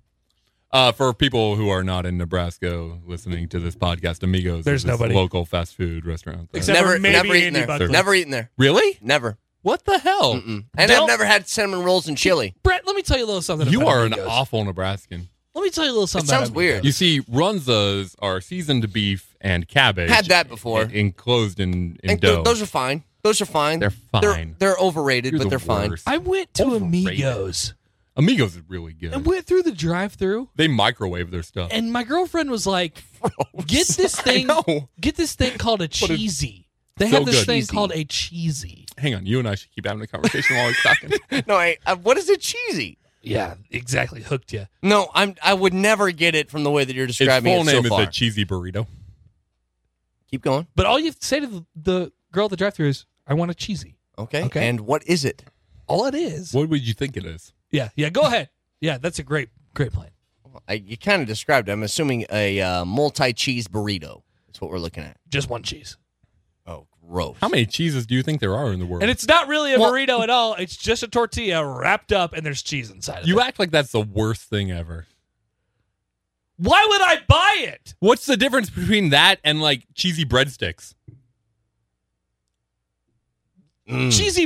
[SPEAKER 1] Uh, for people who are not in Nebraska listening to this podcast, Amigos,
[SPEAKER 3] There's
[SPEAKER 1] is this
[SPEAKER 3] nobody.
[SPEAKER 1] local fast food restaurant. that-
[SPEAKER 3] Except-
[SPEAKER 2] Never,
[SPEAKER 3] for maybe
[SPEAKER 2] never eaten
[SPEAKER 3] Andy
[SPEAKER 2] there.
[SPEAKER 3] Buckley.
[SPEAKER 2] Never eaten there.
[SPEAKER 1] really?
[SPEAKER 2] Never.
[SPEAKER 1] What the hell?
[SPEAKER 2] Mm-mm. And
[SPEAKER 3] Don't-
[SPEAKER 2] I've never had cinnamon rolls and chili.
[SPEAKER 3] Brett, let me tell you a little something.
[SPEAKER 1] You
[SPEAKER 3] about
[SPEAKER 1] are an
[SPEAKER 3] Amigos.
[SPEAKER 1] awful Nebraskan.
[SPEAKER 3] Let me tell you a little
[SPEAKER 2] It
[SPEAKER 3] something.
[SPEAKER 2] sounds
[SPEAKER 3] about
[SPEAKER 2] weird.
[SPEAKER 1] You see, runzas are seasoned beef and cabbage.
[SPEAKER 2] Had that before.
[SPEAKER 1] en- enclosed in, in
[SPEAKER 2] And th-
[SPEAKER 1] dough.
[SPEAKER 2] those are fine. Those are fine.
[SPEAKER 1] They're
[SPEAKER 2] They're,
[SPEAKER 1] fine.
[SPEAKER 2] they're overrated,
[SPEAKER 1] You're
[SPEAKER 2] but
[SPEAKER 1] the
[SPEAKER 2] they're fine.
[SPEAKER 1] worst.
[SPEAKER 3] I went to
[SPEAKER 1] Overrated.
[SPEAKER 3] Amigos
[SPEAKER 1] Amigos is really good.
[SPEAKER 3] and went through the drive-through,
[SPEAKER 1] they microwave their stuff.
[SPEAKER 3] and my girlfriend was like, "Get this thing,
[SPEAKER 1] know.
[SPEAKER 3] get this thing called a
[SPEAKER 1] a-
[SPEAKER 3] cheesy." They
[SPEAKER 1] So
[SPEAKER 3] have this
[SPEAKER 1] good.
[SPEAKER 3] thing
[SPEAKER 1] Cheesy.
[SPEAKER 3] called a cheesy.
[SPEAKER 1] Hang on, you and I should keep having a conversation while we're talking.
[SPEAKER 2] No, I, I, what is it cheesy?
[SPEAKER 3] Yeah, exactly. Hooked you.
[SPEAKER 2] No, I'm. I would never get it from the way that you're
[SPEAKER 1] Its
[SPEAKER 2] describing
[SPEAKER 1] full
[SPEAKER 2] it so
[SPEAKER 1] name
[SPEAKER 2] far.
[SPEAKER 1] is a cheesy burrito.
[SPEAKER 2] Keep going.
[SPEAKER 3] But all you have to say to the, the girl at the drive-through is, "I want a cheesy."
[SPEAKER 2] Okay.
[SPEAKER 3] Okay.
[SPEAKER 2] And what is it?
[SPEAKER 3] All it is.
[SPEAKER 1] What would you think it is?
[SPEAKER 3] Yeah, yeah. Go ahead. Yeah, that's a great, great plan.
[SPEAKER 2] I, you kind of described. it. I'm assuming a uh, multi-cheese burrito. That's what we're looking at.
[SPEAKER 3] Just one cheese,
[SPEAKER 2] Oh, gross.
[SPEAKER 1] How many cheeses do you think there are in the world?
[SPEAKER 3] and it's not really a
[SPEAKER 2] Well-
[SPEAKER 3] burrito at all. It's just a tortilla wrapped up, and there's cheese inside of
[SPEAKER 1] you
[SPEAKER 3] it.
[SPEAKER 1] act like that's the worst thing ever.
[SPEAKER 3] Why would I buy it?
[SPEAKER 1] What's the difference between that and like cheesy breadsticks?
[SPEAKER 2] Mm.
[SPEAKER 3] cheesy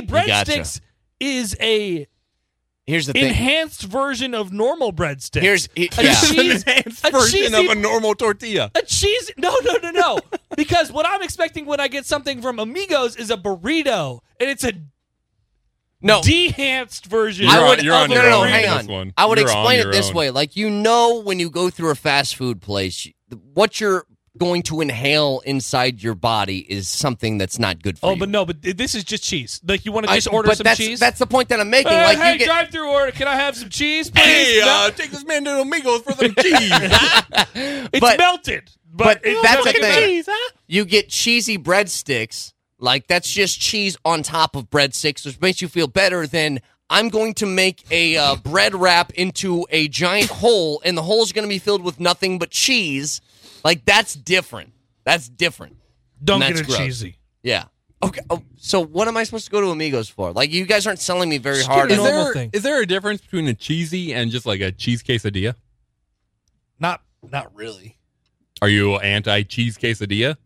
[SPEAKER 2] gotcha.
[SPEAKER 3] breadsticks is a
[SPEAKER 2] Here's the thing.
[SPEAKER 3] enhanced version of normal breadsticks.
[SPEAKER 2] Here's he-
[SPEAKER 3] A
[SPEAKER 2] yeah.
[SPEAKER 3] cheese-
[SPEAKER 1] An enhanced
[SPEAKER 3] a
[SPEAKER 1] version
[SPEAKER 3] cheesy-
[SPEAKER 1] of a normal tortilla.
[SPEAKER 3] a cheese. No, no, no, no. because what I'm expecting when I get something from Amigos is a burrito, and it's a
[SPEAKER 2] no.
[SPEAKER 3] dehanced version.
[SPEAKER 1] You're
[SPEAKER 2] I
[SPEAKER 1] on-
[SPEAKER 2] would
[SPEAKER 1] you're
[SPEAKER 2] of
[SPEAKER 1] on
[SPEAKER 2] a
[SPEAKER 1] your
[SPEAKER 2] no, no,
[SPEAKER 1] own
[SPEAKER 2] no,
[SPEAKER 1] with
[SPEAKER 2] hang
[SPEAKER 1] this
[SPEAKER 2] on.
[SPEAKER 1] one.
[SPEAKER 2] I would
[SPEAKER 1] You're on
[SPEAKER 2] explain it
[SPEAKER 1] your
[SPEAKER 2] this
[SPEAKER 1] own.
[SPEAKER 2] way: like you know, when you go through a fast food place, you- what you're going to inhale inside your body is something that's not good for
[SPEAKER 3] Oh,
[SPEAKER 2] you.
[SPEAKER 3] but no, but this is just cheese. Like you want to
[SPEAKER 2] I-
[SPEAKER 3] just order
[SPEAKER 2] but
[SPEAKER 3] some
[SPEAKER 2] that's,
[SPEAKER 3] cheese.
[SPEAKER 2] That's the point that I'm making.
[SPEAKER 3] Uh,
[SPEAKER 2] like
[SPEAKER 3] hey,
[SPEAKER 2] you get,
[SPEAKER 3] drive-through order. Can I have some cheese, please?
[SPEAKER 1] Hey,
[SPEAKER 3] No,
[SPEAKER 1] uh, take this man to Amigos for some cheese. huh?
[SPEAKER 3] it's
[SPEAKER 2] uh, but-
[SPEAKER 3] melted, but,
[SPEAKER 2] but
[SPEAKER 3] it
[SPEAKER 2] that's
[SPEAKER 3] doesn't
[SPEAKER 2] the
[SPEAKER 3] matter.
[SPEAKER 2] thing.
[SPEAKER 1] huh?
[SPEAKER 2] you get cheesy breadsticks. Like that's just cheese on top of breadsticks, which makes you feel better than I'm going to make a uh, bread wrap into a giant hole, and the hole's going to be filled with nothing but cheese. Like that's different. That's different.
[SPEAKER 3] Don't
[SPEAKER 2] That's
[SPEAKER 3] get it
[SPEAKER 2] gross.
[SPEAKER 3] cheesy.
[SPEAKER 2] Yeah. Okay. Oh, so what am I supposed to go to Amigos for? Like you guys aren't selling me very
[SPEAKER 3] Just
[SPEAKER 2] hard.
[SPEAKER 1] Is
[SPEAKER 3] get a
[SPEAKER 2] on-
[SPEAKER 3] normal
[SPEAKER 1] there,
[SPEAKER 3] thing.
[SPEAKER 1] is there a difference between a cheesy and just like a cheese quesadilla?
[SPEAKER 3] Not, not really.
[SPEAKER 1] Are you anti cheese quesadilla?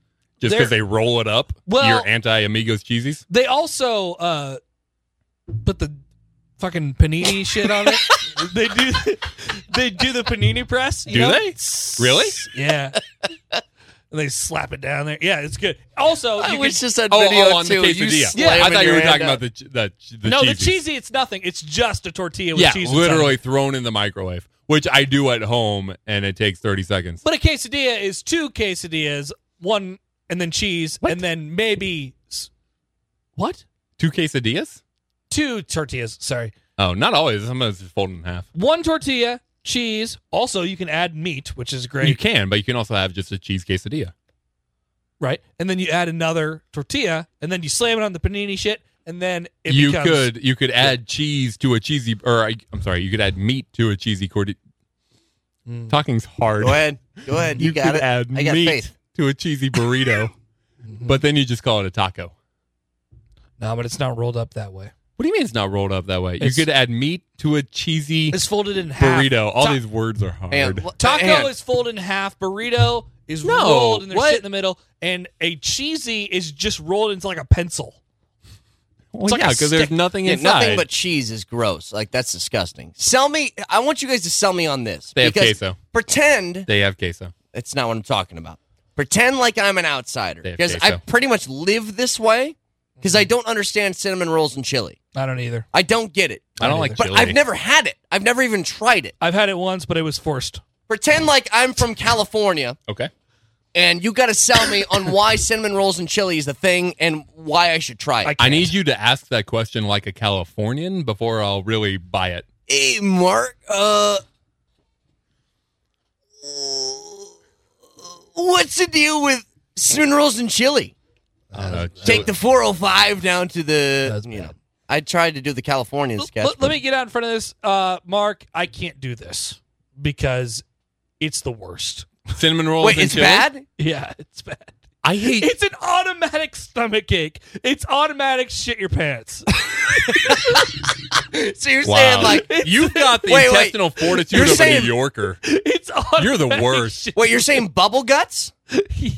[SPEAKER 1] Just
[SPEAKER 3] They're-
[SPEAKER 1] because they roll it up,
[SPEAKER 3] Well-
[SPEAKER 1] you're anti Amigos cheesies.
[SPEAKER 3] They also uh put the fucking panini shit on it. They do they do the panini press. you
[SPEAKER 1] Do
[SPEAKER 3] know?
[SPEAKER 1] they? Really?
[SPEAKER 3] Yeah. and they slap it down there. Yeah, it's good. Also,
[SPEAKER 2] I
[SPEAKER 3] you
[SPEAKER 2] wish
[SPEAKER 3] can,
[SPEAKER 2] this had
[SPEAKER 1] Oh,
[SPEAKER 2] video
[SPEAKER 1] oh, on the
[SPEAKER 2] too. You
[SPEAKER 1] quesadilla.
[SPEAKER 2] slamming
[SPEAKER 1] I thought you
[SPEAKER 2] your
[SPEAKER 1] were
[SPEAKER 2] hand
[SPEAKER 1] talking
[SPEAKER 2] out.
[SPEAKER 1] about the ch- the ch- the
[SPEAKER 3] no,
[SPEAKER 1] cheesies.
[SPEAKER 3] the cheesy. It's nothing. It's just a tortilla with
[SPEAKER 1] yeah,
[SPEAKER 3] cheese. inside
[SPEAKER 1] literally
[SPEAKER 3] it.
[SPEAKER 1] thrown in the microwave, which I do at home, and it takes thirty seconds.
[SPEAKER 3] But a quesadilla is two quesadillas, one and then cheese, and then maybe s- what?
[SPEAKER 1] Two quesadillas?
[SPEAKER 3] Two tortillas. Sorry,
[SPEAKER 1] Oh, not always. Sometimes it's folded in half.
[SPEAKER 3] one tortilla, cheese. Also, you can add meat, which is great.
[SPEAKER 1] You can, but you can also have just a cheese quesadilla.
[SPEAKER 3] right? And then you add another tortilla, and then you slam it on the panini shit, and then it
[SPEAKER 1] you
[SPEAKER 3] becomes
[SPEAKER 1] could you could add cheese to a cheesy, or I, I'm sorry, you could add meat to a cheesy cordi- Talking's hard.
[SPEAKER 2] Hmm. Go ahead. Go ahead. You,
[SPEAKER 1] you
[SPEAKER 2] got
[SPEAKER 1] could
[SPEAKER 2] it.
[SPEAKER 1] add
[SPEAKER 2] I got
[SPEAKER 1] meat
[SPEAKER 2] faith. Mm-hmm.
[SPEAKER 1] to a cheesy burrito, but then you just call it a taco.
[SPEAKER 3] no, but it's not rolled up that way.
[SPEAKER 1] What do you mean it's not rolled up that way?
[SPEAKER 3] It's-
[SPEAKER 1] you could add meat to a cheesy
[SPEAKER 3] It's folded in half.
[SPEAKER 1] burrito. All
[SPEAKER 3] Ta-
[SPEAKER 1] these words are hard.
[SPEAKER 2] Hang on. What-
[SPEAKER 3] taco
[SPEAKER 2] hang on.
[SPEAKER 3] is folded in half. Burrito is
[SPEAKER 1] No,
[SPEAKER 3] rolled and there's
[SPEAKER 1] what?
[SPEAKER 3] shit in the middle, and a cheesy is just rolled into like a pencil.
[SPEAKER 1] Well,
[SPEAKER 3] It's like
[SPEAKER 1] yeah,
[SPEAKER 3] a
[SPEAKER 1] because there's
[SPEAKER 3] stick.
[SPEAKER 1] nothing
[SPEAKER 2] Yeah,
[SPEAKER 1] inside.
[SPEAKER 2] nothing but cheese is gross. Like that's disgusting. Sell me. I want you guys to sell me on this.
[SPEAKER 1] They have
[SPEAKER 2] because
[SPEAKER 1] queso.
[SPEAKER 2] Pretend
[SPEAKER 1] they have queso.
[SPEAKER 2] that's not what I'm talking about. Pretend like I'm an outsider
[SPEAKER 1] They have
[SPEAKER 2] because I
[SPEAKER 1] queso.
[SPEAKER 2] pretty much live this way because
[SPEAKER 1] Mm-hmm.
[SPEAKER 2] I don't understand cinnamon rolls and chili.
[SPEAKER 3] I don't either.
[SPEAKER 2] I don't get it.
[SPEAKER 1] I don't like
[SPEAKER 2] But
[SPEAKER 1] chili.
[SPEAKER 2] I've never had it. I've never even tried it.
[SPEAKER 3] I've had it once, but it was forced.
[SPEAKER 2] Pretend like I'm from California
[SPEAKER 1] Okay.
[SPEAKER 2] and you got to sell me on why cinnamon rolls and chili is the thing and why I should try it.
[SPEAKER 3] I-
[SPEAKER 1] I need you to ask that question like a Californian before I'll really buy it.
[SPEAKER 2] hey, Mark, uh, what's the deal with cinnamon rolls and chili?
[SPEAKER 1] Uh,
[SPEAKER 2] Take the 405 down to the.
[SPEAKER 4] That's
[SPEAKER 2] You know,
[SPEAKER 4] bad.
[SPEAKER 2] I tried to do the Californian
[SPEAKER 3] L-
[SPEAKER 2] sketch.
[SPEAKER 3] let- let me get out in front of this, uh, Mark. I can't do this because it's the worst.
[SPEAKER 1] cinnamon rolls.
[SPEAKER 2] Wait,
[SPEAKER 1] and
[SPEAKER 2] it's
[SPEAKER 1] chili?
[SPEAKER 2] bad?
[SPEAKER 3] Yeah, it's bad.
[SPEAKER 1] I hate.
[SPEAKER 3] It's an automatic stomach ache. It's automatic shit your pants.
[SPEAKER 2] So you're
[SPEAKER 1] wow.
[SPEAKER 2] saying, like,
[SPEAKER 1] you've got the
[SPEAKER 2] Wait, wait.
[SPEAKER 1] intestinal fortitude
[SPEAKER 2] You're
[SPEAKER 1] of
[SPEAKER 2] saying-
[SPEAKER 1] a New Yorker.
[SPEAKER 3] It's automatic
[SPEAKER 1] You're the worst.
[SPEAKER 3] shit.
[SPEAKER 2] wait, you're saying bubble guts?
[SPEAKER 3] Yeah.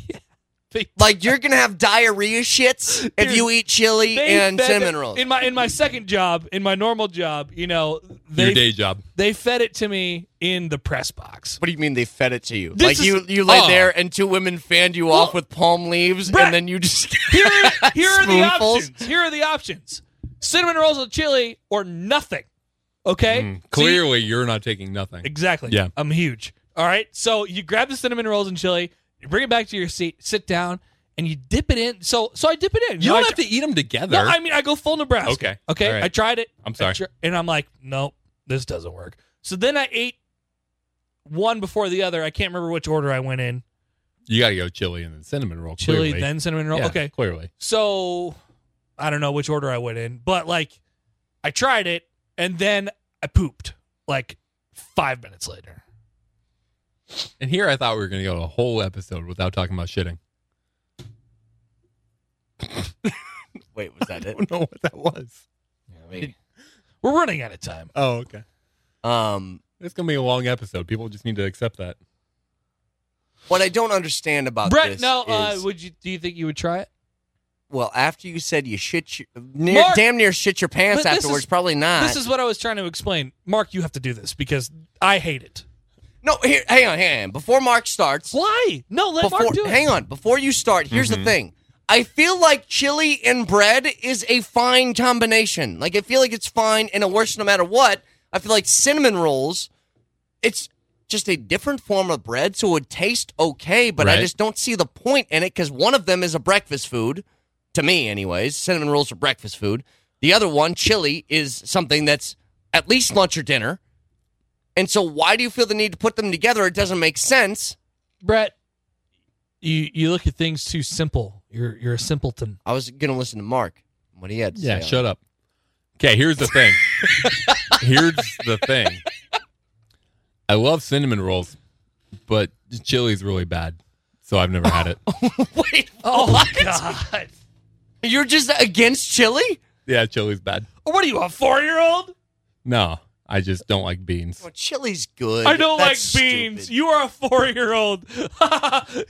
[SPEAKER 2] Like, you're going to have diarrhea shits if
[SPEAKER 3] Dude,
[SPEAKER 2] you eat chili
[SPEAKER 3] They
[SPEAKER 2] and
[SPEAKER 3] fed
[SPEAKER 2] cinnamon
[SPEAKER 3] it-
[SPEAKER 2] rolls.
[SPEAKER 3] In my in my second job, in my normal job, you know,
[SPEAKER 1] Your
[SPEAKER 3] they
[SPEAKER 1] day job.
[SPEAKER 3] they fed it to me in the press box.
[SPEAKER 2] What do you mean they fed it to you?
[SPEAKER 3] This
[SPEAKER 2] like
[SPEAKER 3] is-
[SPEAKER 2] you, you lay
[SPEAKER 1] Oh.
[SPEAKER 2] there and two women fanned you off with palm leaves,
[SPEAKER 3] Brett,
[SPEAKER 2] and then you just
[SPEAKER 3] Here, here are the
[SPEAKER 2] Spoonfuls.
[SPEAKER 3] options. Here are the options: cinnamon rolls with chili or nothing. Okay,
[SPEAKER 1] Mm,
[SPEAKER 3] So you-
[SPEAKER 1] Clearly, you're not taking nothing.
[SPEAKER 3] Exactly.
[SPEAKER 1] Yeah.
[SPEAKER 3] I'm huge. All right. So you grab the cinnamon rolls and chili, you bring it back to your seat, sit down, and you dip it in. So so I dip it in.
[SPEAKER 1] You
[SPEAKER 3] No,
[SPEAKER 1] don't
[SPEAKER 3] I
[SPEAKER 1] have to eat them together.
[SPEAKER 3] No, I mean I go full Nebraska.
[SPEAKER 1] Okay.
[SPEAKER 3] Okay.
[SPEAKER 1] All right.
[SPEAKER 3] I tried it.
[SPEAKER 1] I'm sorry.
[SPEAKER 3] I tri- and I'm like, nope, this doesn't work. So then I ate one before the other. I can't remember which order I went in.
[SPEAKER 1] you got to go chili and then cinnamon roll.
[SPEAKER 3] Chili,
[SPEAKER 1] clearly.
[SPEAKER 3] then cinnamon roll.
[SPEAKER 1] Yeah,
[SPEAKER 3] Okay.
[SPEAKER 1] Clearly.
[SPEAKER 3] So I don't know which order I went in, but like I tried it and then I pooped like five minutes later.
[SPEAKER 1] And here I thought we were going to go a whole episode without talking about shitting.
[SPEAKER 2] wait. Was that
[SPEAKER 1] I don't know what that was.
[SPEAKER 2] it?
[SPEAKER 3] We're running out of time.
[SPEAKER 1] Oh, okay.
[SPEAKER 2] Um,
[SPEAKER 1] It's going to be a long episode. People just need to accept that.
[SPEAKER 2] what I don't understand about
[SPEAKER 3] Brett,
[SPEAKER 2] this
[SPEAKER 3] no, uh,
[SPEAKER 2] is,
[SPEAKER 3] would you? Do you think you would try it?
[SPEAKER 2] well, after you said you shit your near,
[SPEAKER 3] Mark-
[SPEAKER 2] damn near shit your pants
[SPEAKER 3] But this
[SPEAKER 2] afterwards,
[SPEAKER 3] is-
[SPEAKER 2] probably not.
[SPEAKER 3] This is what I was trying to explain, Mark. You have to do this because I hate it.
[SPEAKER 2] no. Here, hang on, hang on. Before Mark starts,
[SPEAKER 3] Why? No, let
[SPEAKER 2] before
[SPEAKER 3] Mark do it.
[SPEAKER 2] hang on, before you start, here's the thing. I feel like chili and bread is a fine combination. Like I feel like it's fine and it works no matter what. I feel like cinnamon rolls, it's just a different form of bread, so it would taste okay, but I
[SPEAKER 1] Right.
[SPEAKER 2] just don't see the point in it because one of them is a breakfast food, to me anyways. Cinnamon rolls are breakfast food. The other one, chili, is something that's at least lunch or dinner. And so why do you feel the need to put them together? It doesn't make sense.
[SPEAKER 3] Brett. You you look at things too simple. You're you're a simpleton.
[SPEAKER 2] I was gonna listen to Mark what he had. To
[SPEAKER 1] Yeah,
[SPEAKER 2] say
[SPEAKER 1] shut up. Okay, here's the thing. here's the thing. I love cinnamon rolls, but chili's really bad. So I've never had it.
[SPEAKER 2] Wait,
[SPEAKER 3] Oh my God!
[SPEAKER 2] you're just against chili?
[SPEAKER 1] Yeah, chili's bad.
[SPEAKER 3] What are you a four year old?
[SPEAKER 1] No, I just don't like beans.
[SPEAKER 2] Well, chili's good.
[SPEAKER 3] I don't
[SPEAKER 2] That's
[SPEAKER 3] like beans.
[SPEAKER 2] stupid.
[SPEAKER 3] You are a four year old.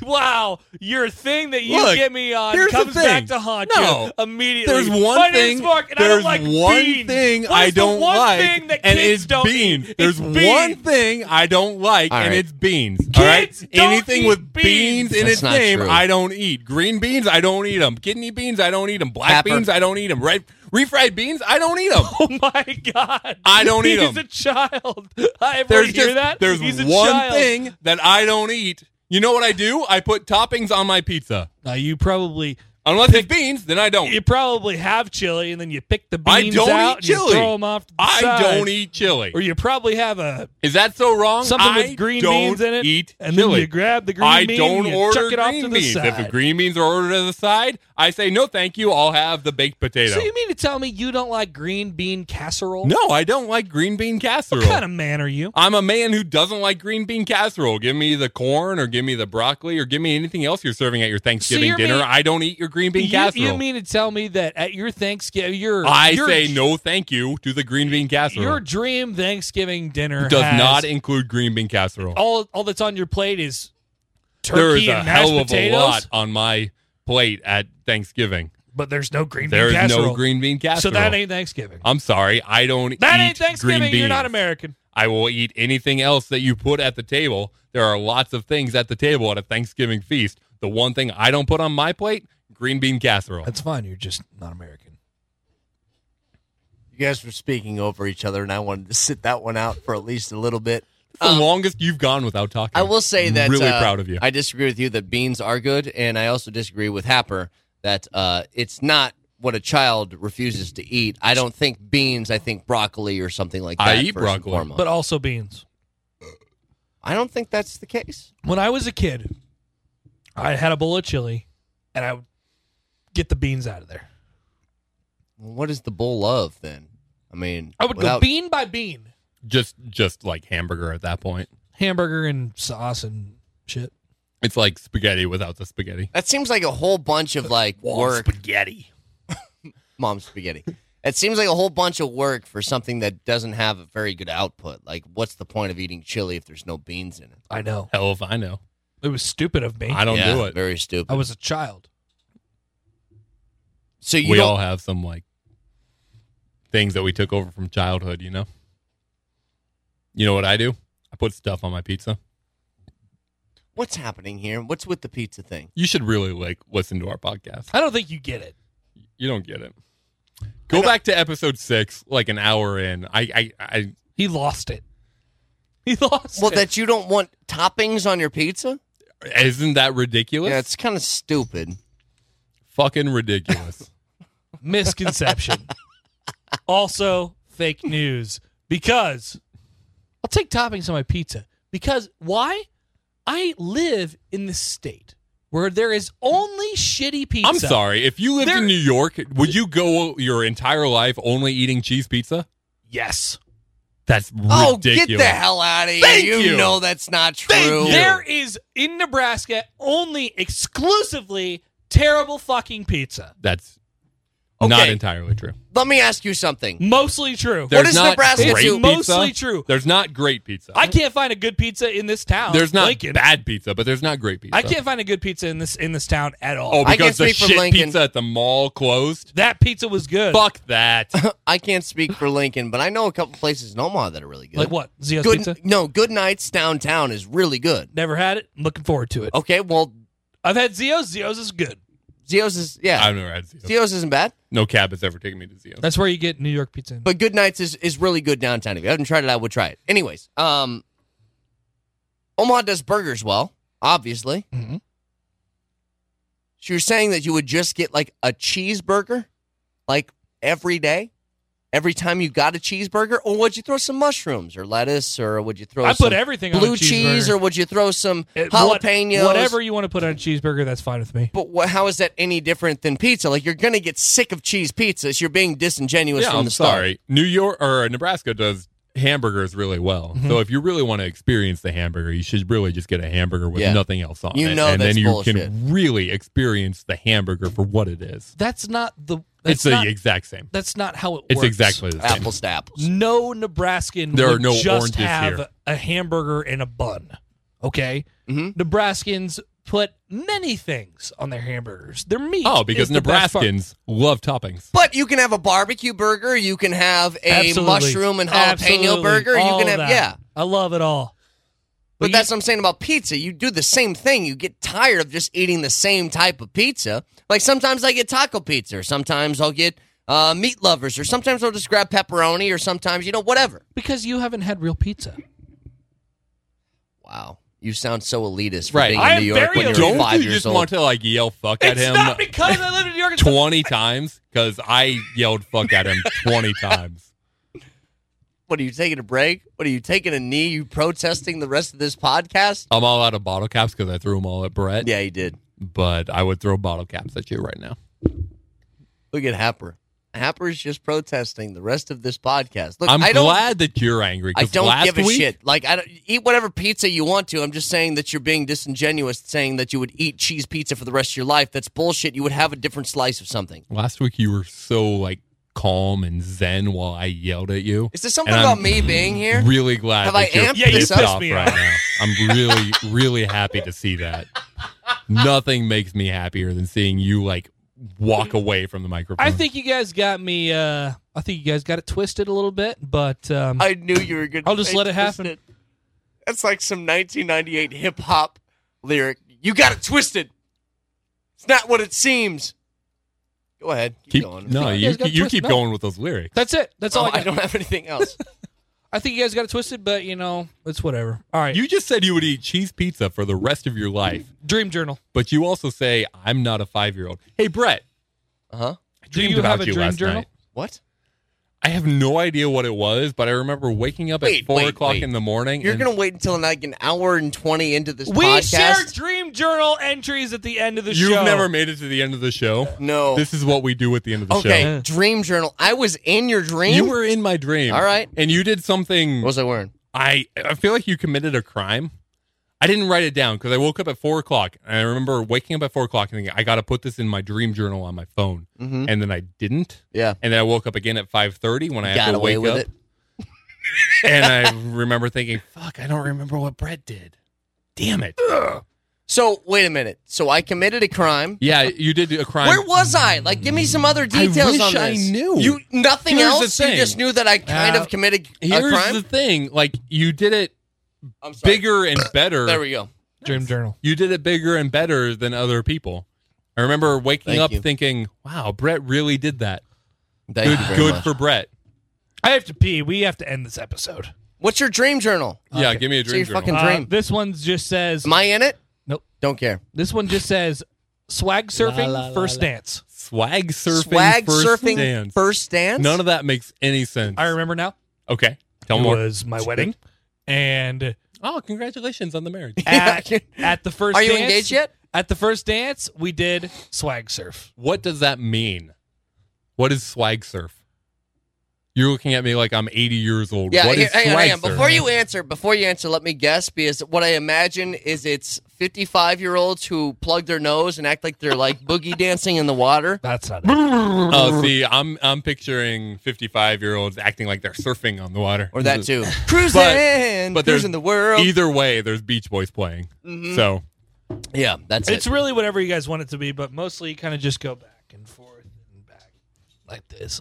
[SPEAKER 3] wow, your thing that you
[SPEAKER 1] Look,
[SPEAKER 3] get me on
[SPEAKER 1] here's the
[SPEAKER 3] comes back
[SPEAKER 1] thing.
[SPEAKER 3] to haunt
[SPEAKER 1] No.
[SPEAKER 3] you immediately.
[SPEAKER 1] There's one
[SPEAKER 3] My
[SPEAKER 1] thing.
[SPEAKER 3] name's Mark, and
[SPEAKER 1] there's
[SPEAKER 3] I don't like
[SPEAKER 1] one
[SPEAKER 3] beans.
[SPEAKER 1] thing
[SPEAKER 3] What
[SPEAKER 1] I
[SPEAKER 3] is the
[SPEAKER 1] don't
[SPEAKER 3] one
[SPEAKER 1] like,
[SPEAKER 3] thing that
[SPEAKER 1] and
[SPEAKER 3] kids
[SPEAKER 1] it's
[SPEAKER 3] don't
[SPEAKER 1] beans.
[SPEAKER 3] eat?
[SPEAKER 1] There's
[SPEAKER 3] It's beans.
[SPEAKER 1] one thing I don't like,
[SPEAKER 2] All
[SPEAKER 1] and
[SPEAKER 2] right.
[SPEAKER 1] it's beans. all right,
[SPEAKER 3] Kids don't
[SPEAKER 1] anything
[SPEAKER 3] eat
[SPEAKER 1] with
[SPEAKER 3] beans.
[SPEAKER 1] beans, in
[SPEAKER 2] That's
[SPEAKER 1] its
[SPEAKER 2] not
[SPEAKER 1] name,
[SPEAKER 2] true.
[SPEAKER 1] I don't eat. Green beans, I don't eat them. Kidney beans, I don't eat them. Black
[SPEAKER 2] Pepper.
[SPEAKER 1] beans, I don't eat them. Red refried beans, I don't eat them.
[SPEAKER 3] Oh my God!
[SPEAKER 1] I don't eat
[SPEAKER 3] He's
[SPEAKER 1] 'em.
[SPEAKER 3] a child. I ever
[SPEAKER 1] There's
[SPEAKER 3] hear
[SPEAKER 1] just-
[SPEAKER 3] that?
[SPEAKER 1] There's
[SPEAKER 3] He's a
[SPEAKER 1] one
[SPEAKER 3] child.
[SPEAKER 1] thing that I don't eat. You know what I do? I put toppings on my pizza.
[SPEAKER 3] Now you probably
[SPEAKER 1] Unless it's beans, then I don't.
[SPEAKER 3] you probably have chili, and then you pick the
[SPEAKER 1] I
[SPEAKER 3] beans
[SPEAKER 1] don't
[SPEAKER 3] out
[SPEAKER 1] eat
[SPEAKER 3] and you
[SPEAKER 1] chili.
[SPEAKER 3] throw them off. To the
[SPEAKER 1] I
[SPEAKER 3] side.
[SPEAKER 1] don't eat chili.
[SPEAKER 3] Or you probably have a
[SPEAKER 1] Is that so wrong?
[SPEAKER 3] something
[SPEAKER 1] I
[SPEAKER 3] with green
[SPEAKER 1] don't
[SPEAKER 3] beans in it,
[SPEAKER 1] Eat
[SPEAKER 3] and
[SPEAKER 1] chili.
[SPEAKER 3] then you grab the green
[SPEAKER 1] I
[SPEAKER 3] bean
[SPEAKER 1] don't
[SPEAKER 3] and you
[SPEAKER 1] order
[SPEAKER 3] chuck it off
[SPEAKER 1] green
[SPEAKER 3] to the
[SPEAKER 1] beans.
[SPEAKER 3] side.
[SPEAKER 1] If the green beans are ordered to the side, I say no, thank you. I'll have the baked potato.
[SPEAKER 3] so you mean to tell me you don't like green bean casserole?
[SPEAKER 1] no, I don't like green bean casserole.
[SPEAKER 3] What kind of man are you?
[SPEAKER 1] I'm a man who doesn't like green bean casserole. Give me the corn, or give me the broccoli, or give me anything else you're serving at your Thanksgiving
[SPEAKER 3] you're
[SPEAKER 1] dinner.
[SPEAKER 3] mean-
[SPEAKER 1] I don't eat your green bean
[SPEAKER 3] You,
[SPEAKER 1] casserole.
[SPEAKER 3] you mean to tell me that at your Thanksgiving, your
[SPEAKER 1] I
[SPEAKER 3] your,
[SPEAKER 1] say no, thank you to the green bean casserole.
[SPEAKER 3] Your dream Thanksgiving dinner
[SPEAKER 1] does
[SPEAKER 3] has-
[SPEAKER 1] not include green bean casserole.
[SPEAKER 3] all all that's on your plate is turkey
[SPEAKER 1] there is a
[SPEAKER 3] and mashed
[SPEAKER 1] hell of
[SPEAKER 3] potatoes,
[SPEAKER 1] a lot on my plate at Thanksgiving.
[SPEAKER 3] but there's no green
[SPEAKER 1] There
[SPEAKER 3] bean
[SPEAKER 1] is
[SPEAKER 3] casserole.
[SPEAKER 1] no green bean
[SPEAKER 3] so
[SPEAKER 1] casserole.
[SPEAKER 3] that ain't Thanksgiving.
[SPEAKER 1] I'm sorry, I don't.
[SPEAKER 3] that
[SPEAKER 1] eat
[SPEAKER 3] ain't Thanksgiving.
[SPEAKER 1] Green
[SPEAKER 3] You're not
[SPEAKER 1] beans.
[SPEAKER 3] American.
[SPEAKER 1] I will eat anything else that you put at the table. There are lots of things at the table at a Thanksgiving feast. The one thing I don't put on my plate: green bean casserole.
[SPEAKER 3] That's fine. You're just not American.
[SPEAKER 2] You guys were speaking over each other, and I wanted to sit that one out for at least a little bit.
[SPEAKER 1] the longest you've gone without talking.
[SPEAKER 2] Uh, I will say
[SPEAKER 1] I'm
[SPEAKER 2] that
[SPEAKER 1] really
[SPEAKER 2] uh,
[SPEAKER 1] proud of you.
[SPEAKER 2] I disagree with you that beans are good, and I also disagree with Happer that uh, it's not what a child refuses to eat. I don't think beans. I think broccoli or something like that.
[SPEAKER 1] I eat
[SPEAKER 2] first and
[SPEAKER 1] broccoli.
[SPEAKER 2] foremost.
[SPEAKER 3] but also beans.
[SPEAKER 2] I don't think that's the case.
[SPEAKER 3] When I was a kid, I had a bowl of chili, and I would get the beans out of there.
[SPEAKER 2] What is the bowl of then? I mean,
[SPEAKER 3] I would
[SPEAKER 2] without-
[SPEAKER 3] go bean by bean,
[SPEAKER 1] just just like hamburger at that point.
[SPEAKER 3] hamburger and sauce and shit.
[SPEAKER 1] It's like spaghetti without the spaghetti.
[SPEAKER 2] That seems like a whole bunch of like work,
[SPEAKER 3] spaghetti.
[SPEAKER 2] mom spaghetti. It seems like a whole bunch of work for something that doesn't have a very good output. Like, what's the point of eating chili if there's no beans in it?
[SPEAKER 3] I know
[SPEAKER 1] Hell if I know.
[SPEAKER 3] it was stupid of me.
[SPEAKER 1] I
[SPEAKER 3] I,
[SPEAKER 1] don't
[SPEAKER 2] Yeah,
[SPEAKER 1] do it. Oh,
[SPEAKER 2] Very stupid.
[SPEAKER 3] was a child.
[SPEAKER 2] so you
[SPEAKER 1] we
[SPEAKER 2] don't
[SPEAKER 1] all have some like things that we took over from childhood, you know? You know what I do? I put stuff on my pizza.
[SPEAKER 2] What's happening here? What's with the pizza thing?
[SPEAKER 1] You should really like listen to our podcast.
[SPEAKER 3] I don't think you get it.
[SPEAKER 1] You don't get it. Go back to episode six, like an hour in. I I, I
[SPEAKER 3] He lost it. He lost.
[SPEAKER 2] Well,
[SPEAKER 3] it.
[SPEAKER 2] that you don't want toppings on your pizza?
[SPEAKER 1] isn't that ridiculous?
[SPEAKER 2] Yeah, it's kind of stupid.
[SPEAKER 1] fucking ridiculous.
[SPEAKER 3] misconception. also, fake news because I'll take toppings on my pizza because why? I live in the state where there is only shitty pizza.
[SPEAKER 1] I'm sorry. If you lived
[SPEAKER 3] There-
[SPEAKER 1] in New York, would you go your entire life only eating cheese pizza?
[SPEAKER 3] Yes.
[SPEAKER 1] That's
[SPEAKER 2] Oh,
[SPEAKER 1] ridiculous.
[SPEAKER 2] get the hell out of here.
[SPEAKER 1] Thank
[SPEAKER 2] you,
[SPEAKER 1] you.
[SPEAKER 2] know that's not true.
[SPEAKER 1] you.
[SPEAKER 3] There is in Nebraska only exclusively terrible fucking pizza.
[SPEAKER 1] That's
[SPEAKER 2] Okay.
[SPEAKER 1] not entirely true.
[SPEAKER 2] Let me ask you something.
[SPEAKER 3] Mostly true.
[SPEAKER 1] There's
[SPEAKER 2] does
[SPEAKER 1] not
[SPEAKER 2] Nebraska
[SPEAKER 1] great
[SPEAKER 3] it's
[SPEAKER 2] do?
[SPEAKER 1] pizza.
[SPEAKER 3] mostly true.
[SPEAKER 1] There's not great pizza.
[SPEAKER 3] I can't find a good pizza in this town.
[SPEAKER 1] there's not
[SPEAKER 3] Lincoln.
[SPEAKER 1] bad pizza, but there's not great pizza.
[SPEAKER 3] I can't find a good pizza in this in this town at all.
[SPEAKER 1] Oh,
[SPEAKER 2] I can't
[SPEAKER 1] because the
[SPEAKER 2] speak for
[SPEAKER 1] shit
[SPEAKER 2] Lincoln.
[SPEAKER 1] pizza at the mall closed.
[SPEAKER 3] That pizza was good.
[SPEAKER 1] Fuck that.
[SPEAKER 2] I can't speak for Lincoln, but I know a couple places in Omaha that are really good.
[SPEAKER 3] Like what? Zio's
[SPEAKER 2] Good
[SPEAKER 3] Pizza?
[SPEAKER 2] No, Good Nights downtown is really good.
[SPEAKER 3] Never had it. I'm looking forward to it.
[SPEAKER 2] Okay, well,
[SPEAKER 3] I've had Zio's. Zio's is good.
[SPEAKER 2] Zio's is yeah.
[SPEAKER 1] I've never had Zio.
[SPEAKER 2] Zio's isn't bad,
[SPEAKER 1] No cab has ever taken me to Zio.
[SPEAKER 3] That's where you get New York pizza.
[SPEAKER 2] but Good Nights is, is really good downtown. If you haven't tried it, I would try it. Anyways, um Omaha does burgers well, obviously.
[SPEAKER 3] Mhm.
[SPEAKER 2] So you're saying that you would just get like a cheeseburger, like every day, every time you got a cheeseburger, or would you throw some mushrooms or lettuce, or would you throw
[SPEAKER 3] I
[SPEAKER 2] some
[SPEAKER 3] put everything on
[SPEAKER 2] blue
[SPEAKER 3] a
[SPEAKER 2] cheese, or
[SPEAKER 3] cheeseburger.
[SPEAKER 2] would you throw some
[SPEAKER 3] It- what-
[SPEAKER 2] jalapenos?
[SPEAKER 3] whatever you want to put on a cheeseburger, that's fine with me.
[SPEAKER 2] But wha how is that any different than pizza? Like you're gonna get sick of cheese pizzas. You're being disingenuous
[SPEAKER 1] yeah,
[SPEAKER 2] from
[SPEAKER 1] I'm
[SPEAKER 2] the start.
[SPEAKER 1] sorry. New York or Nebraska does hamburgers really well.
[SPEAKER 2] Mm-hmm.
[SPEAKER 1] So if you really want to experience the hamburger, you should really just get a hamburger with
[SPEAKER 2] Yeah.
[SPEAKER 1] nothing else on
[SPEAKER 2] You
[SPEAKER 1] it,
[SPEAKER 2] know
[SPEAKER 1] and
[SPEAKER 2] that's
[SPEAKER 1] then you
[SPEAKER 2] bullshit.
[SPEAKER 1] can really experience the hamburger for what it is.
[SPEAKER 3] That's not the.
[SPEAKER 1] it's
[SPEAKER 3] That's not,
[SPEAKER 1] the exact same.
[SPEAKER 3] That's not how it
[SPEAKER 1] It's
[SPEAKER 3] works.
[SPEAKER 1] exactly the same.
[SPEAKER 2] Apples to apples.
[SPEAKER 3] No Nebraskan
[SPEAKER 1] There are
[SPEAKER 3] would
[SPEAKER 1] no
[SPEAKER 3] just
[SPEAKER 1] oranges
[SPEAKER 3] have
[SPEAKER 1] here.
[SPEAKER 3] a hamburger and a bun. Okay,
[SPEAKER 1] Mm-hmm.
[SPEAKER 2] Mhm.
[SPEAKER 3] Nebraskans put many things on their hamburgers. Their meat.
[SPEAKER 1] Oh, because
[SPEAKER 3] is the best part.
[SPEAKER 1] Nebraskans love toppings.
[SPEAKER 2] But you can have a barbecue burger. You can have a
[SPEAKER 3] Absolutely.
[SPEAKER 2] mushroom and jalapeno
[SPEAKER 3] Absolutely.
[SPEAKER 2] burger.
[SPEAKER 3] All
[SPEAKER 2] you can have
[SPEAKER 3] that.
[SPEAKER 2] yeah.
[SPEAKER 3] I love it all.
[SPEAKER 2] But
[SPEAKER 3] you-
[SPEAKER 2] that's what I'm saying about pizza. You do the same thing. You get tired of just eating the same type of pizza. Like sometimes I get taco pizza, or sometimes I'll get uh, meat lovers, or sometimes I'll just grab pepperoni, or sometimes you know whatever.
[SPEAKER 3] because you haven't had real pizza.
[SPEAKER 2] Wow, you sound so elitist for
[SPEAKER 1] Right.
[SPEAKER 2] being
[SPEAKER 3] I
[SPEAKER 2] in
[SPEAKER 3] am
[SPEAKER 2] New York
[SPEAKER 3] very
[SPEAKER 2] when you're
[SPEAKER 3] elitist.
[SPEAKER 1] Don't
[SPEAKER 2] five
[SPEAKER 1] you
[SPEAKER 2] years
[SPEAKER 1] just
[SPEAKER 2] old.
[SPEAKER 1] want to like yell fuck at
[SPEAKER 3] It's
[SPEAKER 1] him
[SPEAKER 3] not because I live in New York. It's
[SPEAKER 1] twenty times? Because I yelled fuck at him twenty times.
[SPEAKER 2] What are you taking a break? What are you taking a knee? You protesting the rest of this podcast?
[SPEAKER 1] I'm all out of bottle caps because I threw them all at Brett.
[SPEAKER 2] Yeah, he did.
[SPEAKER 1] But I would throw bottle caps at you right now.
[SPEAKER 2] Look at Happer. Happer's just protesting the rest of this podcast. Look,
[SPEAKER 1] I'm
[SPEAKER 2] I don't,
[SPEAKER 1] glad that you're angry.
[SPEAKER 2] I
[SPEAKER 1] 'cause
[SPEAKER 2] don't
[SPEAKER 1] last
[SPEAKER 2] give a
[SPEAKER 1] week-
[SPEAKER 2] shit. Like, I don't, eat whatever pizza you want to. I'm just saying that you're being disingenuous, saying that you would eat cheese pizza for the rest of your life. That's bullshit. You would have a different slice of something.
[SPEAKER 1] Last week you were so like calm and zen while I yelled at you.
[SPEAKER 2] Is there something
[SPEAKER 1] And I'm
[SPEAKER 2] about me being here?
[SPEAKER 1] Really glad
[SPEAKER 2] Have
[SPEAKER 1] that
[SPEAKER 2] I
[SPEAKER 1] you're
[SPEAKER 2] amped Yeah, you
[SPEAKER 1] pissed
[SPEAKER 2] pissed
[SPEAKER 1] off
[SPEAKER 3] me
[SPEAKER 1] right
[SPEAKER 3] off.
[SPEAKER 1] now. I'm really, really happy to see that. Nothing makes me happier than seeing you like walk away from the microphone.
[SPEAKER 3] I think you guys got me. Uh, I think you guys got it twisted a little bit, but um,
[SPEAKER 2] I knew you were going. to
[SPEAKER 3] I'll just let it happen.
[SPEAKER 2] That's like some 1998 hip hop lyric. You got it twisted. It's not what it seems. Go ahead. Keep,
[SPEAKER 1] keep
[SPEAKER 2] going.
[SPEAKER 1] no,
[SPEAKER 3] Yeah,
[SPEAKER 1] you
[SPEAKER 3] it's got
[SPEAKER 1] you
[SPEAKER 3] twist-
[SPEAKER 1] keep
[SPEAKER 3] no.
[SPEAKER 1] going with those lyrics.
[SPEAKER 3] that's it. That's all
[SPEAKER 2] Oh,
[SPEAKER 3] I, got.
[SPEAKER 2] I don't have anything else.
[SPEAKER 3] I think you guys got it twisted, but you know, it's whatever. All right.
[SPEAKER 1] You just said you would eat cheese pizza for the rest of your life,
[SPEAKER 3] Dream Journal.
[SPEAKER 1] but you also say I'm not a five year old. Hey Brett,
[SPEAKER 2] Uh huh.
[SPEAKER 1] I
[SPEAKER 3] Do
[SPEAKER 1] dreamed
[SPEAKER 3] you
[SPEAKER 1] about
[SPEAKER 3] have a
[SPEAKER 1] you
[SPEAKER 3] dream
[SPEAKER 1] last
[SPEAKER 3] journal?
[SPEAKER 1] night.
[SPEAKER 2] What?
[SPEAKER 1] I have no idea what it was, but I remember waking up
[SPEAKER 2] Wait,
[SPEAKER 1] at four
[SPEAKER 2] wait,
[SPEAKER 1] o'clock
[SPEAKER 2] wait.
[SPEAKER 1] in the morning.
[SPEAKER 2] You're
[SPEAKER 1] and-
[SPEAKER 2] gonna wait until like an hour and twenty into this
[SPEAKER 3] We share
[SPEAKER 2] podcast?
[SPEAKER 3] Dream Journal entries at the end of the
[SPEAKER 1] You've
[SPEAKER 3] show.
[SPEAKER 1] never made it to the end of the show.
[SPEAKER 2] no.
[SPEAKER 1] This is what we do at the end of the
[SPEAKER 2] okay.
[SPEAKER 1] show.
[SPEAKER 2] Dream journal. I was in your dream.
[SPEAKER 1] You were in my dream.
[SPEAKER 2] All right.
[SPEAKER 1] And you did something
[SPEAKER 2] What was I wearing?
[SPEAKER 1] I I feel like you committed a crime. I didn't write it down because I woke up at four o'clock and I remember waking up at four o'clock and thinking I got to put this in my dream journal on my phone,
[SPEAKER 2] Mm-hmm.
[SPEAKER 1] and then I didn't.
[SPEAKER 2] Yeah.
[SPEAKER 1] And then I woke up again at five thirty when I had
[SPEAKER 2] Got
[SPEAKER 1] to
[SPEAKER 2] away
[SPEAKER 1] wake
[SPEAKER 2] with
[SPEAKER 1] up,
[SPEAKER 2] it.
[SPEAKER 1] and I remember thinking, "Fuck, I don't remember what Brett did." Damn it!
[SPEAKER 2] So wait a minute. So I committed a crime.
[SPEAKER 1] Yeah, you did a crime.
[SPEAKER 2] Where was I? Like, give me some other details
[SPEAKER 1] wish
[SPEAKER 2] on
[SPEAKER 1] I
[SPEAKER 2] this.
[SPEAKER 1] knew.
[SPEAKER 2] You nothing
[SPEAKER 1] Here's the
[SPEAKER 2] else. You
[SPEAKER 1] thing.
[SPEAKER 2] just knew that I kind
[SPEAKER 3] Uh,
[SPEAKER 2] of committed a
[SPEAKER 1] Here's
[SPEAKER 2] crime.
[SPEAKER 1] the thing: like you did it
[SPEAKER 2] I'm sorry.
[SPEAKER 1] bigger and better.
[SPEAKER 2] There we go.
[SPEAKER 3] Dream Journal.
[SPEAKER 1] you did it bigger and better than other people. I remember waking
[SPEAKER 2] Thank
[SPEAKER 1] up
[SPEAKER 2] you.
[SPEAKER 1] thinking, "Wow, Brett really did that."
[SPEAKER 2] Thank you
[SPEAKER 1] good,
[SPEAKER 2] very
[SPEAKER 1] good
[SPEAKER 2] much.
[SPEAKER 1] for Brett.
[SPEAKER 3] I have to pee. We have to end this episode.
[SPEAKER 2] What's your dream journal?
[SPEAKER 1] Yeah,
[SPEAKER 3] Okay.
[SPEAKER 1] give me a
[SPEAKER 2] So
[SPEAKER 1] dream
[SPEAKER 2] you're
[SPEAKER 1] journal.
[SPEAKER 2] fucking- Dream.
[SPEAKER 3] this one just says.
[SPEAKER 2] Am I in it?
[SPEAKER 3] Nope.
[SPEAKER 2] Don't care.
[SPEAKER 3] This one just says swag surfing
[SPEAKER 5] la, la,
[SPEAKER 3] first
[SPEAKER 5] la.
[SPEAKER 3] dance.
[SPEAKER 1] Swag surfing,
[SPEAKER 2] Swag
[SPEAKER 1] first
[SPEAKER 2] surfing
[SPEAKER 1] dance.
[SPEAKER 2] first dance.
[SPEAKER 1] None of that makes any sense.
[SPEAKER 3] I remember now.
[SPEAKER 1] Okay, tell
[SPEAKER 3] it
[SPEAKER 1] me more.
[SPEAKER 3] was my wedding, and
[SPEAKER 1] Oh, congratulations on the marriage.
[SPEAKER 3] at, at the first.
[SPEAKER 2] Are you
[SPEAKER 3] dance-
[SPEAKER 2] engaged yet?
[SPEAKER 3] At the first dance, we did swag surf.
[SPEAKER 1] what does that mean? What is swag surf? You're looking at me like I'm 80 years old.
[SPEAKER 2] Yeah,
[SPEAKER 1] What
[SPEAKER 2] here-
[SPEAKER 1] is
[SPEAKER 2] hang on,
[SPEAKER 1] swag
[SPEAKER 2] hang on.
[SPEAKER 1] surf?
[SPEAKER 2] Before you answer, before you answer, let me guess because what I imagine is it's 55 year olds who plug their nose and act like they're like boogie dancing in the water.
[SPEAKER 3] That's not it.
[SPEAKER 1] Oh, see, I'm I'm picturing 55 year olds acting like they're surfing on the water,
[SPEAKER 2] Or that too. Cruising,
[SPEAKER 1] but there's
[SPEAKER 2] cruising the world.
[SPEAKER 1] Either way, there's Beach Boys playing.
[SPEAKER 2] Mm-hmm.
[SPEAKER 1] So
[SPEAKER 2] yeah, that's
[SPEAKER 3] It's
[SPEAKER 2] it.
[SPEAKER 3] really whatever you guys want it to be, but mostly you kind of just go back and forth and back like this.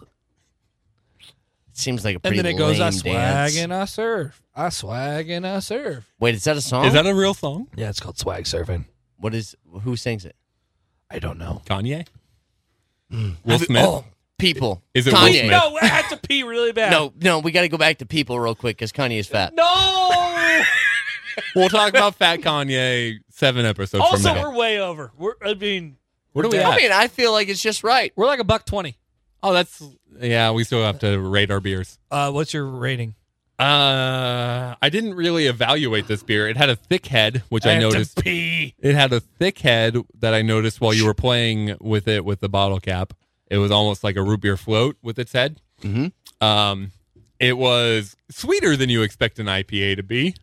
[SPEAKER 2] Seems like a
[SPEAKER 3] And
[SPEAKER 2] pretty
[SPEAKER 3] then it goes, I
[SPEAKER 2] lame
[SPEAKER 3] swag
[SPEAKER 2] dance.
[SPEAKER 3] and I surf. I swag and I surf.
[SPEAKER 2] Wait, is that a song?
[SPEAKER 1] is that a real song?
[SPEAKER 3] Yeah, it's called swag surfing.
[SPEAKER 2] what is? Who sings it?
[SPEAKER 3] I don't know.
[SPEAKER 1] Kanye, Will Smith.
[SPEAKER 2] Oh, people.
[SPEAKER 1] Is it Will
[SPEAKER 2] Kanye?
[SPEAKER 1] Smith?
[SPEAKER 3] No, I had to pee really bad.
[SPEAKER 2] No, no, we got to go back to people real quick because Kanye is fat.
[SPEAKER 3] No.
[SPEAKER 1] We'll talk about Fat Kanye seven episodes
[SPEAKER 3] also,
[SPEAKER 1] from now.
[SPEAKER 3] we're way over. We're, I mean,
[SPEAKER 1] What are we
[SPEAKER 2] I
[SPEAKER 1] at?
[SPEAKER 2] mean, I feel like it's just right.
[SPEAKER 3] we're like a buck twenty.
[SPEAKER 1] Oh, that's yeah. We still have to rate our beers.
[SPEAKER 3] Uh, what's your rating?
[SPEAKER 1] Uh, I didn't really evaluate this beer. It had a thick head, which I,
[SPEAKER 3] had to
[SPEAKER 1] noticed.
[SPEAKER 3] pee.
[SPEAKER 1] It had a thick head that I noticed while you were playing with it with the bottle cap. It was almost like a root beer float with its head.
[SPEAKER 2] Mhm.
[SPEAKER 1] Um, it was sweeter than you expect an IPA to be.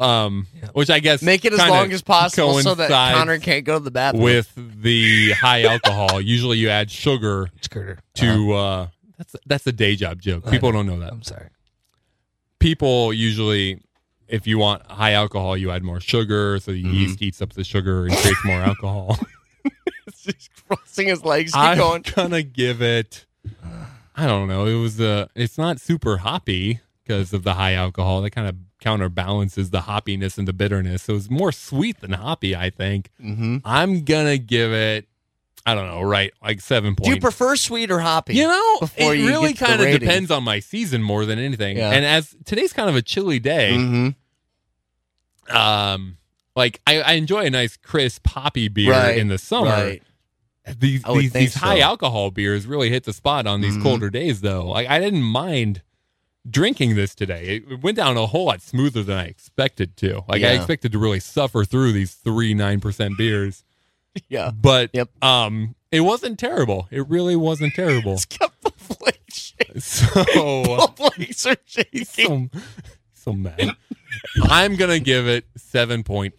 [SPEAKER 1] Um, which I guess
[SPEAKER 2] Make it as
[SPEAKER 1] kinda
[SPEAKER 2] long as possible so that
[SPEAKER 1] coincides
[SPEAKER 2] Connor can't go to the bathroom.
[SPEAKER 1] with the high alcohol. Usually, you add sugar
[SPEAKER 3] It's Curter.
[SPEAKER 1] to
[SPEAKER 2] Uh-huh.
[SPEAKER 1] uh, that's that's a day job joke. People don't know that.
[SPEAKER 3] I'm sorry.
[SPEAKER 1] People usually, if you want high alcohol, you add more sugar, so the yeast eats up the sugar and creates more alcohol.
[SPEAKER 2] just crossing his legs. Keep
[SPEAKER 1] I'm
[SPEAKER 2] going.
[SPEAKER 1] gonna give it. I don't know. It was uh It's not super hoppy because of the high alcohol. That kind of counterbalances the hoppiness and the bitterness. So it's more sweet than hoppy. I think.
[SPEAKER 2] Mm-hmm.
[SPEAKER 1] I'm gonna give it. I don't know. Right, like seven
[SPEAKER 2] Do
[SPEAKER 1] points.
[SPEAKER 2] you prefer sweet or hoppy?
[SPEAKER 1] You know,
[SPEAKER 2] before
[SPEAKER 1] it
[SPEAKER 2] you
[SPEAKER 1] really
[SPEAKER 2] get to the
[SPEAKER 1] kind of
[SPEAKER 2] rating.
[SPEAKER 1] depends on my season more than anything.
[SPEAKER 2] Yeah.
[SPEAKER 1] And as today's kind of a chilly day,
[SPEAKER 2] Mm-hmm.
[SPEAKER 1] um, like I, I enjoy a nice crisp poppy beer
[SPEAKER 2] Right,
[SPEAKER 1] in the summer.
[SPEAKER 2] Right.
[SPEAKER 1] These
[SPEAKER 2] I would
[SPEAKER 1] these,
[SPEAKER 2] think
[SPEAKER 1] these high
[SPEAKER 2] so.
[SPEAKER 1] alcohol beers really hit the spot on these
[SPEAKER 2] Mhm.
[SPEAKER 1] colder days, though. Like I didn't mind drinking this today. It went down a whole lot smoother than I expected to. Like I
[SPEAKER 2] Yeah.
[SPEAKER 1] expected to really suffer through these three nine percent beers,
[SPEAKER 2] Yeah.
[SPEAKER 1] but
[SPEAKER 2] Yep.
[SPEAKER 1] um, it wasn't terrible. It really wasn't terrible.
[SPEAKER 2] It's got the flakes.
[SPEAKER 1] so.
[SPEAKER 2] The flakes are shaking.
[SPEAKER 1] so, so mad. I'm gonna give it 7.0.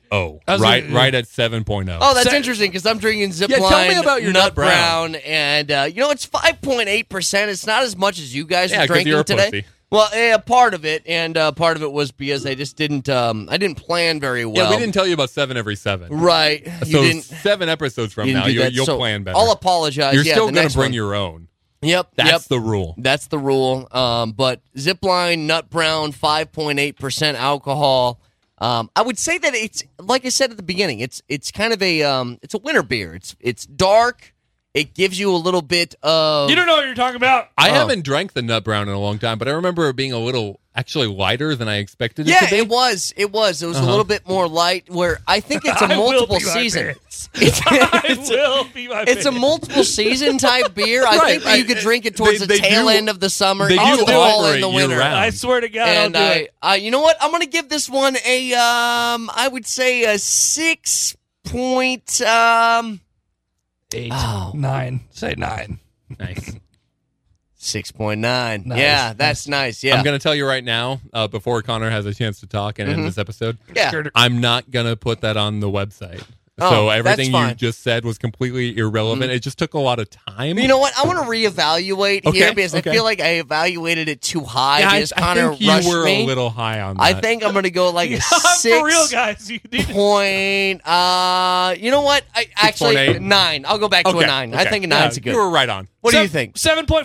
[SPEAKER 3] I was
[SPEAKER 1] Right,
[SPEAKER 3] gonna-
[SPEAKER 1] right at 7.0.
[SPEAKER 2] Oh, that's
[SPEAKER 3] So-
[SPEAKER 2] interesting because I'm drinking Zipline
[SPEAKER 1] Yeah, tell me about your Nut
[SPEAKER 2] Nut
[SPEAKER 1] Brown.
[SPEAKER 2] Brown, and uh, you know it's 5.8 percent. It's not as much as you guys
[SPEAKER 1] Yeah,
[SPEAKER 2] are
[SPEAKER 1] 'cause
[SPEAKER 2] drinking
[SPEAKER 1] you're a
[SPEAKER 2] today.
[SPEAKER 1] pussy.
[SPEAKER 2] Well, yeah, part of it, and uh, part of it was because I just didn't. Um, I didn't plan very well.
[SPEAKER 1] yeah, we didn't tell you about seven every seven.
[SPEAKER 2] Right, you
[SPEAKER 1] so
[SPEAKER 2] didn't.
[SPEAKER 1] seven episodes from
[SPEAKER 2] You didn't
[SPEAKER 1] now,
[SPEAKER 2] do
[SPEAKER 1] you,
[SPEAKER 2] that.
[SPEAKER 1] you'll
[SPEAKER 2] so
[SPEAKER 1] plan better.
[SPEAKER 2] I'll apologize.
[SPEAKER 1] You're
[SPEAKER 2] yeah,
[SPEAKER 1] still
[SPEAKER 2] the
[SPEAKER 1] gonna
[SPEAKER 2] next
[SPEAKER 1] bring
[SPEAKER 2] one.
[SPEAKER 1] your own.
[SPEAKER 2] Yep.
[SPEAKER 1] That's
[SPEAKER 2] yep.
[SPEAKER 1] the rule.
[SPEAKER 2] That's the rule. Um, but Zipline Nut Brown, 5.8% alcohol. Um, I would say that it's like I said at the beginning. It's it's kind of a um, it's a winter beer. It's it's dark. It gives you a little bit of
[SPEAKER 3] You don't know what you're talking about.
[SPEAKER 1] I
[SPEAKER 2] Oh.
[SPEAKER 1] haven't drank the nut brown in a long time, but I remember it being a little actually lighter than I expected it
[SPEAKER 2] yeah,
[SPEAKER 1] to be.
[SPEAKER 2] it was. It was. It was a
[SPEAKER 1] Uh-huh.
[SPEAKER 2] little bit more light. Where I think it's a
[SPEAKER 3] I will
[SPEAKER 2] multiple
[SPEAKER 3] pee my
[SPEAKER 2] season.
[SPEAKER 3] pants.
[SPEAKER 2] It's,
[SPEAKER 3] I
[SPEAKER 2] it's a-
[SPEAKER 3] will be my
[SPEAKER 2] it's a
[SPEAKER 3] pants.
[SPEAKER 2] multiple season type beer. I
[SPEAKER 1] Right,
[SPEAKER 2] think that
[SPEAKER 1] right.
[SPEAKER 2] you could drink it towards
[SPEAKER 1] They-
[SPEAKER 2] the
[SPEAKER 1] they
[SPEAKER 2] tail
[SPEAKER 1] do-
[SPEAKER 2] end of the summer.
[SPEAKER 1] they
[SPEAKER 2] and
[SPEAKER 1] do
[SPEAKER 2] the all in
[SPEAKER 1] operate
[SPEAKER 2] the winter.
[SPEAKER 1] year-round.
[SPEAKER 3] I swear to God,
[SPEAKER 2] And
[SPEAKER 3] I'll do
[SPEAKER 2] I,
[SPEAKER 3] it.
[SPEAKER 2] I, you know what? I'm gonna give this one a, um, I would say a six point, um,
[SPEAKER 3] Eight,
[SPEAKER 2] Oh.
[SPEAKER 3] nine, say nine.
[SPEAKER 1] Nice.
[SPEAKER 2] six point nine.
[SPEAKER 3] Nice,
[SPEAKER 2] Yeah, that's nice. Yeah,
[SPEAKER 1] I'm going to tell you right now, uh, before Connor has a chance to talk and
[SPEAKER 2] Mm-hmm.
[SPEAKER 1] end this episode,
[SPEAKER 2] yeah.
[SPEAKER 1] I'm not going to put that on the website.
[SPEAKER 2] Oh,
[SPEAKER 1] so
[SPEAKER 2] that's
[SPEAKER 1] everything you
[SPEAKER 2] fine. Mm.
[SPEAKER 1] just said was completely irrelevant. It just took a lot of time.
[SPEAKER 2] You know what? I want to reevaluate
[SPEAKER 1] Okay,
[SPEAKER 2] here because
[SPEAKER 1] okay.
[SPEAKER 2] I feel like I evaluated it too high.
[SPEAKER 1] yeah, I,
[SPEAKER 2] because
[SPEAKER 1] I
[SPEAKER 2] Connor
[SPEAKER 1] think you
[SPEAKER 2] rushed
[SPEAKER 1] were
[SPEAKER 2] me.
[SPEAKER 1] a little high on that.
[SPEAKER 2] I think I'm gonna go like a six.
[SPEAKER 3] For real, guys. You need to
[SPEAKER 2] point. Uh, you know what? I actually
[SPEAKER 1] 6.8.
[SPEAKER 2] nine. I'll go back to a
[SPEAKER 1] Okay,
[SPEAKER 2] nine. I
[SPEAKER 1] okay.
[SPEAKER 2] think a
[SPEAKER 1] Yeah,
[SPEAKER 2] nine's a good.
[SPEAKER 1] You were right on.
[SPEAKER 2] What do you
[SPEAKER 3] Seven-
[SPEAKER 2] think?
[SPEAKER 3] Seven point